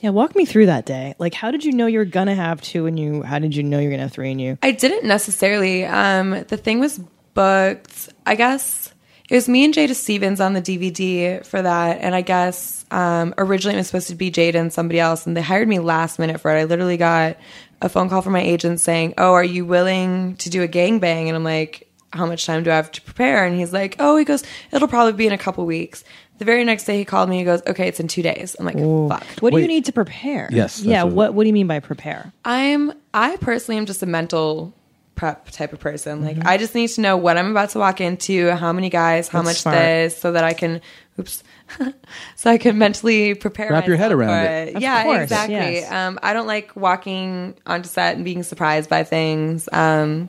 [SPEAKER 3] yeah, walk me through that day. Like, how did you know you're gonna have two and you? How did you know you're gonna have three and you?
[SPEAKER 4] I didn't necessarily. Um, the thing was booked. I guess it was me and Jada Stevens on the DVD for that, and I guess um, originally it was supposed to be Jada and somebody else, and they hired me last minute for it. I literally got a phone call from my agent saying, "Oh, are you willing to do a gangbang?" And I'm like, how much time do I have to prepare? And he's like, oh, he goes, it'll probably be in a couple weeks. The very next day he called me. He goes, okay, it's in two days. I'm like, fuck.
[SPEAKER 3] What do you need to prepare?
[SPEAKER 4] Yes, that's
[SPEAKER 3] Yeah.
[SPEAKER 4] what-
[SPEAKER 3] What What do you mean by prepare?
[SPEAKER 4] I'm I personally am just a mental prep type of person. Like I just need to know what I'm about to walk into, how many guys, how
[SPEAKER 2] Mm-hmm. That's
[SPEAKER 4] much
[SPEAKER 2] smart.
[SPEAKER 4] this, so that I can oops, *laughs* so I can mentally prepare.
[SPEAKER 2] Wrap your head
[SPEAKER 4] myself
[SPEAKER 2] around
[SPEAKER 4] for
[SPEAKER 2] it. Of
[SPEAKER 4] yeah,
[SPEAKER 2] course,
[SPEAKER 4] exactly.
[SPEAKER 2] yes.
[SPEAKER 4] Um, I don't like walking onto set and being surprised by things. Um,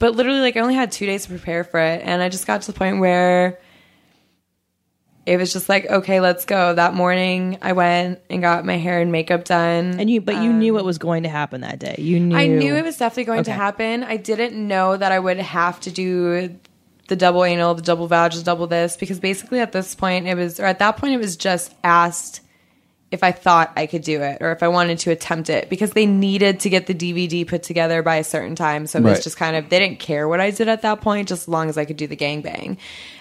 [SPEAKER 4] but literally, like I only had two days to prepare for it, and I just got to the point where it was just like, okay, let's go. That morning, I went and got my hair and makeup done,
[SPEAKER 3] And you, but you knew what was going to happen that day. You knew.
[SPEAKER 4] Um, I knew it was definitely going to
[SPEAKER 3] Okay.
[SPEAKER 4] happen. I didn't know that I would have to do the double anal, the double vaginal, double this because basically at this point it was, or at that point it was just asked if I thought I could do it or if I wanted to attempt it because they needed to get the DVD put together by a certain time. So it
[SPEAKER 16] Right.
[SPEAKER 4] was just kind of they didn't care what I did at that point, just as long as I could do the gangbang.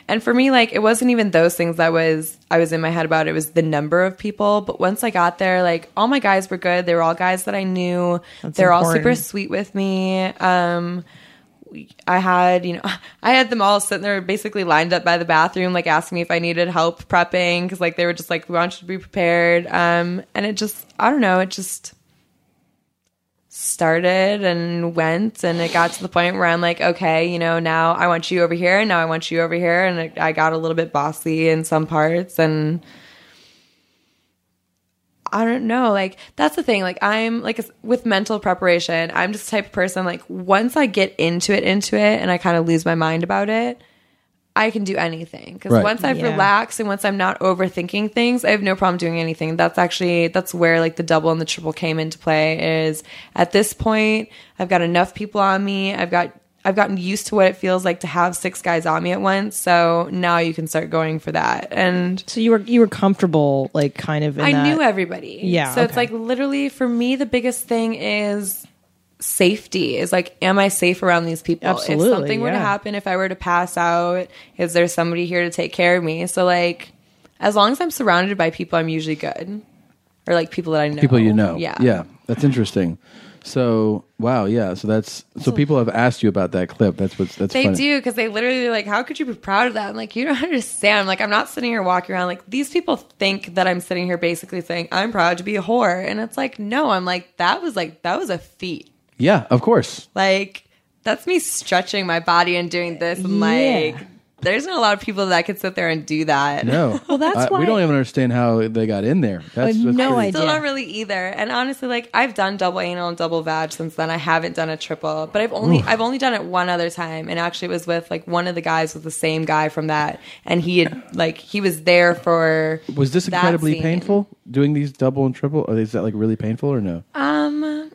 [SPEAKER 4] And for me, like it wasn't even those things that was I was in my head about. It was the number of people. But once I got there, like all my guys were good. They were all guys that I knew.
[SPEAKER 3] That's
[SPEAKER 4] They're all super
[SPEAKER 3] important.
[SPEAKER 4] sweet with me. Um, we- I had, you know, *laughs* I had them all sitting there basically lined up by the bathroom, like asking me if I needed help prepping because, like, they were just like, we want you to be prepared. Um, and it just, I don't know, it just started and went. And it got to the point where I'm like, okay, you know, now I want you over here, and now I want you over here. And it, I got a little bit bossy in some parts. And I don't know. Like that's the thing. Like I'm like with mental preparation, I'm just the type of person like once I get into it, into it, and I kind of lose my mind about it, I can do anything. Because
[SPEAKER 16] Right.
[SPEAKER 4] once I've
[SPEAKER 16] Yeah.
[SPEAKER 4] relaxed and once I'm not overthinking things, I have no problem doing anything. That's actually that's where like the double and the triple came into play. Is at this point, I've got enough people on me. I've got I've gotten used to what it feels like to have six guys on me at once. So now you can start going for that. And
[SPEAKER 3] so you were you were comfortable, like kind of. In
[SPEAKER 4] I
[SPEAKER 3] that-
[SPEAKER 4] knew everybody.
[SPEAKER 3] Yeah,
[SPEAKER 4] So it's like literally for me, the biggest thing is safety is like, am I safe around these people?
[SPEAKER 3] Absolutely,
[SPEAKER 4] if something were to
[SPEAKER 3] yeah.
[SPEAKER 4] happen, if I were to pass out, is there somebody here to take care of me? So like, as long as I'm surrounded by people, I'm usually good. Or like people that I know.
[SPEAKER 2] People you know.
[SPEAKER 4] Yeah.
[SPEAKER 2] Yeah. That's interesting. So wow, yeah. So that's so people have asked you about that clip. That's what's that's
[SPEAKER 4] they
[SPEAKER 2] funny.
[SPEAKER 4] do because they literally are like, how could you be proud of that? I'm like, you don't *laughs* understand. I'm like, I'm not sitting here walking around like these people think that I'm sitting here basically saying I'm proud to be a whore, and it's like, no, I'm like that was like that was a feat.
[SPEAKER 2] Yeah, of course.
[SPEAKER 4] Like that's me stretching my body and doing this. And
[SPEAKER 3] Yeah.
[SPEAKER 4] like, there's not a lot of people that could sit there and do that.
[SPEAKER 2] No.
[SPEAKER 4] *laughs* well,
[SPEAKER 2] I- we don't even understand how they got in there. That's, that's crazy.
[SPEAKER 4] Still not really either. And honestly, like I've done double anal and double vag since then. I haven't done a triple, but I've only
[SPEAKER 2] Oof.
[SPEAKER 4] I've only done it one other time, and actually it was with like one of the guys was the same guy from that, and he had like he was there for
[SPEAKER 2] Was this
[SPEAKER 4] that
[SPEAKER 2] incredibly
[SPEAKER 4] scene.
[SPEAKER 2] painful doing these double and triple? Or is that like really painful or no?
[SPEAKER 4] Um,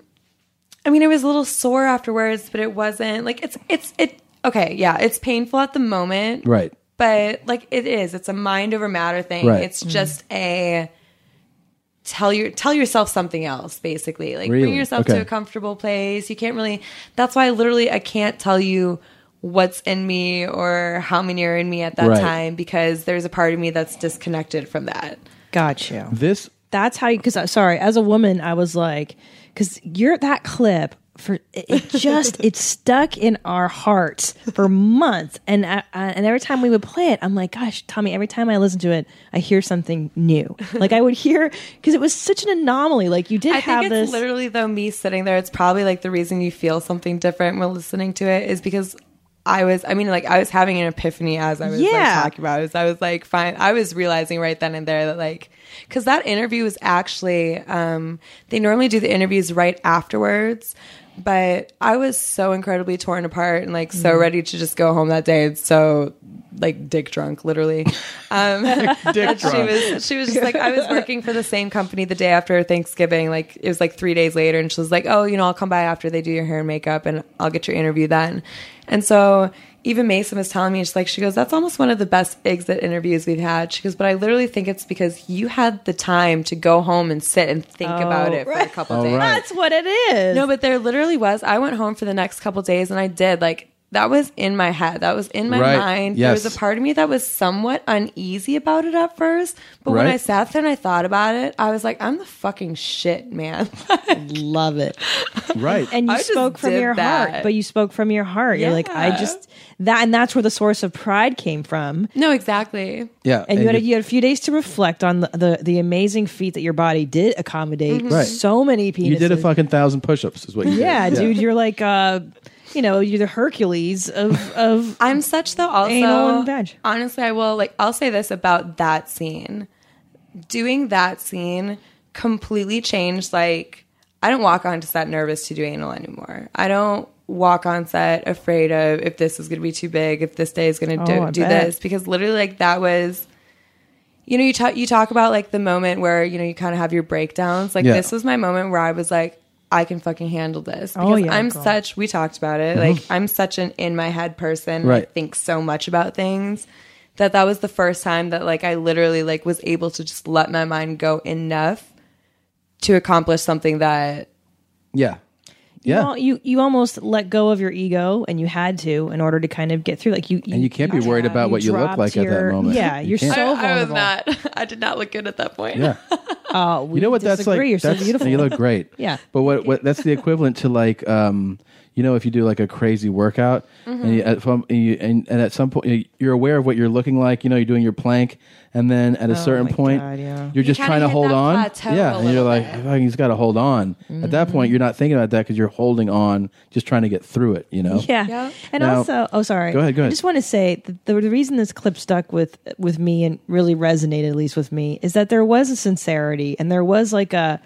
[SPEAKER 4] I mean, I was a little sore afterwards, but it wasn't like it's it's it. Okay, yeah, it's painful at the moment,
[SPEAKER 2] Right.
[SPEAKER 4] but like it is it's a mind over matter thing
[SPEAKER 2] Right.
[SPEAKER 4] it's
[SPEAKER 2] Mhm.
[SPEAKER 4] just a tell your tell yourself something else basically like
[SPEAKER 16] Really?
[SPEAKER 4] bring yourself to
[SPEAKER 16] Okay.
[SPEAKER 4] a comfortable place you can't really that's why literally i can't tell you what's in me or how many are in me at that
[SPEAKER 3] Right.
[SPEAKER 4] time because there's a part of me that's disconnected from that
[SPEAKER 3] Got you.
[SPEAKER 2] This
[SPEAKER 3] That's how you. Because I'm sorry, as a woman, I was like, because you're that clip for it,
[SPEAKER 4] *laughs*
[SPEAKER 3] it just it's stuck in our hearts for months, and I, I, and every time we would play it, I'm like, gosh, Tommy. Every time I listen to it, I hear something
[SPEAKER 4] *laughs*
[SPEAKER 3] new. Like I would hear because it was such an anomaly. Like you did
[SPEAKER 4] I
[SPEAKER 3] have
[SPEAKER 4] think
[SPEAKER 3] this.
[SPEAKER 4] it's literally though me sitting there. It's probably like the reason you feel something different when listening to it is because I was. I mean, like I was having an epiphany as I was like,
[SPEAKER 3] Yeah.
[SPEAKER 4] talking about it. So I was like, fine. I was realizing right then and there that like because that interview was actually um, they normally do the interviews right afterwards. But I was so incredibly torn apart and like so
[SPEAKER 3] Mm-hmm.
[SPEAKER 16] Mhm.
[SPEAKER 4] ready to just go home that day and so like dick drunk, literally. *laughs* Um,
[SPEAKER 16] Dick
[SPEAKER 4] that *laughs* she *laughs*
[SPEAKER 16] drunk.
[SPEAKER 4] was she was just like I was working for the same company the day after Thanksgiving. Like it was like three days later, and she was like, "Oh, you know, I'll come by after they do your hair and makeup, and I'll get your interview then." And so even Mason was telling me, she's like, she goes, "That's almost one of the best exit interviews we've had." She goes, "But I literally think it's because you had the time to go home and sit and think about
[SPEAKER 3] Oh,
[SPEAKER 4] it for
[SPEAKER 3] right.
[SPEAKER 4] a couple
[SPEAKER 3] Oh,
[SPEAKER 4] days."
[SPEAKER 3] right. That's what it is.
[SPEAKER 4] No, but there literally was. I went home for the next couple days, and I did like. that was in my head. That was in my
[SPEAKER 17] Right.
[SPEAKER 4] mind. There was
[SPEAKER 17] Yes.
[SPEAKER 4] a part of me that was somewhat uneasy about it at first. But when
[SPEAKER 17] Right.
[SPEAKER 4] I sat there and I thought about it, I was like, I'm the fucking shit, man. *laughs*
[SPEAKER 3] Love it.
[SPEAKER 11] Right.
[SPEAKER 3] And you
[SPEAKER 4] I just
[SPEAKER 3] spoke from
[SPEAKER 4] did
[SPEAKER 3] your heart,
[SPEAKER 4] that.
[SPEAKER 3] but you spoke from your heart. You're like, I
[SPEAKER 4] Yeah.
[SPEAKER 3] just that, and that's where the source of pride came from.
[SPEAKER 4] no, exactly.
[SPEAKER 11] Yeah,
[SPEAKER 3] and,
[SPEAKER 11] and
[SPEAKER 3] you had a,
[SPEAKER 11] you-
[SPEAKER 3] you had a few days to reflect on the, the, the amazing feat that your body did accommodate.
[SPEAKER 4] Mm-hmm.
[SPEAKER 11] Mhm. Right.
[SPEAKER 3] So many penises.
[SPEAKER 11] You did a fucking thousand push-ups, is what you did.
[SPEAKER 3] yeah, dude, you're like, uh, you know, you're the Hercules of of.
[SPEAKER 4] I'm such though. Also,
[SPEAKER 3] Anal and veg.
[SPEAKER 4] honestly, I will like. I'll say this about that scene. Doing that scene completely changed. Like, I don't walk onto set nervous to do anal anymore. I don't walk on set afraid of if this is going to be too big, if this day is going to do,
[SPEAKER 3] Oh, I
[SPEAKER 4] do
[SPEAKER 3] bet.
[SPEAKER 4] this, because literally, like that was. You know, you talk you talk about like the moment where you know you kind of have your breakdowns. Like
[SPEAKER 18] Yeah.
[SPEAKER 4] this was my moment where I was like, I can fucking handle this because
[SPEAKER 18] Oh, yeah,
[SPEAKER 4] I'm
[SPEAKER 18] girl.
[SPEAKER 4] such. We talked about it.
[SPEAKER 3] Mm-hmm.
[SPEAKER 18] Mhm.
[SPEAKER 4] Like I'm such an in my head person and I
[SPEAKER 18] Right.
[SPEAKER 4] think so much about things that that was the first time that like I literally like was able to just let my mind go enough to accomplish something that
[SPEAKER 11] Yeah.
[SPEAKER 3] You,
[SPEAKER 11] *laughs* Yeah.
[SPEAKER 3] al- you you almost let go of your ego, and you had to in order to kind of get through. Like you, you
[SPEAKER 11] and you can't be worried about what you look
[SPEAKER 3] dropped
[SPEAKER 11] like at that
[SPEAKER 3] your-
[SPEAKER 11] moment.
[SPEAKER 3] Yeah,
[SPEAKER 11] You
[SPEAKER 3] you're
[SPEAKER 11] can't.
[SPEAKER 3] so
[SPEAKER 4] I, I was
[SPEAKER 3] vulnerable.
[SPEAKER 4] not *laughs* I did not look good at that *laughs* point.
[SPEAKER 11] Yeah.
[SPEAKER 3] Oh, we
[SPEAKER 11] you know what that's like
[SPEAKER 3] disagree. You're so
[SPEAKER 11] that's-
[SPEAKER 3] beautiful.
[SPEAKER 11] you look
[SPEAKER 17] *laughs*
[SPEAKER 11] great
[SPEAKER 3] Yeah.
[SPEAKER 11] but what, what that's the equivalent to like um you know if you do like a crazy workout
[SPEAKER 17] Mm-hmm.
[SPEAKER 11] and, you, at, some- and, you, and, and at some point you- you're aware of what you're looking like you know you're doing your plank and then at a
[SPEAKER 17] Oh
[SPEAKER 11] certain
[SPEAKER 17] my
[SPEAKER 11] point
[SPEAKER 17] God, yeah.
[SPEAKER 11] you're
[SPEAKER 17] You
[SPEAKER 11] just
[SPEAKER 17] kinda
[SPEAKER 11] trying to
[SPEAKER 17] hit
[SPEAKER 11] hold
[SPEAKER 17] that
[SPEAKER 11] on
[SPEAKER 17] plateau
[SPEAKER 11] yeah
[SPEAKER 17] a Mm-hmm.
[SPEAKER 11] and you're like "Fuck, you just got to hold on at that point you're not thinking about that because you're holding on just trying to get through it
[SPEAKER 17] *laughs*
[SPEAKER 11] you know
[SPEAKER 3] Yeah. And
[SPEAKER 11] Now-
[SPEAKER 3] also, oh, sorry.
[SPEAKER 11] Go ahead, go ahead.
[SPEAKER 3] I just want to say that the, the reason this clip stuck with with me and really resonated, at least with me, is that there was a sincerity and there was like a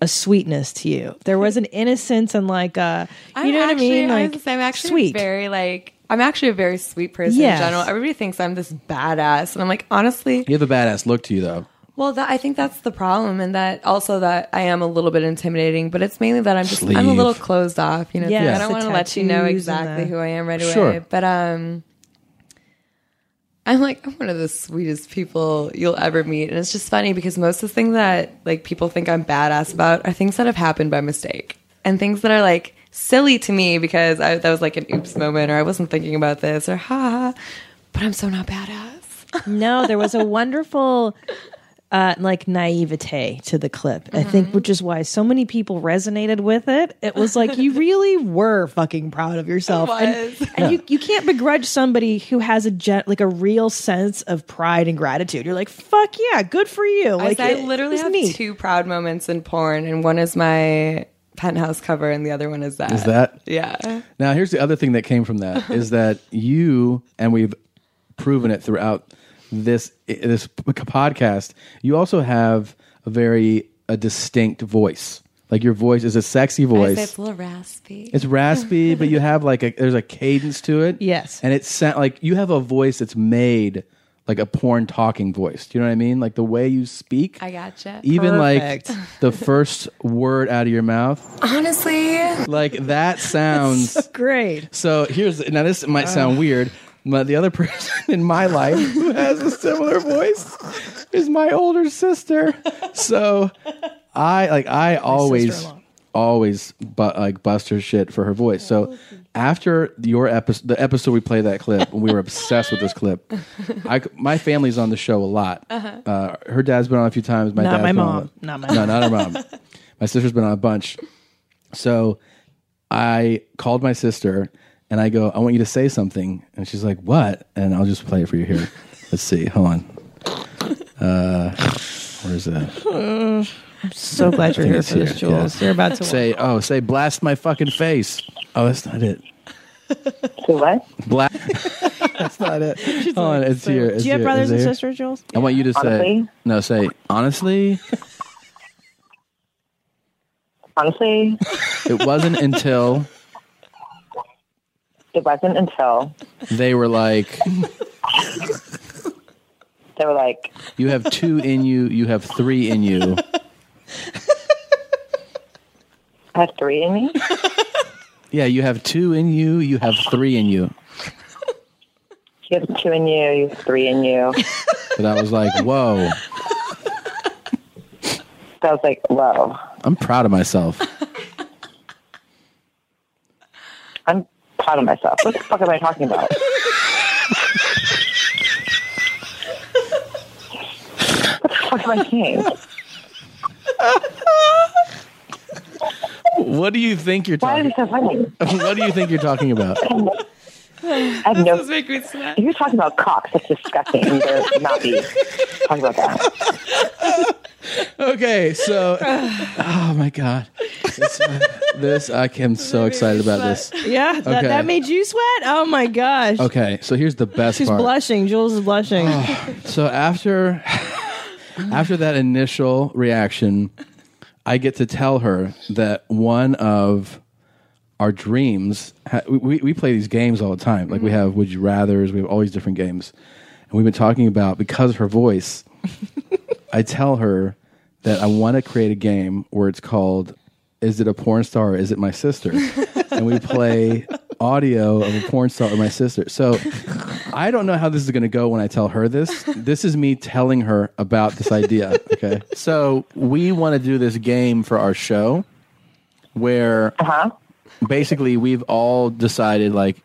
[SPEAKER 3] a sweetness to you. There was an innocence and like a, you
[SPEAKER 4] I'm
[SPEAKER 3] know what I
[SPEAKER 4] actually-
[SPEAKER 3] mean?
[SPEAKER 4] I
[SPEAKER 3] Like
[SPEAKER 4] was the same. I'm actually
[SPEAKER 3] sweet.
[SPEAKER 4] very like I'm actually a very sweet person
[SPEAKER 3] Yes.
[SPEAKER 4] in general. Everybody thinks I'm this badass and I'm like honestly
[SPEAKER 11] you have a badass look to you though
[SPEAKER 4] Well, that, I think that's the problem, and that also that I am a little bit intimidating, but it's mainly that I'm just I'm a
[SPEAKER 11] Sleeve.
[SPEAKER 4] little closed off. You know, it's like,
[SPEAKER 18] Yes,
[SPEAKER 4] I don't
[SPEAKER 18] the
[SPEAKER 4] want to let you know
[SPEAKER 18] tattoos and
[SPEAKER 4] exactly
[SPEAKER 18] the-
[SPEAKER 4] who I am right away.
[SPEAKER 18] Sure.
[SPEAKER 4] But um, I'm like I'm one of the sweetest people you'll ever meet, and it's just funny because most of the things that like people think I'm badass about are things that have happened by mistake and things that are like silly to me because I, that was like an oops moment or I wasn't thinking about this or ha. ha. But I'm so not badass.
[SPEAKER 3] no, there
[SPEAKER 4] *laughs*
[SPEAKER 3] was a wonderful uh, like naivete to the clip. I
[SPEAKER 4] Mm-hmm.
[SPEAKER 3] think, which is why so many people resonated with it. It was like
[SPEAKER 4] *laughs*
[SPEAKER 3] you really were fucking proud of yourself, and,
[SPEAKER 18] was.
[SPEAKER 3] and you you can't begrudge somebody who has a gen- like a real sense of pride and gratitude. You're like, fuck yeah, good for you. Like
[SPEAKER 4] I,
[SPEAKER 3] it-
[SPEAKER 4] I
[SPEAKER 3] it
[SPEAKER 4] literally
[SPEAKER 3] was
[SPEAKER 4] have
[SPEAKER 3] neat. *laughs*
[SPEAKER 4] two proud moments in porn, and one is my penthouse cover, and the other one is that.
[SPEAKER 11] Is that?
[SPEAKER 4] Yeah.
[SPEAKER 11] Now, here's the other thing that came from that
[SPEAKER 4] *laughs*
[SPEAKER 11] is that you and we've proven it throughout this this podcast. You also have a very a distinct voice. Like your voice is a sexy
[SPEAKER 4] I say
[SPEAKER 11] voice.
[SPEAKER 4] it's a little raspy. *laughs*
[SPEAKER 11] It's raspy, but you have like a there's a cadence to it.
[SPEAKER 3] Yes.
[SPEAKER 11] and it sound like you have a voice that's made like a porn talking voice. Do you know what I mean? Like the way you speak.
[SPEAKER 4] I gotcha.
[SPEAKER 11] Even like
[SPEAKER 4] *laughs*
[SPEAKER 11] the first word out of your mouth,
[SPEAKER 4] honestly,
[SPEAKER 11] like
[SPEAKER 4] *laughs*
[SPEAKER 11] that sounds
[SPEAKER 3] great.
[SPEAKER 11] So here's now this might sound weird, but the other *laughs* person in my life who has a similar voice is my older sister. So I like I always always bu- like bust her shit for her voice. So after your episode, the episode we played that clip, we were obsessed with this clip. I c my family's on the show a lot.
[SPEAKER 3] Uh-huh.
[SPEAKER 11] Uh, her dad's been on a few times. My
[SPEAKER 3] Not
[SPEAKER 11] dad's
[SPEAKER 3] my
[SPEAKER 11] been on
[SPEAKER 3] mom.
[SPEAKER 11] a-
[SPEAKER 3] Not my
[SPEAKER 11] no,
[SPEAKER 3] mom.
[SPEAKER 11] not her mom. *laughs* My sister's been on a bunch. So I called my sister and I go, I want you to say something. And she's like, What? And I'll just play it for
[SPEAKER 3] *laughs*
[SPEAKER 11] you here. Let's see. Hold on. Uh, where's that?
[SPEAKER 3] Uh, I'm so glad you're here for this, Jules. You're about to
[SPEAKER 11] say, Oh, say, blast my fucking face. Oh, that's not it.
[SPEAKER 19] What?
[SPEAKER 11] Bla- *laughs* that's
[SPEAKER 3] *laughs*
[SPEAKER 11] not it. Hold on. It's here.
[SPEAKER 3] Do
[SPEAKER 11] it's
[SPEAKER 3] you have
[SPEAKER 11] here.
[SPEAKER 3] brothers
[SPEAKER 11] Is it
[SPEAKER 3] and
[SPEAKER 11] here?
[SPEAKER 3] sisters, Jules?
[SPEAKER 11] I want you to say,
[SPEAKER 3] Honestly?
[SPEAKER 11] No, say, honestly.
[SPEAKER 19] Honestly,
[SPEAKER 11] It wasn't until
[SPEAKER 19] it wasn't until
[SPEAKER 11] they were like,
[SPEAKER 19] they were like,
[SPEAKER 11] You have two in you, you have three in you.
[SPEAKER 19] I have three in me.
[SPEAKER 11] Yeah, you have two in you, you have three in you.
[SPEAKER 19] You have two in you. You have three in you.
[SPEAKER 11] But I was like,
[SPEAKER 5] *laughs*
[SPEAKER 11] whoa,
[SPEAKER 19] So I was like, whoa,
[SPEAKER 11] I'm proud of myself.
[SPEAKER 19] I'm
[SPEAKER 5] proud of myself. What the fuck am I talking about? what the fuck am I saying?
[SPEAKER 11] What do you think you're talking? *laughs* what do you think you're talking about?
[SPEAKER 5] I have no. If *laughs* you're talking about cocks, that's disgusting. You better not be talking about that.
[SPEAKER 11] *laughs* Okay, so oh my god, this, uh, this I am so excited about this.
[SPEAKER 3] *laughs* Yeah, that,
[SPEAKER 11] Okay.
[SPEAKER 3] that made you sweat? Oh my gosh.
[SPEAKER 11] Okay, Oh. so here's the best
[SPEAKER 3] She's
[SPEAKER 11] part.
[SPEAKER 3] blushing. Jules is blushing.
[SPEAKER 11] So after *laughs* after that initial reaction, I get to tell her that one of our dreams ha- we- we, we play these games all the time. Like we have would you rather's, we have all these different games. And we've been talking about because of her voice, I tell her that I want to create a game where it's called is it a porn star or is it my sister? and we play audio of a porn star or my sister. So I don't know how this is going to go when I tell her this. This is me telling her about this idea. Okay. *laughs* So we want to do this game for our show where basically we've all decided, like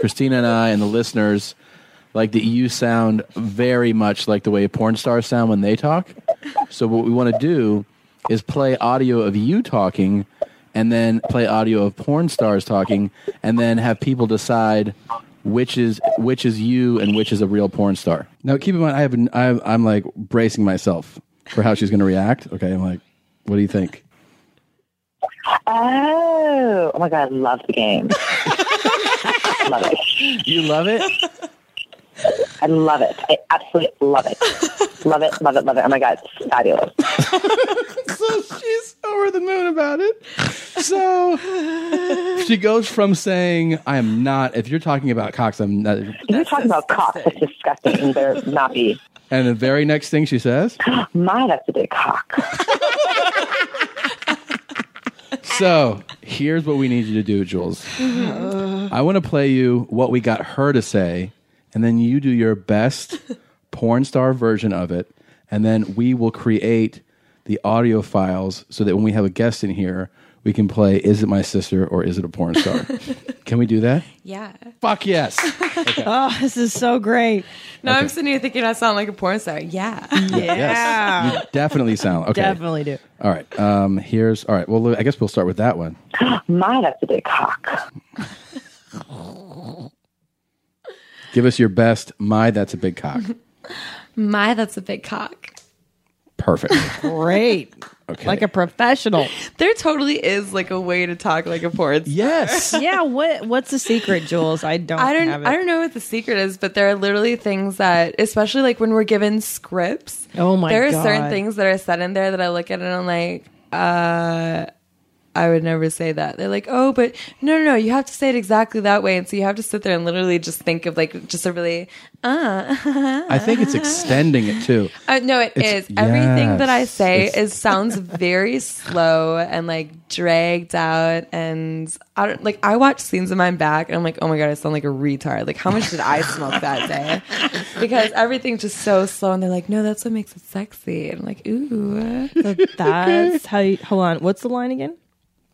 [SPEAKER 11] Christina and I and the listeners, like that you sound very much like the way porn stars sound when they talk. So what we want to do is play audio of you talking and then play audio of porn stars talking and then have people decide which is which is you and which is a real porn star. Now keep in mind I have I have, I'm like bracing myself for how she's going to react. Okay, I'm like what do you think?
[SPEAKER 5] Oh, oh my god, I love the game. *laughs* love
[SPEAKER 11] it. You love it?
[SPEAKER 5] I love it. I absolutely love *laughs* it. love it, love it, love it. Oh my god, it's fabulous.
[SPEAKER 11] *laughs* so she's over the moon about it. So she goes from saying I am not if you're talking about cocks I'm not
[SPEAKER 5] If you're talking about cocks, that's disgusting. You better not be.
[SPEAKER 11] and the very next thing she says
[SPEAKER 5] *gasps* My, that's a big cock.
[SPEAKER 11] *laughs* So here's what we need you to do, Jules. I want to play you what we got her to say, and then you do
[SPEAKER 5] *laughs*
[SPEAKER 11] your best porn star version of it, and then we will create the audio files so that when we have a guest in here, we can play Is It My Sister or Is It a Porn Star?
[SPEAKER 5] *laughs*
[SPEAKER 11] can we do that?
[SPEAKER 4] Yeah.
[SPEAKER 11] Fuck yes.
[SPEAKER 3] oh, *laughs* this is so great.
[SPEAKER 4] No, I'm sitting here thinking I sound like a porn star. Yeah.
[SPEAKER 11] Yes. You definitely sound okay.
[SPEAKER 4] Definitely do.
[SPEAKER 11] All right. Um, here's all right. Well, I guess we'll start with that one.
[SPEAKER 5] *gasps* My, that's a big cock.
[SPEAKER 11] Give us your best. My, that's a big cock.
[SPEAKER 4] My, that's a big cock.
[SPEAKER 5] *laughs*
[SPEAKER 11] Perfect.
[SPEAKER 3] *laughs* Great.
[SPEAKER 11] Okay.
[SPEAKER 3] Like a professional.
[SPEAKER 4] There totally is like a way to talk like a porn star.
[SPEAKER 11] Yes.
[SPEAKER 3] *laughs* yeah. What What's the secret, Jules? I don't.
[SPEAKER 4] I don't.
[SPEAKER 3] Have it.
[SPEAKER 4] I don't know what the secret is, but there are literally things that, especially like when we're given scripts.
[SPEAKER 3] Oh my
[SPEAKER 4] There are certain
[SPEAKER 3] God.
[SPEAKER 4] things that are said in there that I look at and I'm like, uh, I would never say that. They're like, oh, but no, no, no, you have to say it exactly that way, and so you have to sit there and literally just think of like just a really, uh,
[SPEAKER 11] I think it's extending it too.
[SPEAKER 4] Uh, no, it
[SPEAKER 11] It's-
[SPEAKER 4] is. Everything that I
[SPEAKER 11] yes,
[SPEAKER 4] say
[SPEAKER 11] it's-
[SPEAKER 4] is
[SPEAKER 11] *laughs*
[SPEAKER 4] sounds very slow and like dragged out. And I don't like. I watch scenes of mine back, and I'm like, oh my god, I sound like a retard. Like, how much did I smoke that
[SPEAKER 11] *laughs*
[SPEAKER 4] day? Because everything's just so slow, and they're like, no, that's what makes it sexy. And I'm like,
[SPEAKER 11] *laughs*
[SPEAKER 4] ooh,
[SPEAKER 3] That's how. You, hold on. What's the line again?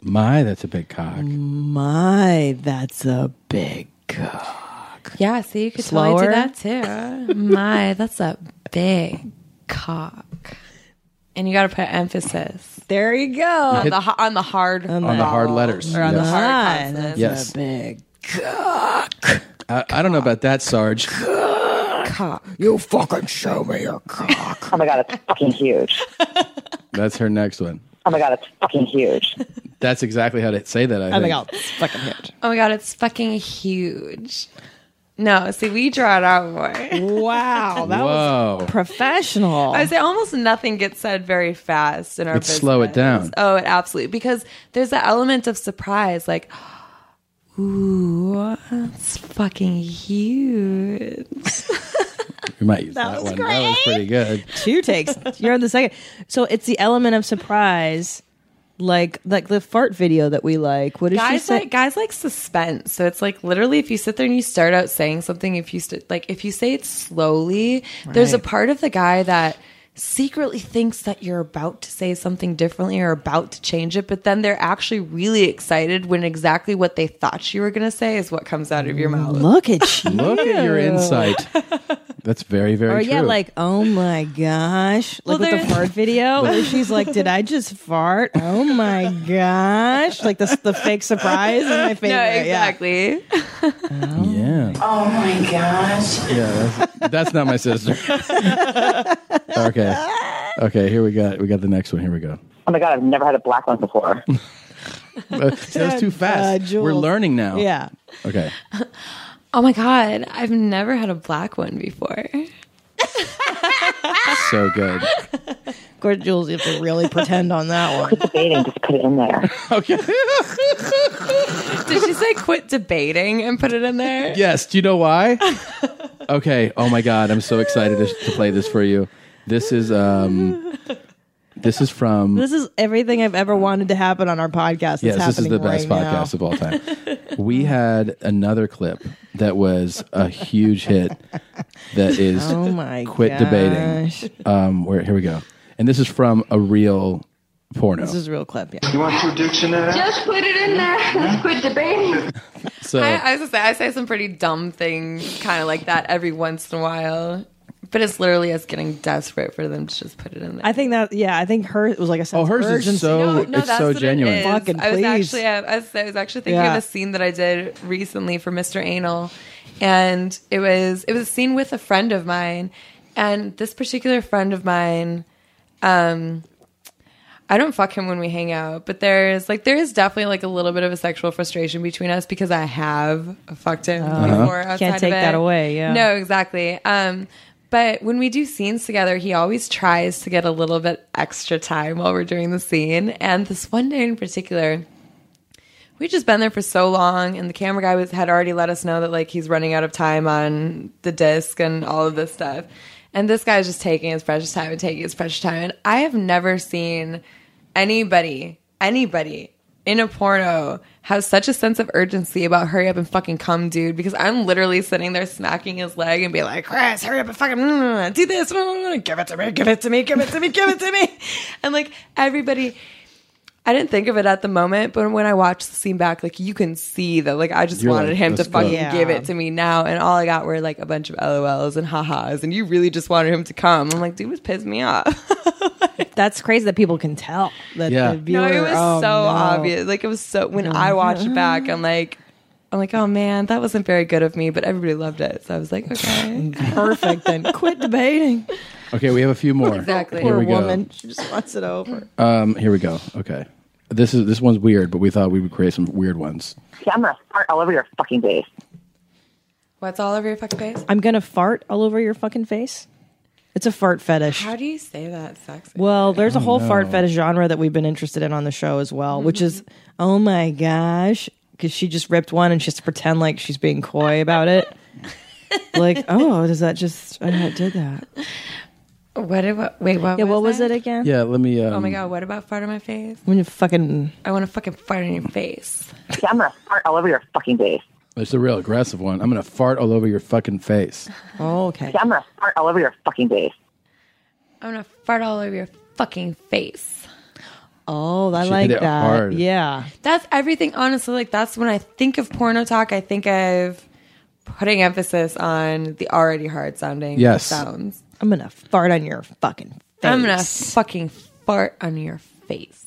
[SPEAKER 11] My, that's a big cock.
[SPEAKER 3] My, that's a big cock.
[SPEAKER 4] yeah. So you could totally do
[SPEAKER 3] Slower?
[SPEAKER 4] that too. my, that's a big cock. And you got to put emphasis.
[SPEAKER 3] There you go.
[SPEAKER 4] On the, ha- on the hard
[SPEAKER 11] on the hard letters.
[SPEAKER 4] or on the
[SPEAKER 11] Yes.
[SPEAKER 4] hard
[SPEAKER 3] Ah,
[SPEAKER 4] consonants.
[SPEAKER 3] that's
[SPEAKER 11] Yes.
[SPEAKER 3] a big
[SPEAKER 11] I, I don't know about that, Sarge.
[SPEAKER 4] cock.
[SPEAKER 11] You fucking show me your cock.
[SPEAKER 5] Oh my god, it's fucking huge.
[SPEAKER 11] That's her next one.
[SPEAKER 5] Oh my god, it's fucking huge.
[SPEAKER 11] That's exactly how to say that. I
[SPEAKER 4] Oh my
[SPEAKER 11] think.
[SPEAKER 4] God,
[SPEAKER 3] fucking huge.
[SPEAKER 4] Oh my god, it's fucking huge. No, see, we draw it out more.
[SPEAKER 3] *laughs* Wow,
[SPEAKER 11] that was Whoa.
[SPEAKER 3] professional.
[SPEAKER 4] I say almost nothing gets said very fast in our.
[SPEAKER 11] Let's slow it
[SPEAKER 4] business.
[SPEAKER 11] down.
[SPEAKER 4] Oh, it absolutely because there's that element of surprise, like, *gasps* ooh, it's fucking huge.
[SPEAKER 11] We might use that,
[SPEAKER 3] That was
[SPEAKER 11] one. That was pretty good.
[SPEAKER 3] Two takes. You're on the second. So it's the element of surprise, like like the fart video that we like. What did she
[SPEAKER 4] guys
[SPEAKER 3] say?
[SPEAKER 4] like guys like suspense so it's like literally if you sit there and you start out saying something if you st- like if you say it slowly there's a
[SPEAKER 3] Right.
[SPEAKER 4] part of the guy that secretly thinks that you're about to say something differently or about to change it, but then they're actually really excited when exactly what they thought you were going to say is what comes out of your mouth.
[SPEAKER 3] Look at you.
[SPEAKER 11] Look at your insight. That's very, very
[SPEAKER 3] or
[SPEAKER 11] true.
[SPEAKER 3] yeah, like oh my gosh, like
[SPEAKER 4] Well,
[SPEAKER 3] with
[SPEAKER 4] there-
[SPEAKER 3] the fart video *laughs* where she's like, "Did I just fart? Oh my gosh!" Like the the fake surprise is my favorite.
[SPEAKER 4] *laughs* No,
[SPEAKER 3] yeah.
[SPEAKER 4] exactly.
[SPEAKER 11] yeah,
[SPEAKER 20] Oh my gosh.
[SPEAKER 11] yeah. That's, that's not
[SPEAKER 20] *laughs*
[SPEAKER 11] my sister. okay, okay. Here we got we got the next one. Here we go.
[SPEAKER 21] Oh my god, I've never had a black one before.
[SPEAKER 11] Uh, see, *laughs* that was too fast. We're learning now.
[SPEAKER 4] Yeah.
[SPEAKER 11] Okay.
[SPEAKER 4] Oh my God. I've never had a black one before.
[SPEAKER 11] So good.
[SPEAKER 3] Of course, Jules, you have to really pretend on that one.
[SPEAKER 21] debating, just put it in there.
[SPEAKER 11] *laughs* Okay.
[SPEAKER 4] Did she say quit debating and put it in there?
[SPEAKER 11] Yes. Do you know why? Okay. Oh my God, I'm so excited to, to play this for you. This is um, this is
[SPEAKER 3] *laughs*
[SPEAKER 11] from
[SPEAKER 3] This is everything I've ever wanted to happen on our podcast. That's
[SPEAKER 11] yes, this is
[SPEAKER 3] happening
[SPEAKER 11] the best
[SPEAKER 3] right now.
[SPEAKER 11] podcast of all time. we had another clip that was a huge hit that is
[SPEAKER 3] Oh my
[SPEAKER 11] quit
[SPEAKER 3] gosh.
[SPEAKER 11] debating. Um, where here we go, and this is from a real porno.
[SPEAKER 3] This is a real clip. Yeah.
[SPEAKER 11] You want your dictionary?
[SPEAKER 4] Just put it in there. Let's quit debating.
[SPEAKER 11] So
[SPEAKER 4] I, I was gonna say I say some pretty dumb things, kind of like that, every once in a while. But it's literally us getting desperate for them to just put it in there.
[SPEAKER 3] I think that yeah, I think hers was like a sense
[SPEAKER 11] Oh, hers
[SPEAKER 3] of
[SPEAKER 11] is
[SPEAKER 3] urgency.
[SPEAKER 11] so- No, no, it's that's so what it genuine. is.
[SPEAKER 3] Fucking
[SPEAKER 4] I was
[SPEAKER 3] please.
[SPEAKER 4] actually I was, I was actually thinking
[SPEAKER 3] Yeah.
[SPEAKER 4] of a scene that I did recently for Mr. Anal, and it was it was a scene with a friend of mine, and this particular friend of mine, um, I don't fuck him when we hang out, but there's like there is definitely like a little bit of a sexual frustration between us because I have fucked him
[SPEAKER 3] Uh-huh.
[SPEAKER 4] before.
[SPEAKER 3] Can't
[SPEAKER 4] Outside of
[SPEAKER 3] take that
[SPEAKER 4] it.
[SPEAKER 3] away, yeah.
[SPEAKER 4] No, exactly. Um, but when we do scenes together, he always tries to get a little bit extra time while we're doing the scene. And this one day in particular, we'd just been there for so long, and the camera guy was had already let us know that like he's running out of time on the disc and all of this stuff. And this guy's just taking his precious time and taking his precious time. And I have never seen anybody, anybody in a porno has such a sense of urgency about hurry up and fucking come, dude, because I'm literally sitting there smacking his leg and be like, Chris, hurry up and fucking mm, do this, mm, give it to me, give it to me, give it to me, give it to me. *laughs* And like everybody, I didn't think of it at the moment, but when I watched the scene back, like you can see that, like I just
[SPEAKER 3] You're
[SPEAKER 4] wanted
[SPEAKER 3] like,
[SPEAKER 4] him to
[SPEAKER 3] let's go.
[SPEAKER 4] fucking
[SPEAKER 3] Yeah.
[SPEAKER 4] give it to me now, and all I got were like a bunch of LOLs and ha-has, and you really just wanted him to come. I'm like, dude, was pissed me off. *laughs*
[SPEAKER 3] That's crazy that people can tell. That
[SPEAKER 4] Yeah.
[SPEAKER 3] the viewer,
[SPEAKER 4] no, it was
[SPEAKER 3] oh,
[SPEAKER 4] so
[SPEAKER 3] no.
[SPEAKER 4] obvious. Like it was so when I watched it
[SPEAKER 3] *laughs*
[SPEAKER 4] back, I'm like, I'm like, oh man, that wasn't very good of me, but everybody loved it, so I was like, okay,
[SPEAKER 3] *laughs* perfect. Then quit debating.
[SPEAKER 11] Okay, we have a few more.
[SPEAKER 4] Exactly.
[SPEAKER 11] Here
[SPEAKER 3] Poor
[SPEAKER 11] we go.
[SPEAKER 3] woman. She just wants it over.
[SPEAKER 11] Um, here we go. Okay. This is this one's weird, but we thought we would create some weird ones.
[SPEAKER 21] See, I'm gonna fart all over your fucking face.
[SPEAKER 4] What's all over your fucking face?
[SPEAKER 3] I'm gonna fart all over your fucking face. It's a fart fetish.
[SPEAKER 4] How do you say that sexy?
[SPEAKER 3] Well, there's a
[SPEAKER 4] Oh,
[SPEAKER 3] whole
[SPEAKER 4] no.
[SPEAKER 3] fart fetish genre that we've been interested in on the show as well, which is
[SPEAKER 4] Mm-hmm.
[SPEAKER 3] oh my gosh, because she just ripped one and she has to pretend like she's being coy about
[SPEAKER 4] *laughs*
[SPEAKER 3] it. like, oh, does that just I did that?
[SPEAKER 4] What? did- what wait, what?
[SPEAKER 3] Yeah, what
[SPEAKER 4] was
[SPEAKER 3] it again?
[SPEAKER 11] Yeah, let me. Um,
[SPEAKER 4] oh my god, what about fart on my face?
[SPEAKER 3] When you fucking
[SPEAKER 4] I want to fucking fart on your face.
[SPEAKER 21] See, I'm gonna fart all over your fucking face.
[SPEAKER 11] It's a real aggressive one. I'm gonna fart all over your fucking face.
[SPEAKER 3] Oh, okay.
[SPEAKER 21] See, I'm gonna fart all over your fucking face.
[SPEAKER 4] I'm gonna fart all over your fucking face.
[SPEAKER 3] Oh, I
[SPEAKER 11] She hit
[SPEAKER 3] like
[SPEAKER 11] it
[SPEAKER 3] that.
[SPEAKER 11] hard.
[SPEAKER 3] Yeah.
[SPEAKER 4] That's everything. Honestly, like that's when I think of porno talk. I think of putting emphasis on the already hard sounding
[SPEAKER 3] Yes.
[SPEAKER 4] sounds.
[SPEAKER 3] I'm gonna fart on your fucking face.
[SPEAKER 4] I'm gonna fucking fart on your face.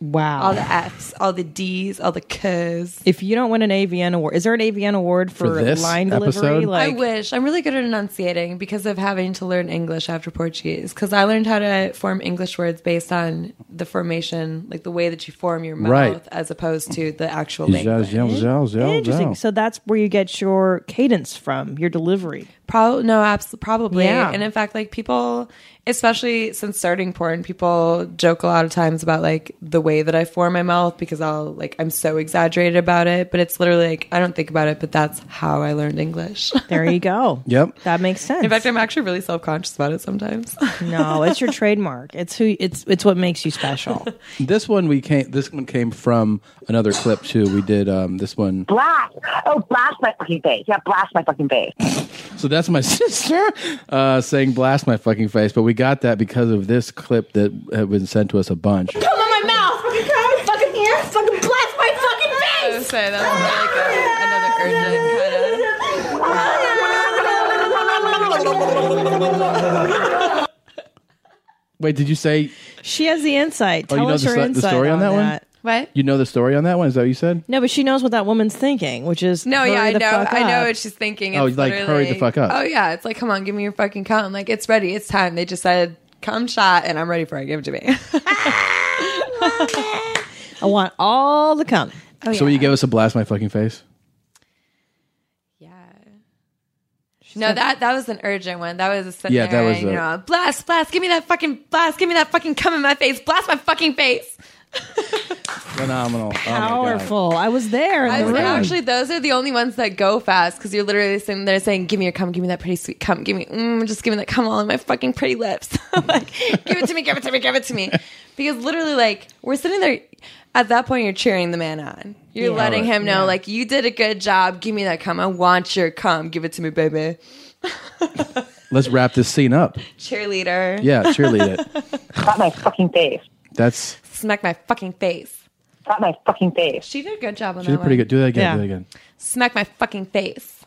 [SPEAKER 3] Wow.
[SPEAKER 4] All the F's, all the D's, all the K's.
[SPEAKER 3] if you don't win an AVN award, is there an AVN award for,
[SPEAKER 11] For this
[SPEAKER 3] line delivery?
[SPEAKER 11] episode?
[SPEAKER 4] I wish I'm really good at enunciating because of having to learn English after Portuguese. Because I learned how to form English words based on the formation, like the way that you form your mouth,
[SPEAKER 11] Right.
[SPEAKER 4] as opposed to the actual
[SPEAKER 11] Zhao,
[SPEAKER 4] language.
[SPEAKER 11] zhao, zhao,
[SPEAKER 2] Oh,
[SPEAKER 11] zhao,
[SPEAKER 3] Interesting.
[SPEAKER 11] zhao.
[SPEAKER 3] So that's where you get your cadence from, your delivery.
[SPEAKER 4] Probably no, absolutely, probably.
[SPEAKER 3] Yeah.
[SPEAKER 4] And in fact, like people, especially since starting porn, people joke a lot of times about like the way that I form my mouth because I'll like I'm so exaggerated about it, but it's literally like I don't think about it, but that's how I learned English. *laughs*
[SPEAKER 3] There
[SPEAKER 2] *laughs*
[SPEAKER 3] you go.
[SPEAKER 11] Yep.
[SPEAKER 3] That makes sense.
[SPEAKER 4] in fact, I'm actually really self conscious about it *laughs* sometimes.
[SPEAKER 3] no, it's your trademark. It's who it's it's what makes you
[SPEAKER 4] *laughs*
[SPEAKER 3] special.
[SPEAKER 11] This one we came. This one came from another clip too. We did um, this
[SPEAKER 2] *laughs*
[SPEAKER 11] one.
[SPEAKER 21] Blast! Oh, blast my fucking face. Yeah, blast my fucking face.
[SPEAKER 11] So
[SPEAKER 2] that's my *laughs* sister uh, saying blast my fucking face. But we got that because of this clip that had been sent to us a bunch.
[SPEAKER 15] Come in my mouth. Fucking come in my fucking ear. Fucking blast my fucking face. I was saying that's like a, another urgent kind of.
[SPEAKER 2] Wait, did you say?
[SPEAKER 3] She has the insight.
[SPEAKER 2] Oh,
[SPEAKER 3] Tell
[SPEAKER 2] you know
[SPEAKER 3] us
[SPEAKER 2] the,
[SPEAKER 3] your
[SPEAKER 2] sto- the
[SPEAKER 3] insight
[SPEAKER 2] story on that, one.
[SPEAKER 3] What?
[SPEAKER 2] You know the story on that one? Is that what you said?
[SPEAKER 3] No, but she knows what that woman's thinking, which is
[SPEAKER 4] No,
[SPEAKER 3] hurry
[SPEAKER 4] yeah, I
[SPEAKER 3] the
[SPEAKER 4] know.
[SPEAKER 3] fuck
[SPEAKER 4] I know
[SPEAKER 3] up.
[SPEAKER 4] what she's thinking.
[SPEAKER 2] Oh,
[SPEAKER 4] It's
[SPEAKER 2] like, hurry the
[SPEAKER 4] literally-
[SPEAKER 2] fuck up.
[SPEAKER 4] Oh yeah, it's like come on, give me your fucking cum. I'm like it's ready, it's time. They just said cum shot, and I'm ready for it. Give it to me. *laughs*
[SPEAKER 3] I want all the cum.
[SPEAKER 4] Oh,
[SPEAKER 2] So will you give us a blast my fucking face?
[SPEAKER 4] no, that that was an urgent one. That was a scenario.
[SPEAKER 2] Yeah, that was
[SPEAKER 4] you
[SPEAKER 2] a-
[SPEAKER 4] know, blast, blast, give me that fucking blast, give me that fucking cum in my face, blast my fucking face.
[SPEAKER 2] Phenomenal. Oh
[SPEAKER 3] Powerful. I was there. In
[SPEAKER 4] I
[SPEAKER 3] the
[SPEAKER 4] was
[SPEAKER 3] room.
[SPEAKER 4] like, actually, those are the only ones that go fast because you're literally sitting there saying, "Give me your cum, give me that pretty sweet cum, give me, mm, just give me that cum all in my fucking pretty lips." *laughs* I'm like, give it to me, give it to me, give it to me, because literally, like, we're sitting there. At that point, you're cheering the man on. You're
[SPEAKER 3] Yeah.
[SPEAKER 4] letting
[SPEAKER 3] Right.
[SPEAKER 4] him know, like, you did a good job. Give me that cum. I want your cum. Give it to me, baby.
[SPEAKER 2] Let's wrap this scene up.
[SPEAKER 4] Cheerleader.
[SPEAKER 2] Yeah, cheerlead it.
[SPEAKER 4] *laughs* Slap my fucking face.
[SPEAKER 2] That's
[SPEAKER 4] Smack my fucking face.
[SPEAKER 16] Slap my fucking face.
[SPEAKER 4] She did a good job on
[SPEAKER 2] she
[SPEAKER 4] that.
[SPEAKER 2] did pretty
[SPEAKER 4] one.
[SPEAKER 2] good. Do that again. Do that again.
[SPEAKER 4] Smack my fucking face.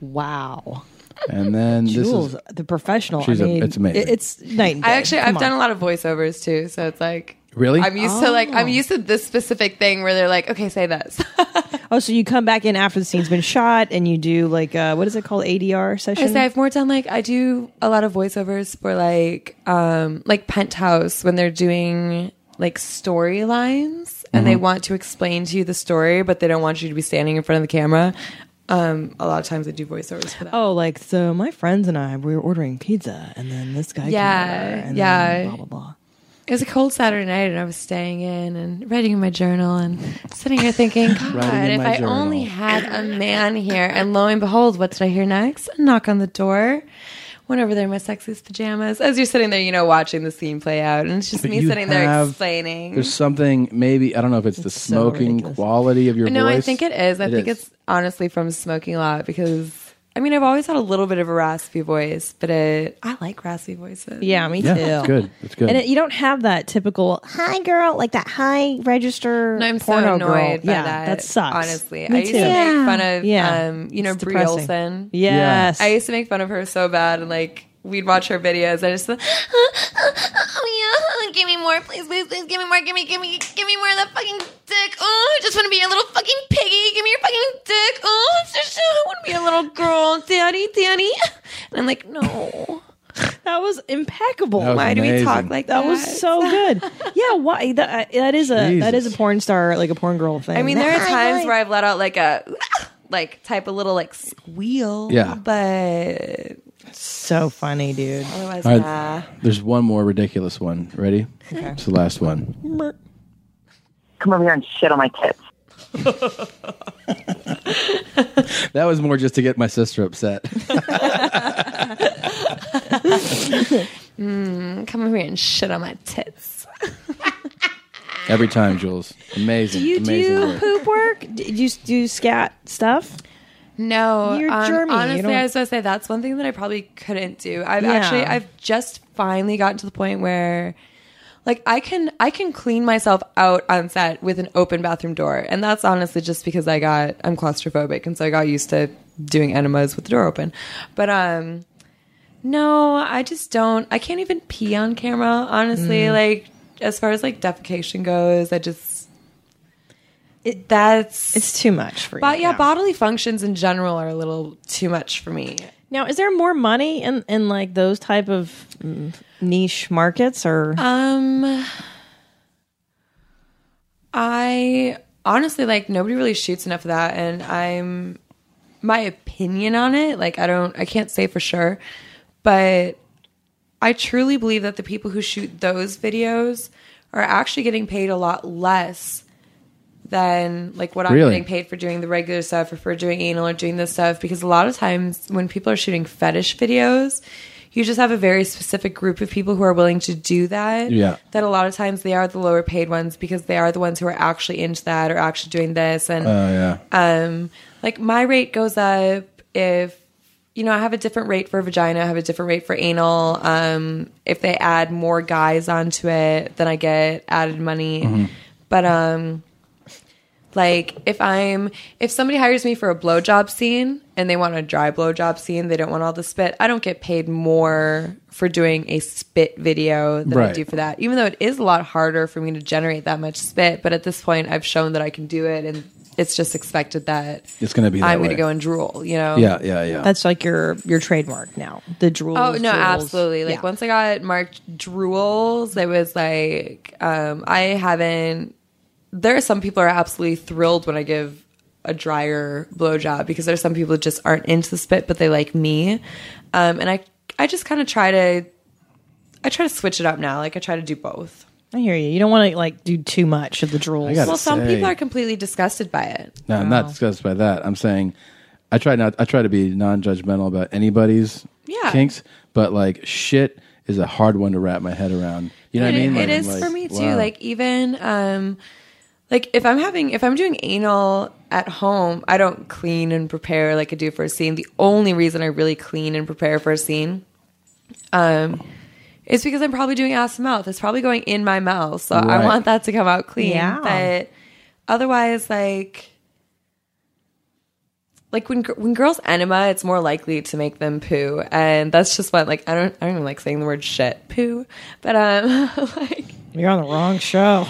[SPEAKER 3] Wow.
[SPEAKER 2] And then this
[SPEAKER 3] Jules,
[SPEAKER 2] is
[SPEAKER 3] the professional.
[SPEAKER 2] She's
[SPEAKER 3] I
[SPEAKER 2] a-
[SPEAKER 3] mean,
[SPEAKER 2] it's amazing.
[SPEAKER 3] it- it's night. And day.
[SPEAKER 4] I actually
[SPEAKER 3] Come
[SPEAKER 4] I've
[SPEAKER 3] on.
[SPEAKER 4] done a lot of voiceovers too, so it's like
[SPEAKER 2] Really?
[SPEAKER 4] I'm used to like I'm used to this specific thing where they're like, okay, say this. *laughs*
[SPEAKER 3] Oh, so you come back in after the scene's been shot, and you do like uh, what is it called? ADR
[SPEAKER 4] I
[SPEAKER 3] session.
[SPEAKER 4] say I've more done like I do a lot of voiceovers for like um like Penthouse when they're doing like storylines and
[SPEAKER 2] Mm-hmm.
[SPEAKER 4] they want to explain to you the story, but they don't want you to be standing in front of the camera. Um, a lot of times I do voiceovers for that.
[SPEAKER 3] Oh, like so my friends and I we were ordering pizza, and then this guy.
[SPEAKER 4] Yeah,
[SPEAKER 3] came over, and
[SPEAKER 4] yeah.
[SPEAKER 3] Then blah blah blah.
[SPEAKER 4] It was a cold Saturday night, and I was staying in and writing in my journal and sitting
[SPEAKER 2] *laughs*
[SPEAKER 4] here thinking, God,
[SPEAKER 15] Writing in
[SPEAKER 4] if
[SPEAKER 15] my
[SPEAKER 4] I
[SPEAKER 15] journal."
[SPEAKER 4] only had a man here. And lo and behold, what did I hear next? A knock on the door. Went over there in my sexiest pajamas. As you're sitting there, you know, watching the scene play out, and it's just
[SPEAKER 2] But
[SPEAKER 4] me
[SPEAKER 2] you
[SPEAKER 4] sitting there
[SPEAKER 2] have-
[SPEAKER 4] explaining.
[SPEAKER 2] There's something maybe I don't know if it's, the smoking quality of your
[SPEAKER 4] no,
[SPEAKER 2] voice.
[SPEAKER 4] I think it is. I
[SPEAKER 2] It
[SPEAKER 4] think
[SPEAKER 2] is.
[SPEAKER 4] it's honestly from smoking a lot because I mean I've always had a little bit of a raspy voice, but it I like raspy voices.
[SPEAKER 3] Yeah, me
[SPEAKER 2] Yeah,
[SPEAKER 3] too.
[SPEAKER 2] it's good. It's good.
[SPEAKER 3] And it, you don't have that typical "hi girl" like that high register.
[SPEAKER 4] No, I'm
[SPEAKER 3] porno
[SPEAKER 4] so
[SPEAKER 3] girl.
[SPEAKER 4] annoyed by
[SPEAKER 3] yeah,
[SPEAKER 4] that.
[SPEAKER 3] that sucks.
[SPEAKER 4] Honestly,
[SPEAKER 3] Me
[SPEAKER 4] I used
[SPEAKER 3] too.
[SPEAKER 4] to
[SPEAKER 3] Yeah.
[SPEAKER 4] make fun of,
[SPEAKER 3] Yeah.
[SPEAKER 4] um, you know,
[SPEAKER 3] It's
[SPEAKER 4] Brie
[SPEAKER 3] depressing.
[SPEAKER 4] Olsen.
[SPEAKER 3] Yes.
[SPEAKER 4] I used to make fun of her so bad, and like we'd watch her videos. I just
[SPEAKER 15] oh yeah, give me more, please, please, please, give me more, give me, give me, give me more of that fucking dick. Oh, I just want to be a little fucking piggy. Give me your fucking dick. Oh, I'm so sure I want to be a little girl, daddy, daddy.
[SPEAKER 4] and I'm like, no.
[SPEAKER 3] That was impeccable.
[SPEAKER 4] That was Why do we amazing. talk like
[SPEAKER 3] that? was so good.
[SPEAKER 4] *laughs*
[SPEAKER 3] yeah, why? That, uh, that is a that is a
[SPEAKER 4] Jesus.
[SPEAKER 3] porn star like a porn girl thing.
[SPEAKER 4] I mean, there are
[SPEAKER 3] Hi,
[SPEAKER 4] times
[SPEAKER 3] hi.
[SPEAKER 4] where I've let out like a like type of little like squeal.
[SPEAKER 2] Yeah.
[SPEAKER 4] but
[SPEAKER 3] *laughs* so funny, dude.
[SPEAKER 4] Otherwise,
[SPEAKER 2] All right,
[SPEAKER 4] nah.
[SPEAKER 2] There's one more ridiculous one. Ready?
[SPEAKER 4] Okay.
[SPEAKER 2] It's the last one.
[SPEAKER 16] Come over here and shit on my tits.
[SPEAKER 2] That was more just to get my sister upset.
[SPEAKER 4] Mm, come over here and shit on my tits.
[SPEAKER 2] Every time, Jules. Amazing.
[SPEAKER 3] Do you
[SPEAKER 2] amazing
[SPEAKER 3] do
[SPEAKER 2] work.
[SPEAKER 3] poop work? *laughs* Do you s- do scat stuff?
[SPEAKER 4] No,
[SPEAKER 3] You're
[SPEAKER 4] um,
[SPEAKER 3] germy. You
[SPEAKER 4] Honestly,
[SPEAKER 3] don't-
[SPEAKER 4] I was gonna say that's one thing that I probably couldn't do. I've
[SPEAKER 3] Yeah.
[SPEAKER 4] actually, I've just finally gotten to the point where, like, I can I can clean myself out on set with an open bathroom door, and that's honestly just because I got I'm claustrophobic, and so I got used to doing enemas with the door open. But um, no, I just don't. I can't even pee on camera. Honestly,
[SPEAKER 3] Mm.
[SPEAKER 4] like as far as like defecation goes, I just. It, that's
[SPEAKER 3] it's too much for you.
[SPEAKER 4] But yeah, bodily functions in general are a little too much for me.
[SPEAKER 3] Now, is there more money in in like those type of mm, niche markets or?
[SPEAKER 4] Um, I honestly like nobody really shoots enough of that, and I'm my opinion on it. Like, I don't, I can't say for sure, but I truly believe that the people who shoot those videos are actually getting paid a lot less than like what I'm
[SPEAKER 15] Really?
[SPEAKER 4] getting paid for doing the regular stuff or for doing anal or doing this stuff. Because a lot of times when people are shooting fetish videos, you just have a very specific group of people who are willing to do that.
[SPEAKER 15] Yeah.
[SPEAKER 4] That a lot of times they are the lower paid ones because they are the ones who are actually into that or actually doing this. And
[SPEAKER 15] Oh, yeah.
[SPEAKER 4] um, like my rate goes up if you know, I have a different rate for vagina, I have a different rate for anal. Um, if they add more guys onto it, then I get added money.
[SPEAKER 15] Mhm.
[SPEAKER 4] But um, like if I'm if somebody hires me for a blowjob scene and they want a dry blowjob scene, they don't want all the spit. I don't get paid more for doing a spit video than I
[SPEAKER 15] Right.
[SPEAKER 4] do for that. Even though it is a lot harder for me to generate that much spit, but at this point, I've shown that I can do it, and it's just expected that
[SPEAKER 2] It's gonna be that
[SPEAKER 4] I'm going
[SPEAKER 2] way.
[SPEAKER 4] to go and drool. You know?
[SPEAKER 2] Yeah, yeah, yeah.
[SPEAKER 3] That's like your your trademark now. The drool.
[SPEAKER 4] Oh no, absolutely. Like once I got marked drools, it was like um I haven't there are some people who are absolutely thrilled when I give a drier blowjob because there's some people who just aren't into the spit but they like me. Um and I I just kind of try to I try to switch it up now. Like I try to do both.
[SPEAKER 3] I hear you. You don't want to like do too much of the drool.
[SPEAKER 2] I gotta
[SPEAKER 4] Well, some
[SPEAKER 2] say-
[SPEAKER 4] people are completely disgusted by it.
[SPEAKER 2] No, I'm not disgusted by that. I'm saying I try not I try to be non judgmental about anybody's
[SPEAKER 4] Yeah.
[SPEAKER 2] kinks, but like shit is a hard one to wrap my head around. You know what I
[SPEAKER 4] It-
[SPEAKER 2] mean?
[SPEAKER 4] it
[SPEAKER 2] Like,
[SPEAKER 4] is
[SPEAKER 2] like,
[SPEAKER 4] for me too.
[SPEAKER 2] wow.
[SPEAKER 4] Like even um like if I'm having if I'm doing anal at home, I don't clean and prepare like I do for a scene. The only reason I really clean and prepare for a scene um is because I'm probably doing ass to mouth. It's probably going in my mouth. So
[SPEAKER 15] Right.
[SPEAKER 4] I want that to come out clean.
[SPEAKER 15] Yeah.
[SPEAKER 4] But otherwise like like when gr- when girls enema, it's more likely to make them poo, and that's just what like I don't I don't even like saying the word shit poo, but um *laughs* like
[SPEAKER 3] You're on the wrong
[SPEAKER 4] *laughs*
[SPEAKER 3] show.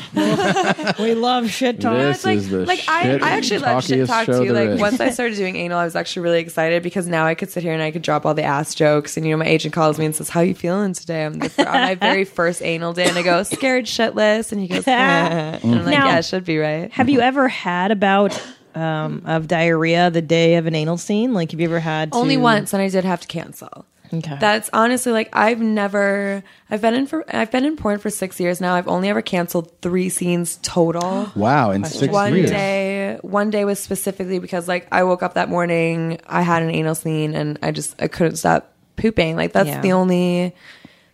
[SPEAKER 3] we love shit talk.
[SPEAKER 4] Well, it's like, like I, I actually love shit talk too. Like once I started doing anal, I was actually really excited because now I could sit here and I could drop all the ass jokes. And you know, my agent calls me and says, "How you feeling today?" I'm the, fir- on
[SPEAKER 3] *laughs*
[SPEAKER 4] my very first anal day, and I go scared shitless, and he goes, "Eh." and I'm like,
[SPEAKER 3] Now-
[SPEAKER 4] "Yeah, it should be right."
[SPEAKER 3] *laughs* Have you ever had about um, of diarrhea the day of an anal scene? Like, have you ever had to-
[SPEAKER 4] Only once, and I did have to cancel.
[SPEAKER 3] Okay.
[SPEAKER 4] That's honestly like I've never I've been in for I've been in porn for six years now. I've only ever canceled three scenes
[SPEAKER 3] *gasps*
[SPEAKER 4] total. *gasps*
[SPEAKER 2] Wow, in six
[SPEAKER 4] one
[SPEAKER 2] years.
[SPEAKER 4] day one day was specifically because like I woke up that morning, I had an anal scene and I just I couldn't stop pooping. Like that's
[SPEAKER 15] Yeah.
[SPEAKER 4] the only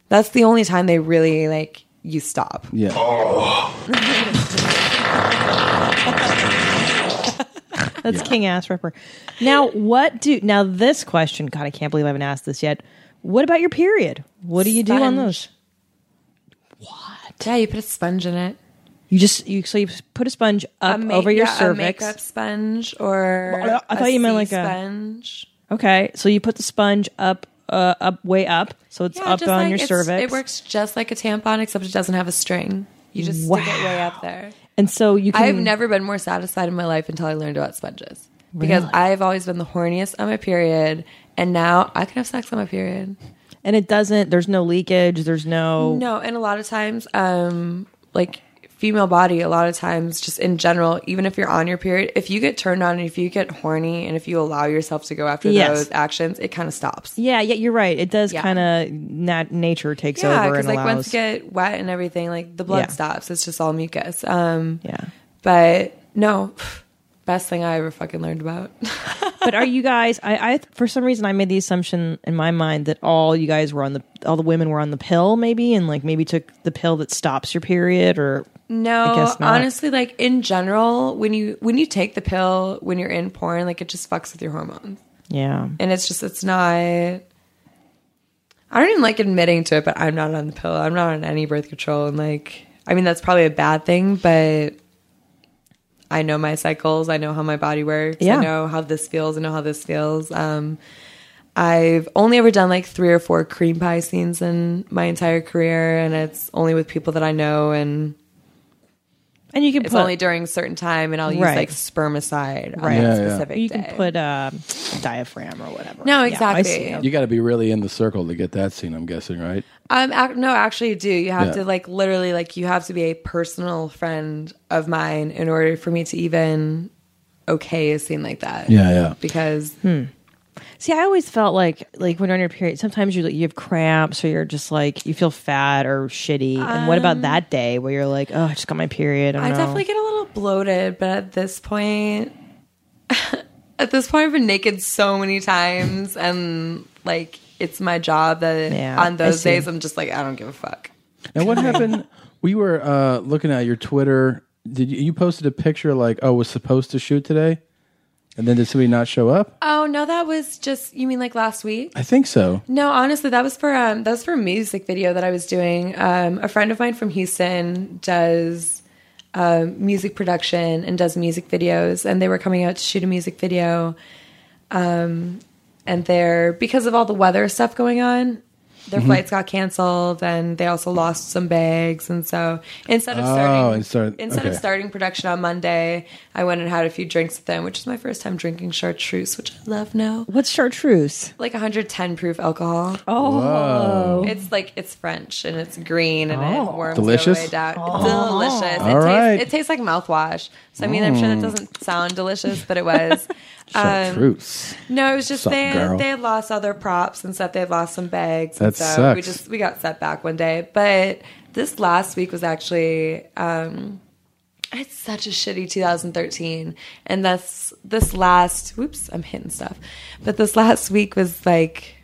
[SPEAKER 4] that's the only time they really like you stop.
[SPEAKER 2] Yeah.
[SPEAKER 3] That's King Ass Ripper. Now, what do now this question? God, I can't believe I haven't asked this yet. What about your period? What do you do on
[SPEAKER 4] Sponge.
[SPEAKER 3] those?
[SPEAKER 4] Yeah, you put a sponge in it.
[SPEAKER 3] You just you so you put a sponge up
[SPEAKER 4] ma-
[SPEAKER 3] over your
[SPEAKER 4] yeah, a
[SPEAKER 3] cervix.
[SPEAKER 4] makeup sponge or
[SPEAKER 3] Well, I
[SPEAKER 4] a
[SPEAKER 3] thought you meant like a-
[SPEAKER 4] sponge.
[SPEAKER 3] Okay, so you put the sponge up, uh, up way up, so it's up on
[SPEAKER 4] just like
[SPEAKER 3] your
[SPEAKER 4] it's-
[SPEAKER 3] cervix.
[SPEAKER 4] It works just like a tampon, except it doesn't have a string. You just stick it way up there.
[SPEAKER 3] and so you can.
[SPEAKER 4] I've never been more satisfied in my life until I learned about sponges. Because
[SPEAKER 3] Really?
[SPEAKER 4] I've always been the horniest on my period, and now I can have sex on my period.
[SPEAKER 3] and it doesn't. There's no leakage. There's no.
[SPEAKER 4] No, and a lot of times, um, like female body, a lot of times, just in general, even if you're on your period, if you get turned on and if you get horny and if you allow yourself to go after
[SPEAKER 3] Yes.
[SPEAKER 4] those actions, it kind of stops.
[SPEAKER 3] Yeah, yeah, you're right. It does
[SPEAKER 4] Yeah.
[SPEAKER 3] kind of nat- nature takes
[SPEAKER 4] yeah,
[SPEAKER 3] over
[SPEAKER 4] because
[SPEAKER 3] and
[SPEAKER 4] like
[SPEAKER 3] allows.
[SPEAKER 4] once you get wet and everything, like the blood
[SPEAKER 3] Yeah.
[SPEAKER 4] stops. It's just all mucus. Um,
[SPEAKER 3] yeah.
[SPEAKER 4] But no, *sighs* best thing I ever fucking learned about. *laughs*
[SPEAKER 3] but are you guys? I, I for some reason I made the assumption in my mind that all you guys were on the all the women were on the pill maybe and like maybe took the pill that stops your period or
[SPEAKER 4] No,
[SPEAKER 3] I guess not.
[SPEAKER 4] honestly, like in general, when you when you take the pill when you're in porn, like it just fucks with your hormones,
[SPEAKER 3] yeah.
[SPEAKER 4] and it's just it's not. I don't even like admitting to it, but I'm not on the pill. I'm not on any birth control, and like I mean that's probably a bad thing, but I know my cycles. I know how my body works.
[SPEAKER 3] Yeah.
[SPEAKER 4] I know how this feels. I know how this feels. Um, I've only ever done like three or four cream pie scenes in my entire career, and it's only with people that I know and.
[SPEAKER 3] And you can
[SPEAKER 4] It's
[SPEAKER 3] put
[SPEAKER 4] only during certain time, and I'll use
[SPEAKER 3] Right.
[SPEAKER 4] like spermicide
[SPEAKER 3] Right.
[SPEAKER 4] on
[SPEAKER 3] Yeah,
[SPEAKER 4] that
[SPEAKER 3] yeah.
[SPEAKER 4] specific
[SPEAKER 3] You
[SPEAKER 4] day.
[SPEAKER 3] can put uh, diaphragm or whatever.
[SPEAKER 4] No,
[SPEAKER 3] Yeah, I see.
[SPEAKER 4] exactly.
[SPEAKER 2] You got to be really in the circle to get that scene. I'm guessing, right?
[SPEAKER 4] um, ac- no, actually, you do. You have
[SPEAKER 2] Yeah.
[SPEAKER 4] to like literally like you have to be a personal friend of mine in order for me to even okay a scene like that.
[SPEAKER 2] Yeah, yeah.
[SPEAKER 4] Because
[SPEAKER 3] See, I always felt like like when you're on your period, sometimes you you have cramps or you're just like you feel fat or shitty. and what about
[SPEAKER 4] Um,
[SPEAKER 3] that day where you're like, oh, I just got my period. I,
[SPEAKER 4] I definitely get a little bloated, but at this point, *laughs* at this point, I've been naked so many times, and like it's my job that
[SPEAKER 2] Yeah,
[SPEAKER 4] on
[SPEAKER 2] I
[SPEAKER 4] those
[SPEAKER 2] see.
[SPEAKER 4] days I'm just like I don't give a fuck.
[SPEAKER 2] And what happened? We were uh, looking at your Twitter. Did you, you posted a picture like, "Oh, was supposed to shoot today"? And then did somebody not show up?
[SPEAKER 4] Oh no, that was just you mean like last week?
[SPEAKER 2] I think so.
[SPEAKER 4] No, honestly, that was for um that was for a music video that I was doing. Um, a friend of mine from Houston does um, music production and does music videos, and they were coming out to shoot a music video. Um, and they're because of all the weather stuff going on, their
[SPEAKER 2] Mhm.
[SPEAKER 4] flights got canceled, and they also lost some bags, and so instead of starting
[SPEAKER 2] Oh, and start-
[SPEAKER 4] instead of
[SPEAKER 2] okay.
[SPEAKER 4] starting production on Monday, I went and had a few drinks with them, which is my first time drinking chartreuse, which I love now.
[SPEAKER 3] What's chartreuse?
[SPEAKER 4] like 110 proof alcohol.
[SPEAKER 3] Oh. Whoa.
[SPEAKER 4] it's like it's French and it's green and it warms
[SPEAKER 2] Delicious?
[SPEAKER 4] your way down.
[SPEAKER 2] Oh.
[SPEAKER 4] Delicious. It,
[SPEAKER 2] All right.
[SPEAKER 4] tastes, it tastes like mouthwash. So I mean, I'm sure that
[SPEAKER 2] Mm.
[SPEAKER 4] doesn't sound delicious, but it was. Um,
[SPEAKER 2] Chartreuse.
[SPEAKER 4] No, it was just
[SPEAKER 2] Sup,
[SPEAKER 4] they
[SPEAKER 2] girl?
[SPEAKER 4] they had lost all their props and stuff. They had lost some bags. and
[SPEAKER 2] That
[SPEAKER 4] so We
[SPEAKER 2] sucks.
[SPEAKER 4] just we got set back one day, but this last week was actually. Um, it's such a shitty 2013 and that's this last whoops i'm hitting stuff but this last week was like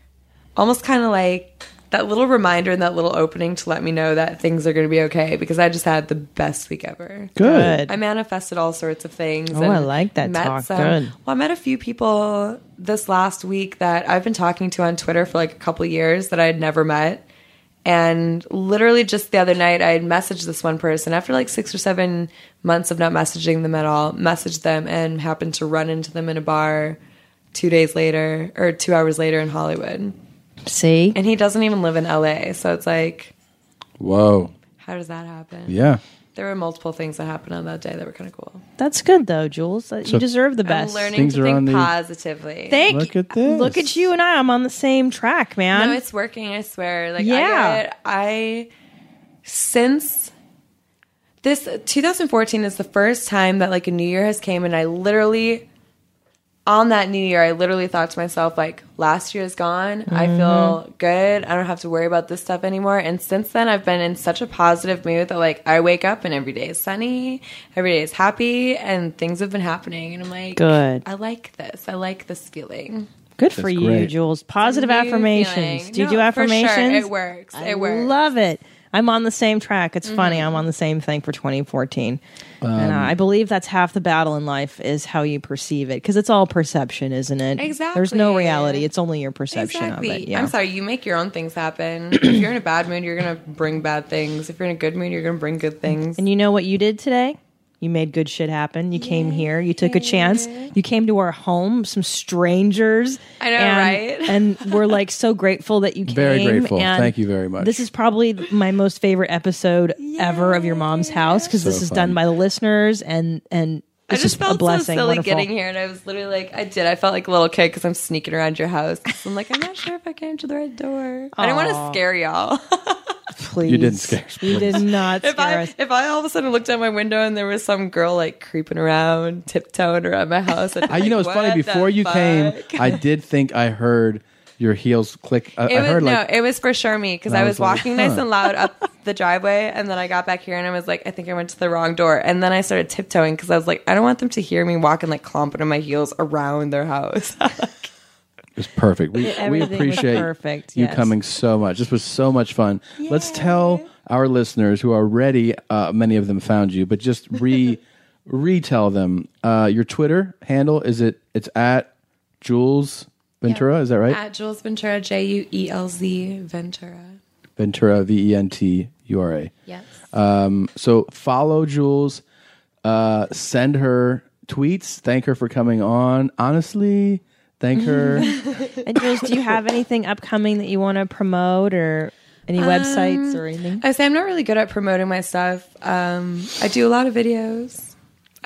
[SPEAKER 4] almost kind of like that little reminder and that little opening to let me know that things are going to be okay because i just had the best week ever
[SPEAKER 3] Good.
[SPEAKER 4] i manifested all sorts of things
[SPEAKER 3] Oh,
[SPEAKER 4] and
[SPEAKER 3] I like that
[SPEAKER 4] met
[SPEAKER 3] talk.
[SPEAKER 4] some-
[SPEAKER 3] Good.
[SPEAKER 4] well, I met a few people this last week that I've been talking to on Twitter for like a couple years that I had never met. And literally just the other night, I had messaged this one person after like six or seven months of not messaging them at all, messaged them and happened to run into them in a bar two days later or two hours later in Hollywood.
[SPEAKER 3] See?
[SPEAKER 4] And he doesn't even live in LA. So it's like,
[SPEAKER 2] Whoa.
[SPEAKER 4] how does that happen?
[SPEAKER 2] Yeah.
[SPEAKER 4] There were multiple things that happened on that day that were kind of cool.
[SPEAKER 3] That's good though, Jules. Uh,
[SPEAKER 2] So
[SPEAKER 3] you deserve the best.
[SPEAKER 4] I'm learning
[SPEAKER 2] Things
[SPEAKER 4] to
[SPEAKER 2] are on
[SPEAKER 4] think
[SPEAKER 2] the-
[SPEAKER 4] positively.
[SPEAKER 3] Thank
[SPEAKER 2] Look at this.
[SPEAKER 3] Look at you and I. I'm on the same track, man.
[SPEAKER 4] No, it's working. I swear. Like,
[SPEAKER 3] Yeah.
[SPEAKER 4] I, get it. I since this 2014 is the first time that like a new year has came, and I literally on that new year, I literally thought to myself like, last year is gone. I
[SPEAKER 3] Mm-hmm.
[SPEAKER 4] feel good. I don't have to worry about this stuff anymore. And since then, I've been in such a positive mood that like I wake up and every day is sunny, every day is happy, and things have been happening. And I'm like,
[SPEAKER 3] Good.
[SPEAKER 4] I like this. I like this feeling.
[SPEAKER 3] Good for
[SPEAKER 4] That's
[SPEAKER 3] you,
[SPEAKER 4] great.
[SPEAKER 3] Jules. Positive
[SPEAKER 4] It's a new
[SPEAKER 3] affirmations.
[SPEAKER 4] feeling.
[SPEAKER 3] Do you do
[SPEAKER 4] No, for sure. It
[SPEAKER 3] affirmations?
[SPEAKER 4] works.
[SPEAKER 3] I
[SPEAKER 4] It works.
[SPEAKER 3] Love it. I'm on the same track. It's funny.
[SPEAKER 4] Mhm.
[SPEAKER 3] I'm on the same thing for 2014.
[SPEAKER 4] Um,
[SPEAKER 3] and uh, I believe that's half the battle in life is how you perceive it because it's all perception, isn't it? There's
[SPEAKER 4] Exactly.
[SPEAKER 3] no reality. It's only your perception
[SPEAKER 4] Exactly.
[SPEAKER 3] of it. Yeah.
[SPEAKER 4] I'm sorry, you make your own things happen. *clears throat* if you're in a bad mood, you're going to bring bad things. If you're in a good mood, you're going to bring good things.
[SPEAKER 3] And you know what you did today? You made good shit happen. You came here. You took a chance. You came to our home, some strangers.
[SPEAKER 4] I know,
[SPEAKER 3] and,
[SPEAKER 4] right? *laughs*
[SPEAKER 3] and we're like so grateful that you came.
[SPEAKER 2] Very grateful.
[SPEAKER 3] and
[SPEAKER 2] Thank you very much.
[SPEAKER 3] This is probably my most favorite episode ever of your mom's house because
[SPEAKER 2] So
[SPEAKER 3] this is
[SPEAKER 2] fun.
[SPEAKER 3] done by the listeners and and
[SPEAKER 4] I
[SPEAKER 3] it's
[SPEAKER 4] just, felt
[SPEAKER 3] a blessing.
[SPEAKER 4] so silly
[SPEAKER 3] Wonderful.
[SPEAKER 4] getting here, and I was literally like, I did. I felt like a little kid because I'm sneaking around your house. *laughs* I'm like, I'm not sure if I came to the right door. I didn't want
[SPEAKER 3] Aw.
[SPEAKER 4] to scare y'all. *laughs*
[SPEAKER 3] Please,
[SPEAKER 2] You didn't scare us.
[SPEAKER 3] You did not
[SPEAKER 4] if
[SPEAKER 3] scare
[SPEAKER 4] I
[SPEAKER 3] us.
[SPEAKER 4] if I all of a sudden looked out my window and there was some girl like creeping around, tiptoeing around my house, I'd be
[SPEAKER 2] I, you know, it's
[SPEAKER 4] like,
[SPEAKER 2] funny.
[SPEAKER 4] "What the
[SPEAKER 2] Before you came,
[SPEAKER 4] fuck?" *laughs*
[SPEAKER 2] I did think I heard your heels click. I,
[SPEAKER 4] It
[SPEAKER 2] I
[SPEAKER 4] was
[SPEAKER 2] heard like
[SPEAKER 4] no, it was for sure me because
[SPEAKER 2] And
[SPEAKER 4] I
[SPEAKER 2] I
[SPEAKER 4] was,
[SPEAKER 2] was like,
[SPEAKER 4] walking nice
[SPEAKER 2] huh.
[SPEAKER 4] and loud up the driveway, and then I got back here and I was like, I think I went to the wrong door, and then I started tiptoeing because I was like, I don't want them to hear me walking like clomping on my heels around their house. *laughs*
[SPEAKER 2] it was perfect. We,
[SPEAKER 4] Everything
[SPEAKER 2] we
[SPEAKER 4] was
[SPEAKER 2] appreciate
[SPEAKER 4] perfect,
[SPEAKER 2] you
[SPEAKER 4] yes. *laughs*
[SPEAKER 2] coming so much. This was so much fun. Let's tell our listeners who already uh, many of them found you, but just re retell them uh, your Twitter handle. Is it? It's at Jules Ventura. Is that right?
[SPEAKER 4] At Jules Ventura, J U E L Z Ventura.
[SPEAKER 2] Ventura, V E N T U R A.
[SPEAKER 4] Yes.
[SPEAKER 2] Um, so follow Jules, uh, send her tweets, thank her for coming on. Honestly, thank her.
[SPEAKER 3] and Jules, do you have anything upcoming that you want to promote or any websites
[SPEAKER 4] Um,
[SPEAKER 3] or anything?
[SPEAKER 4] I say I'm not really good at promoting my stuff. Um, I do a lot of videos.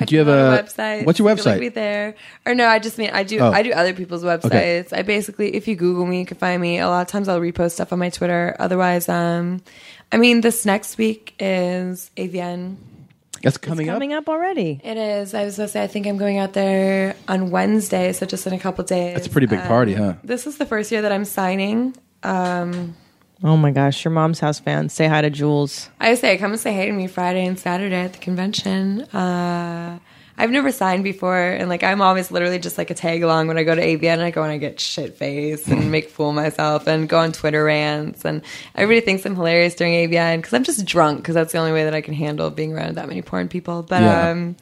[SPEAKER 4] I
[SPEAKER 2] Do you have
[SPEAKER 4] lot of
[SPEAKER 2] a-
[SPEAKER 4] websites.
[SPEAKER 2] what's your
[SPEAKER 4] You can link
[SPEAKER 2] website?
[SPEAKER 4] me there, or no? I just mean I do.
[SPEAKER 2] Oh.
[SPEAKER 4] I do other people's websites.
[SPEAKER 2] Okay.
[SPEAKER 4] I basically, if you Google me, you can find me. A lot of times, I'll repost stuff on my Twitter. Otherwise, um, I mean, this next week is AVN.
[SPEAKER 2] That's coming,
[SPEAKER 3] coming up already.
[SPEAKER 4] It is. I was supposed to say. I think I'm going out there on Wednesday, so just in a couple days.
[SPEAKER 2] That's a pretty big party, huh?
[SPEAKER 4] This is the first year that I'm signing. Um,
[SPEAKER 3] Oh my gosh, your mom's house fan. Say hi to Jules.
[SPEAKER 4] I say come and say hey to me Friday and Saturday at the convention. Uh, I've never signed before, and like I'm always literally just like a tag along when I go to AVN. and I go and I get shit faced and make fool myself and go on Twitter rants, and everybody thinks I'm hilarious during AVN because I'm just drunk because that's the only way that I can handle being around that many porn people. But
[SPEAKER 3] Yeah.
[SPEAKER 4] um,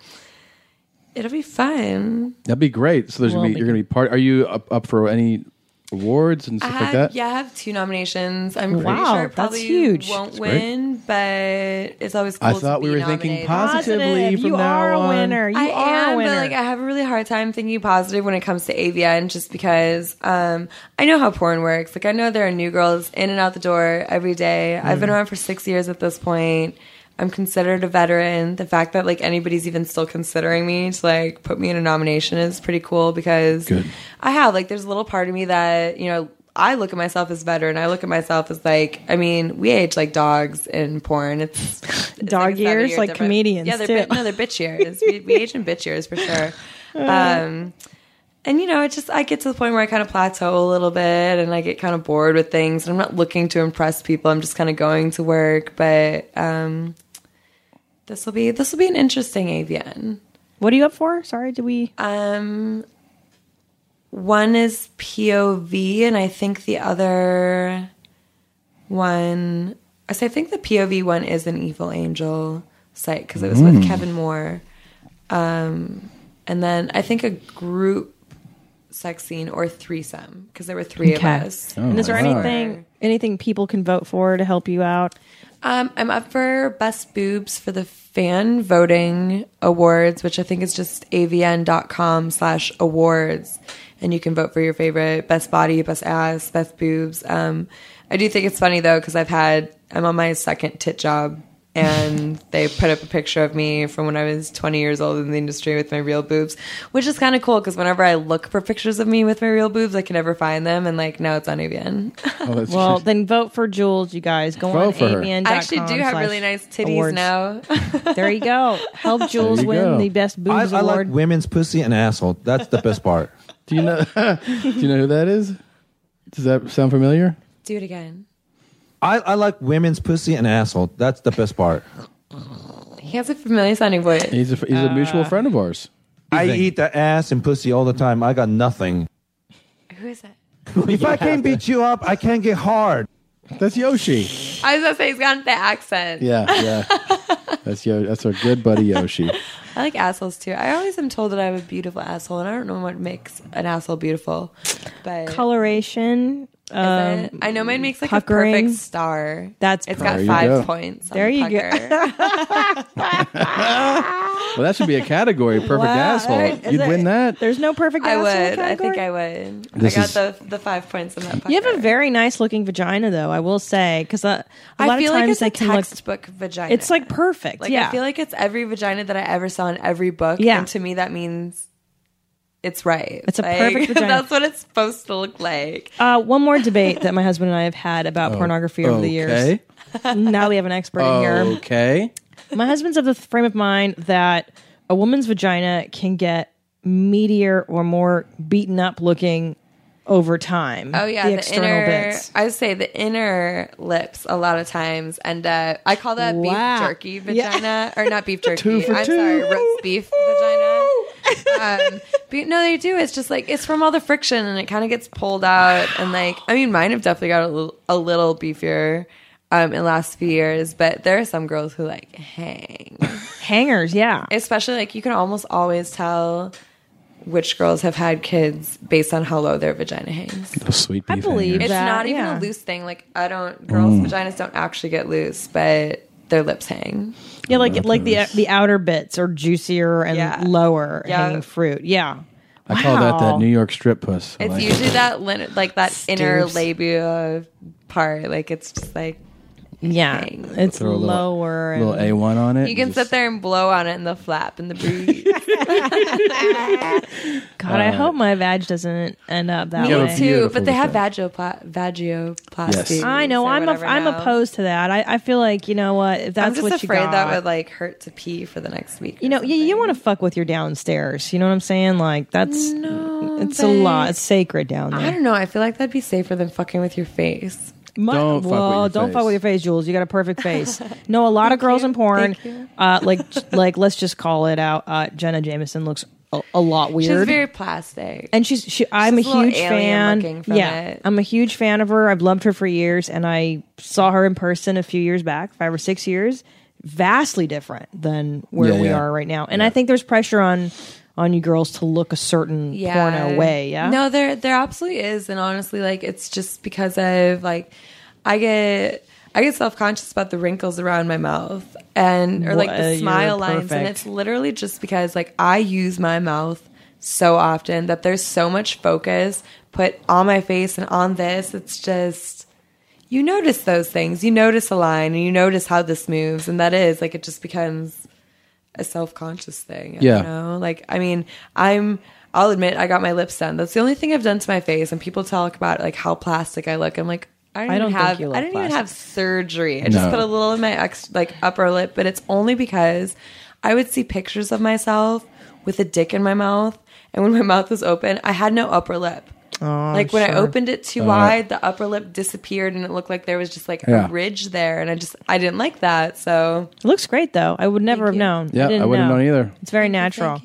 [SPEAKER 4] It'll be fun.
[SPEAKER 2] That'd be great. So there's
[SPEAKER 4] Well,
[SPEAKER 2] gonna be you're gonna be part. Are you up, up for any awards and
[SPEAKER 4] I
[SPEAKER 2] stuff like
[SPEAKER 4] have,
[SPEAKER 2] that? Oh,
[SPEAKER 4] yeah, I have two nominations. I'm pretty
[SPEAKER 2] Wow,
[SPEAKER 4] sure it
[SPEAKER 2] that's
[SPEAKER 4] probably
[SPEAKER 2] huge.
[SPEAKER 4] won't
[SPEAKER 2] That's great.
[SPEAKER 4] win, but it's always cool
[SPEAKER 2] I
[SPEAKER 4] to
[SPEAKER 2] thought we
[SPEAKER 4] be
[SPEAKER 2] were thinking
[SPEAKER 4] nominated.
[SPEAKER 2] positively Positive. from You now are a on. winner. You
[SPEAKER 4] I
[SPEAKER 2] are a
[SPEAKER 4] am,
[SPEAKER 2] winner.
[SPEAKER 4] But like I have a really hard time thinking positive when it comes to AVN just because um, I know how porn works. Like I know there are new girls in and out the door every day. I've been
[SPEAKER 2] Mm.
[SPEAKER 22] Mhm.
[SPEAKER 4] around for six years at this point. I'm considered a veteran. The fact that like anybody's even still considering me to like put me in a nomination is pretty cool because I have like there's a little part of me that you know I look at myself as veteran. I look at myself as like I mean we age like dogs in porn. It's, it's
[SPEAKER 3] Dog
[SPEAKER 4] a seven-year
[SPEAKER 3] years, like
[SPEAKER 4] difference.
[SPEAKER 3] comedians,
[SPEAKER 4] Yeah, they're
[SPEAKER 3] too.
[SPEAKER 4] bit- no, they're bitch years. we, we age in bitch years for sure.
[SPEAKER 3] *laughs* Uh.
[SPEAKER 4] Um, and you know, it just I get to the point where I kind of plateau a little bit, and I get kind of bored with things. And I'm not looking to impress people. I'm just kind of going to work. But um, this will be this will be an interesting AVN.
[SPEAKER 3] What are you up for? Sorry, did we?
[SPEAKER 4] Um, one is POV, and I think the other one. I say I think the POV one is an Evil Angel site because it was with
[SPEAKER 22] Mm.
[SPEAKER 4] Kevin Moore. Um, and then I think a group sex scene or threesome because there were three of us.
[SPEAKER 3] and is there anything anything people can vote for to help you out?
[SPEAKER 4] Um, I'm up for Best Boobs for the Fan Voting Awards, which I think is just avn.com slash awards. And you can vote for your favorite best body, best ass, best boobs. Um, I do think it's funny though, because I've had, I'm on my second tit job
[SPEAKER 3] *laughs*
[SPEAKER 4] and they put up a picture of me from when I was 20 years old in the industry with my real boobs, which is kind of cool because whenever I look for pictures of me with my real boobs, I can never find them. And like now it's
[SPEAKER 3] *laughs*
[SPEAKER 4] on AVN.
[SPEAKER 2] Oh, that's
[SPEAKER 3] well,
[SPEAKER 4] *laughs*
[SPEAKER 3] then vote for Jules, you guys. Go
[SPEAKER 2] Vote
[SPEAKER 3] on
[SPEAKER 2] for her.
[SPEAKER 3] AVN.com
[SPEAKER 4] I actually do have
[SPEAKER 3] slash
[SPEAKER 4] really nice titties
[SPEAKER 3] awards.
[SPEAKER 4] now. *laughs*
[SPEAKER 3] there you go. Help Jules
[SPEAKER 23] There
[SPEAKER 3] win
[SPEAKER 23] you go.
[SPEAKER 3] the best boobs
[SPEAKER 23] I, I
[SPEAKER 3] award.
[SPEAKER 23] like women's pussy and asshole. That's the best part.
[SPEAKER 2] *laughs* Do you know? do you know who that is? Does that sound familiar?
[SPEAKER 4] Do it again.
[SPEAKER 23] I, I like women's pussy and asshole. That's the best part.
[SPEAKER 4] He has a familiar sounding voice.
[SPEAKER 2] He's a, he's a mutual friend of ours.
[SPEAKER 23] I eat the ass and pussy all the time. I got nothing.
[SPEAKER 4] Who is that?
[SPEAKER 23] If I can't beat you up, I can't get hard.
[SPEAKER 2] That's Yoshi.
[SPEAKER 4] I was gonna say he's got the accent.
[SPEAKER 2] Yeah, yeah. that's Yo. That's our good buddy Yoshi.
[SPEAKER 4] I like assholes too. I always am told that I have a beautiful asshole, and I don't know what makes an asshole beautiful. But
[SPEAKER 3] Coloration.
[SPEAKER 4] Is
[SPEAKER 3] Um,
[SPEAKER 4] it? I know mine makes like a
[SPEAKER 3] puckering.
[SPEAKER 4] perfect star.
[SPEAKER 3] That's
[SPEAKER 4] it's
[SPEAKER 2] There
[SPEAKER 4] got
[SPEAKER 2] you
[SPEAKER 4] five
[SPEAKER 2] go.
[SPEAKER 4] points. on
[SPEAKER 3] There
[SPEAKER 4] the
[SPEAKER 3] you go. *laughs*
[SPEAKER 4] pucker.
[SPEAKER 2] Well, that should be a category. Perfect
[SPEAKER 4] Wow. Is
[SPEAKER 2] asshole. You'd
[SPEAKER 4] it-
[SPEAKER 2] win that.
[SPEAKER 3] There's no perfect.
[SPEAKER 4] I
[SPEAKER 3] asshole
[SPEAKER 4] would. I
[SPEAKER 3] category?
[SPEAKER 4] think I would.
[SPEAKER 2] This
[SPEAKER 4] I got
[SPEAKER 2] is-
[SPEAKER 4] the the five points in that. Pucker.
[SPEAKER 3] You have a very nice looking vagina, though. I will say, because a
[SPEAKER 4] I
[SPEAKER 3] lot
[SPEAKER 4] feel
[SPEAKER 3] of
[SPEAKER 4] like
[SPEAKER 3] times
[SPEAKER 4] it's a
[SPEAKER 3] they can
[SPEAKER 4] textbook vagina.
[SPEAKER 3] look. It's like perfect.
[SPEAKER 4] Like
[SPEAKER 3] yeah.
[SPEAKER 4] I feel like it's every vagina that I ever saw in every book.
[SPEAKER 3] Yeah.
[SPEAKER 4] And to me that means it's right.
[SPEAKER 3] It's a
[SPEAKER 4] Like,
[SPEAKER 3] perfect vagina.
[SPEAKER 4] *laughs* That's what it's supposed to look like.
[SPEAKER 3] uh, one more debate that my husband and I have had about
[SPEAKER 2] Oh,
[SPEAKER 3] pornography over the years. *laughs* now we have an expert in here.
[SPEAKER 2] Oh, Okay.
[SPEAKER 3] My husband's of the frame of mind that a woman's vagina can get meatier or more beaten up looking over time.
[SPEAKER 4] Oh yeah,
[SPEAKER 3] the,
[SPEAKER 4] the,
[SPEAKER 3] external
[SPEAKER 4] inner.
[SPEAKER 3] bits.
[SPEAKER 4] I would say the inner lips a lot of times end up. I call that
[SPEAKER 3] Wow.
[SPEAKER 4] beef jerky
[SPEAKER 3] Yeah.
[SPEAKER 4] vagina, or not beef
[SPEAKER 3] *laughs*
[SPEAKER 4] jerky.
[SPEAKER 3] Two for
[SPEAKER 4] I'm
[SPEAKER 3] two.
[SPEAKER 4] sorry, roast beef
[SPEAKER 3] *laughs*
[SPEAKER 4] vagina. Um, but no, they do. It's just like it's from all the friction, and it kind of gets pulled out. And like, I mean, mine have definitely got a little, a little beefier um, in the last few years, but there are some girls who like hang.
[SPEAKER 3] Hangers, yeah.
[SPEAKER 4] Especially like you can almost always tell which girls have had kids based on how low their vagina hangs.
[SPEAKER 2] sweet
[SPEAKER 3] I believe
[SPEAKER 4] It's
[SPEAKER 3] that,
[SPEAKER 4] not even
[SPEAKER 3] yeah.
[SPEAKER 4] a loose thing. Like I don't girls'
[SPEAKER 2] Mm.
[SPEAKER 4] vaginas don't actually get loose, but their lips hang.
[SPEAKER 3] Yeah, like like the the outer bits are juicier and lower
[SPEAKER 4] Yeah.
[SPEAKER 3] hanging fruit. Yeah.
[SPEAKER 2] I call that
[SPEAKER 3] Wow.
[SPEAKER 2] that New York strip puss. I
[SPEAKER 4] It's
[SPEAKER 2] like it.
[SPEAKER 4] usually that lin- like that inner
[SPEAKER 3] Stoops.
[SPEAKER 4] labia part. Like it's just like
[SPEAKER 3] Yeah. It's
[SPEAKER 2] Throw a little-
[SPEAKER 3] lower and
[SPEAKER 2] little A1 on it.
[SPEAKER 4] you can sit there and blow on it in the
[SPEAKER 2] *laughs*
[SPEAKER 4] flap in the breeze.
[SPEAKER 3] God, I
[SPEAKER 2] Uh,
[SPEAKER 3] hope my vag doesn't end up that
[SPEAKER 4] Me
[SPEAKER 3] way
[SPEAKER 4] too, but they have vagiopla- vagioplasty.
[SPEAKER 3] I know.
[SPEAKER 4] or
[SPEAKER 3] I'm a,
[SPEAKER 4] whatever
[SPEAKER 3] I'm
[SPEAKER 4] now.
[SPEAKER 3] opposed to that. I, I feel like you know what? If that's
[SPEAKER 4] I'm just
[SPEAKER 3] what
[SPEAKER 4] afraid
[SPEAKER 3] you got,
[SPEAKER 4] that would like hurt to pee for the next week.
[SPEAKER 3] you know, you, you want to fuck with your downstairs. You know what I'm saying? Like that's it's a lot.
[SPEAKER 4] but-
[SPEAKER 3] It's sacred down there.
[SPEAKER 4] I don't know. I feel like that'd be safer than fucking with your face.
[SPEAKER 3] don't well, don't fuck with your face, Jules. You got a perfect
[SPEAKER 4] *laughs*
[SPEAKER 3] face. no, a lot of girls in porn, uh, like *laughs* like let's just call it out. Uh, Jenna Jameson looks a, a lot weird.
[SPEAKER 4] She's very plastic.
[SPEAKER 3] and she's she, I'm
[SPEAKER 4] She's
[SPEAKER 3] a
[SPEAKER 4] a little
[SPEAKER 3] huge
[SPEAKER 4] alien
[SPEAKER 3] fan.
[SPEAKER 4] looking from
[SPEAKER 3] Yeah,
[SPEAKER 4] it.
[SPEAKER 3] I'm a huge fan of her. I've loved her for years, and I saw her in person a few years back, five or six years. Vastly different than where
[SPEAKER 22] Yeah,
[SPEAKER 3] we
[SPEAKER 22] yeah.
[SPEAKER 3] are right now, and I think there's pressure on on you girls to look a certain porno way. Yeah.
[SPEAKER 4] No, there there absolutely is, and honestly, like it's just because I've like I get I get self conscious about the wrinkles around my mouth and or like
[SPEAKER 3] Wha- you're
[SPEAKER 4] the smile lines, and
[SPEAKER 3] perfect.
[SPEAKER 4] it's literally just because like I use my mouth so often that there's so much focus put on my face and on this. It's just you notice those things. You notice a line and you notice how this moves, and that is like it just becomes a self conscious thing. I
[SPEAKER 12] Yeah.
[SPEAKER 4] don't know? Like, I mean, I'm, I'll admit, I got my lips done. That's the only thing I've done to my face. And people talk about like how plastic I look. I'm like, I don't,
[SPEAKER 3] I don't
[SPEAKER 4] even
[SPEAKER 3] think
[SPEAKER 4] have,
[SPEAKER 3] you look
[SPEAKER 4] I don't even
[SPEAKER 3] plastic.
[SPEAKER 4] have surgery. I just
[SPEAKER 3] No.
[SPEAKER 4] put a little in my ex, like upper lip, but it's only because I would see pictures of myself with a dick in my mouth. And when my mouth was open, I had no upper lip.
[SPEAKER 3] Oh,
[SPEAKER 4] like when I
[SPEAKER 3] sure.
[SPEAKER 4] opened it too
[SPEAKER 3] Uh.
[SPEAKER 4] wide, the upper lip disappeared and it looked like there was just like
[SPEAKER 3] Yeah.
[SPEAKER 4] a ridge there. And I just, I didn't like that. So
[SPEAKER 3] It looks great though. I would never have known.
[SPEAKER 4] Yeah,
[SPEAKER 3] didn't
[SPEAKER 4] I wouldn't
[SPEAKER 3] know.
[SPEAKER 4] have known either.
[SPEAKER 3] It's very natural.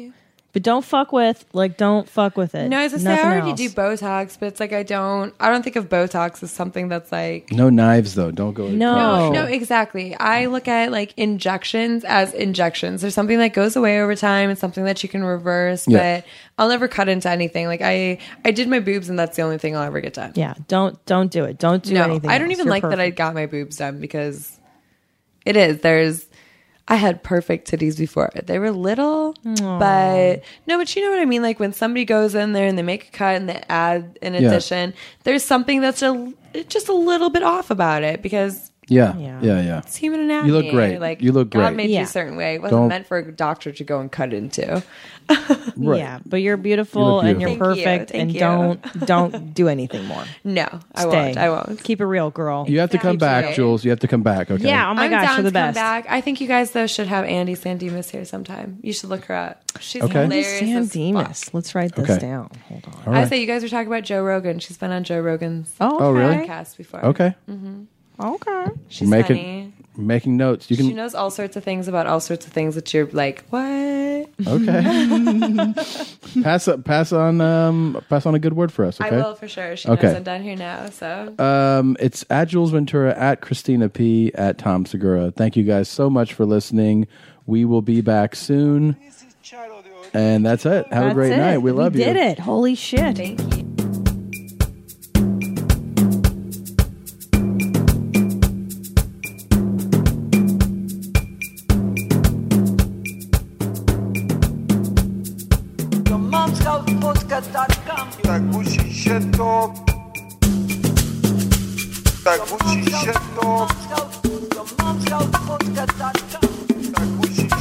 [SPEAKER 3] But don't fuck with like don't fuck with it.
[SPEAKER 4] No, I was gonna say I
[SPEAKER 3] Nothing
[SPEAKER 4] already
[SPEAKER 3] else.
[SPEAKER 4] do Botox, but it's like I don't. I don't think of Botox as something that's like.
[SPEAKER 2] No knives though. Don't go.
[SPEAKER 3] Oh.
[SPEAKER 4] no, no, exactly. I look at like injections as injections. There's something that goes away over time. It's something that you can reverse,
[SPEAKER 3] Yeah.
[SPEAKER 4] but I'll never cut into anything. Like I, I did my boobs, and that's the only thing I'll ever get done.
[SPEAKER 3] Yeah, don't don't do it. Don't do
[SPEAKER 4] no,
[SPEAKER 3] anything.
[SPEAKER 4] I don't
[SPEAKER 3] else.
[SPEAKER 4] even
[SPEAKER 3] You're
[SPEAKER 4] like that I
[SPEAKER 3] perfect.
[SPEAKER 4] got my boobs done because it is. There's I had perfect titties before. They were little,
[SPEAKER 3] Aw.
[SPEAKER 4] but no, but you know what I mean? Like when somebody goes in there and they make a cut and they add an
[SPEAKER 2] Yeah.
[SPEAKER 4] addition, there's something that's a just a little bit off about it because
[SPEAKER 2] Yeah. Yeah. Yeah.
[SPEAKER 4] it's human anatomy.
[SPEAKER 2] You look great.
[SPEAKER 4] Like
[SPEAKER 2] you look
[SPEAKER 4] God
[SPEAKER 2] great.
[SPEAKER 4] made you a certain way. It wasn't
[SPEAKER 2] Don't-
[SPEAKER 4] meant for a doctor to go and cut into.
[SPEAKER 2] Right.
[SPEAKER 3] Yeah, but you're beautiful, and you're
[SPEAKER 4] beautiful. Thank you,
[SPEAKER 3] perfect
[SPEAKER 4] thank
[SPEAKER 3] and
[SPEAKER 4] you.
[SPEAKER 3] don't
[SPEAKER 4] *laughs*
[SPEAKER 3] don't do anything more.
[SPEAKER 4] No, I
[SPEAKER 3] Stay.
[SPEAKER 4] won't. I won't.
[SPEAKER 3] Keep it real, girl.
[SPEAKER 2] You have to come back,
[SPEAKER 4] it.
[SPEAKER 2] Jules. You have to come back. Okay.
[SPEAKER 3] Yeah, oh my
[SPEAKER 4] I'm
[SPEAKER 3] gosh,
[SPEAKER 4] down
[SPEAKER 3] you're the
[SPEAKER 4] to come
[SPEAKER 3] best.
[SPEAKER 4] Back. I think you guys though should have Andy Sandemus here sometime. You should look her up. She's
[SPEAKER 2] Okay. Andy
[SPEAKER 4] hilarious. as
[SPEAKER 3] Sandemus. Let's write this
[SPEAKER 2] Okay.
[SPEAKER 3] down. Hold on.
[SPEAKER 2] All
[SPEAKER 4] I
[SPEAKER 2] right.
[SPEAKER 4] say you guys were talking about Joe Rogan. She's been on Joe Rogan's
[SPEAKER 2] Oh, really?
[SPEAKER 4] podcast before.
[SPEAKER 2] Okay.
[SPEAKER 4] hmm
[SPEAKER 3] Okay.
[SPEAKER 4] She's
[SPEAKER 2] making
[SPEAKER 4] funny.
[SPEAKER 2] making notes. You can.
[SPEAKER 4] she knows all sorts of things about all sorts of things that you're like, what?
[SPEAKER 2] Okay. pass up. Pass on. Um. Pass on a good word for us.
[SPEAKER 4] I
[SPEAKER 2] Okay.
[SPEAKER 4] will for sure. She knows I'm down here now. So
[SPEAKER 2] Um, it's at Jules Ventura, at Christina P, at Tom Segura. Thank you guys so much for lining. We will be back soon. And that's it. Have a
[SPEAKER 3] That's
[SPEAKER 2] great
[SPEAKER 3] it.
[SPEAKER 2] night. We love you.
[SPEAKER 3] did it. Holy shit.
[SPEAKER 22] Your mom's house podcast.com. Tak musi się to. Tak musi się to. Your mom's house podcast.com. Tak musi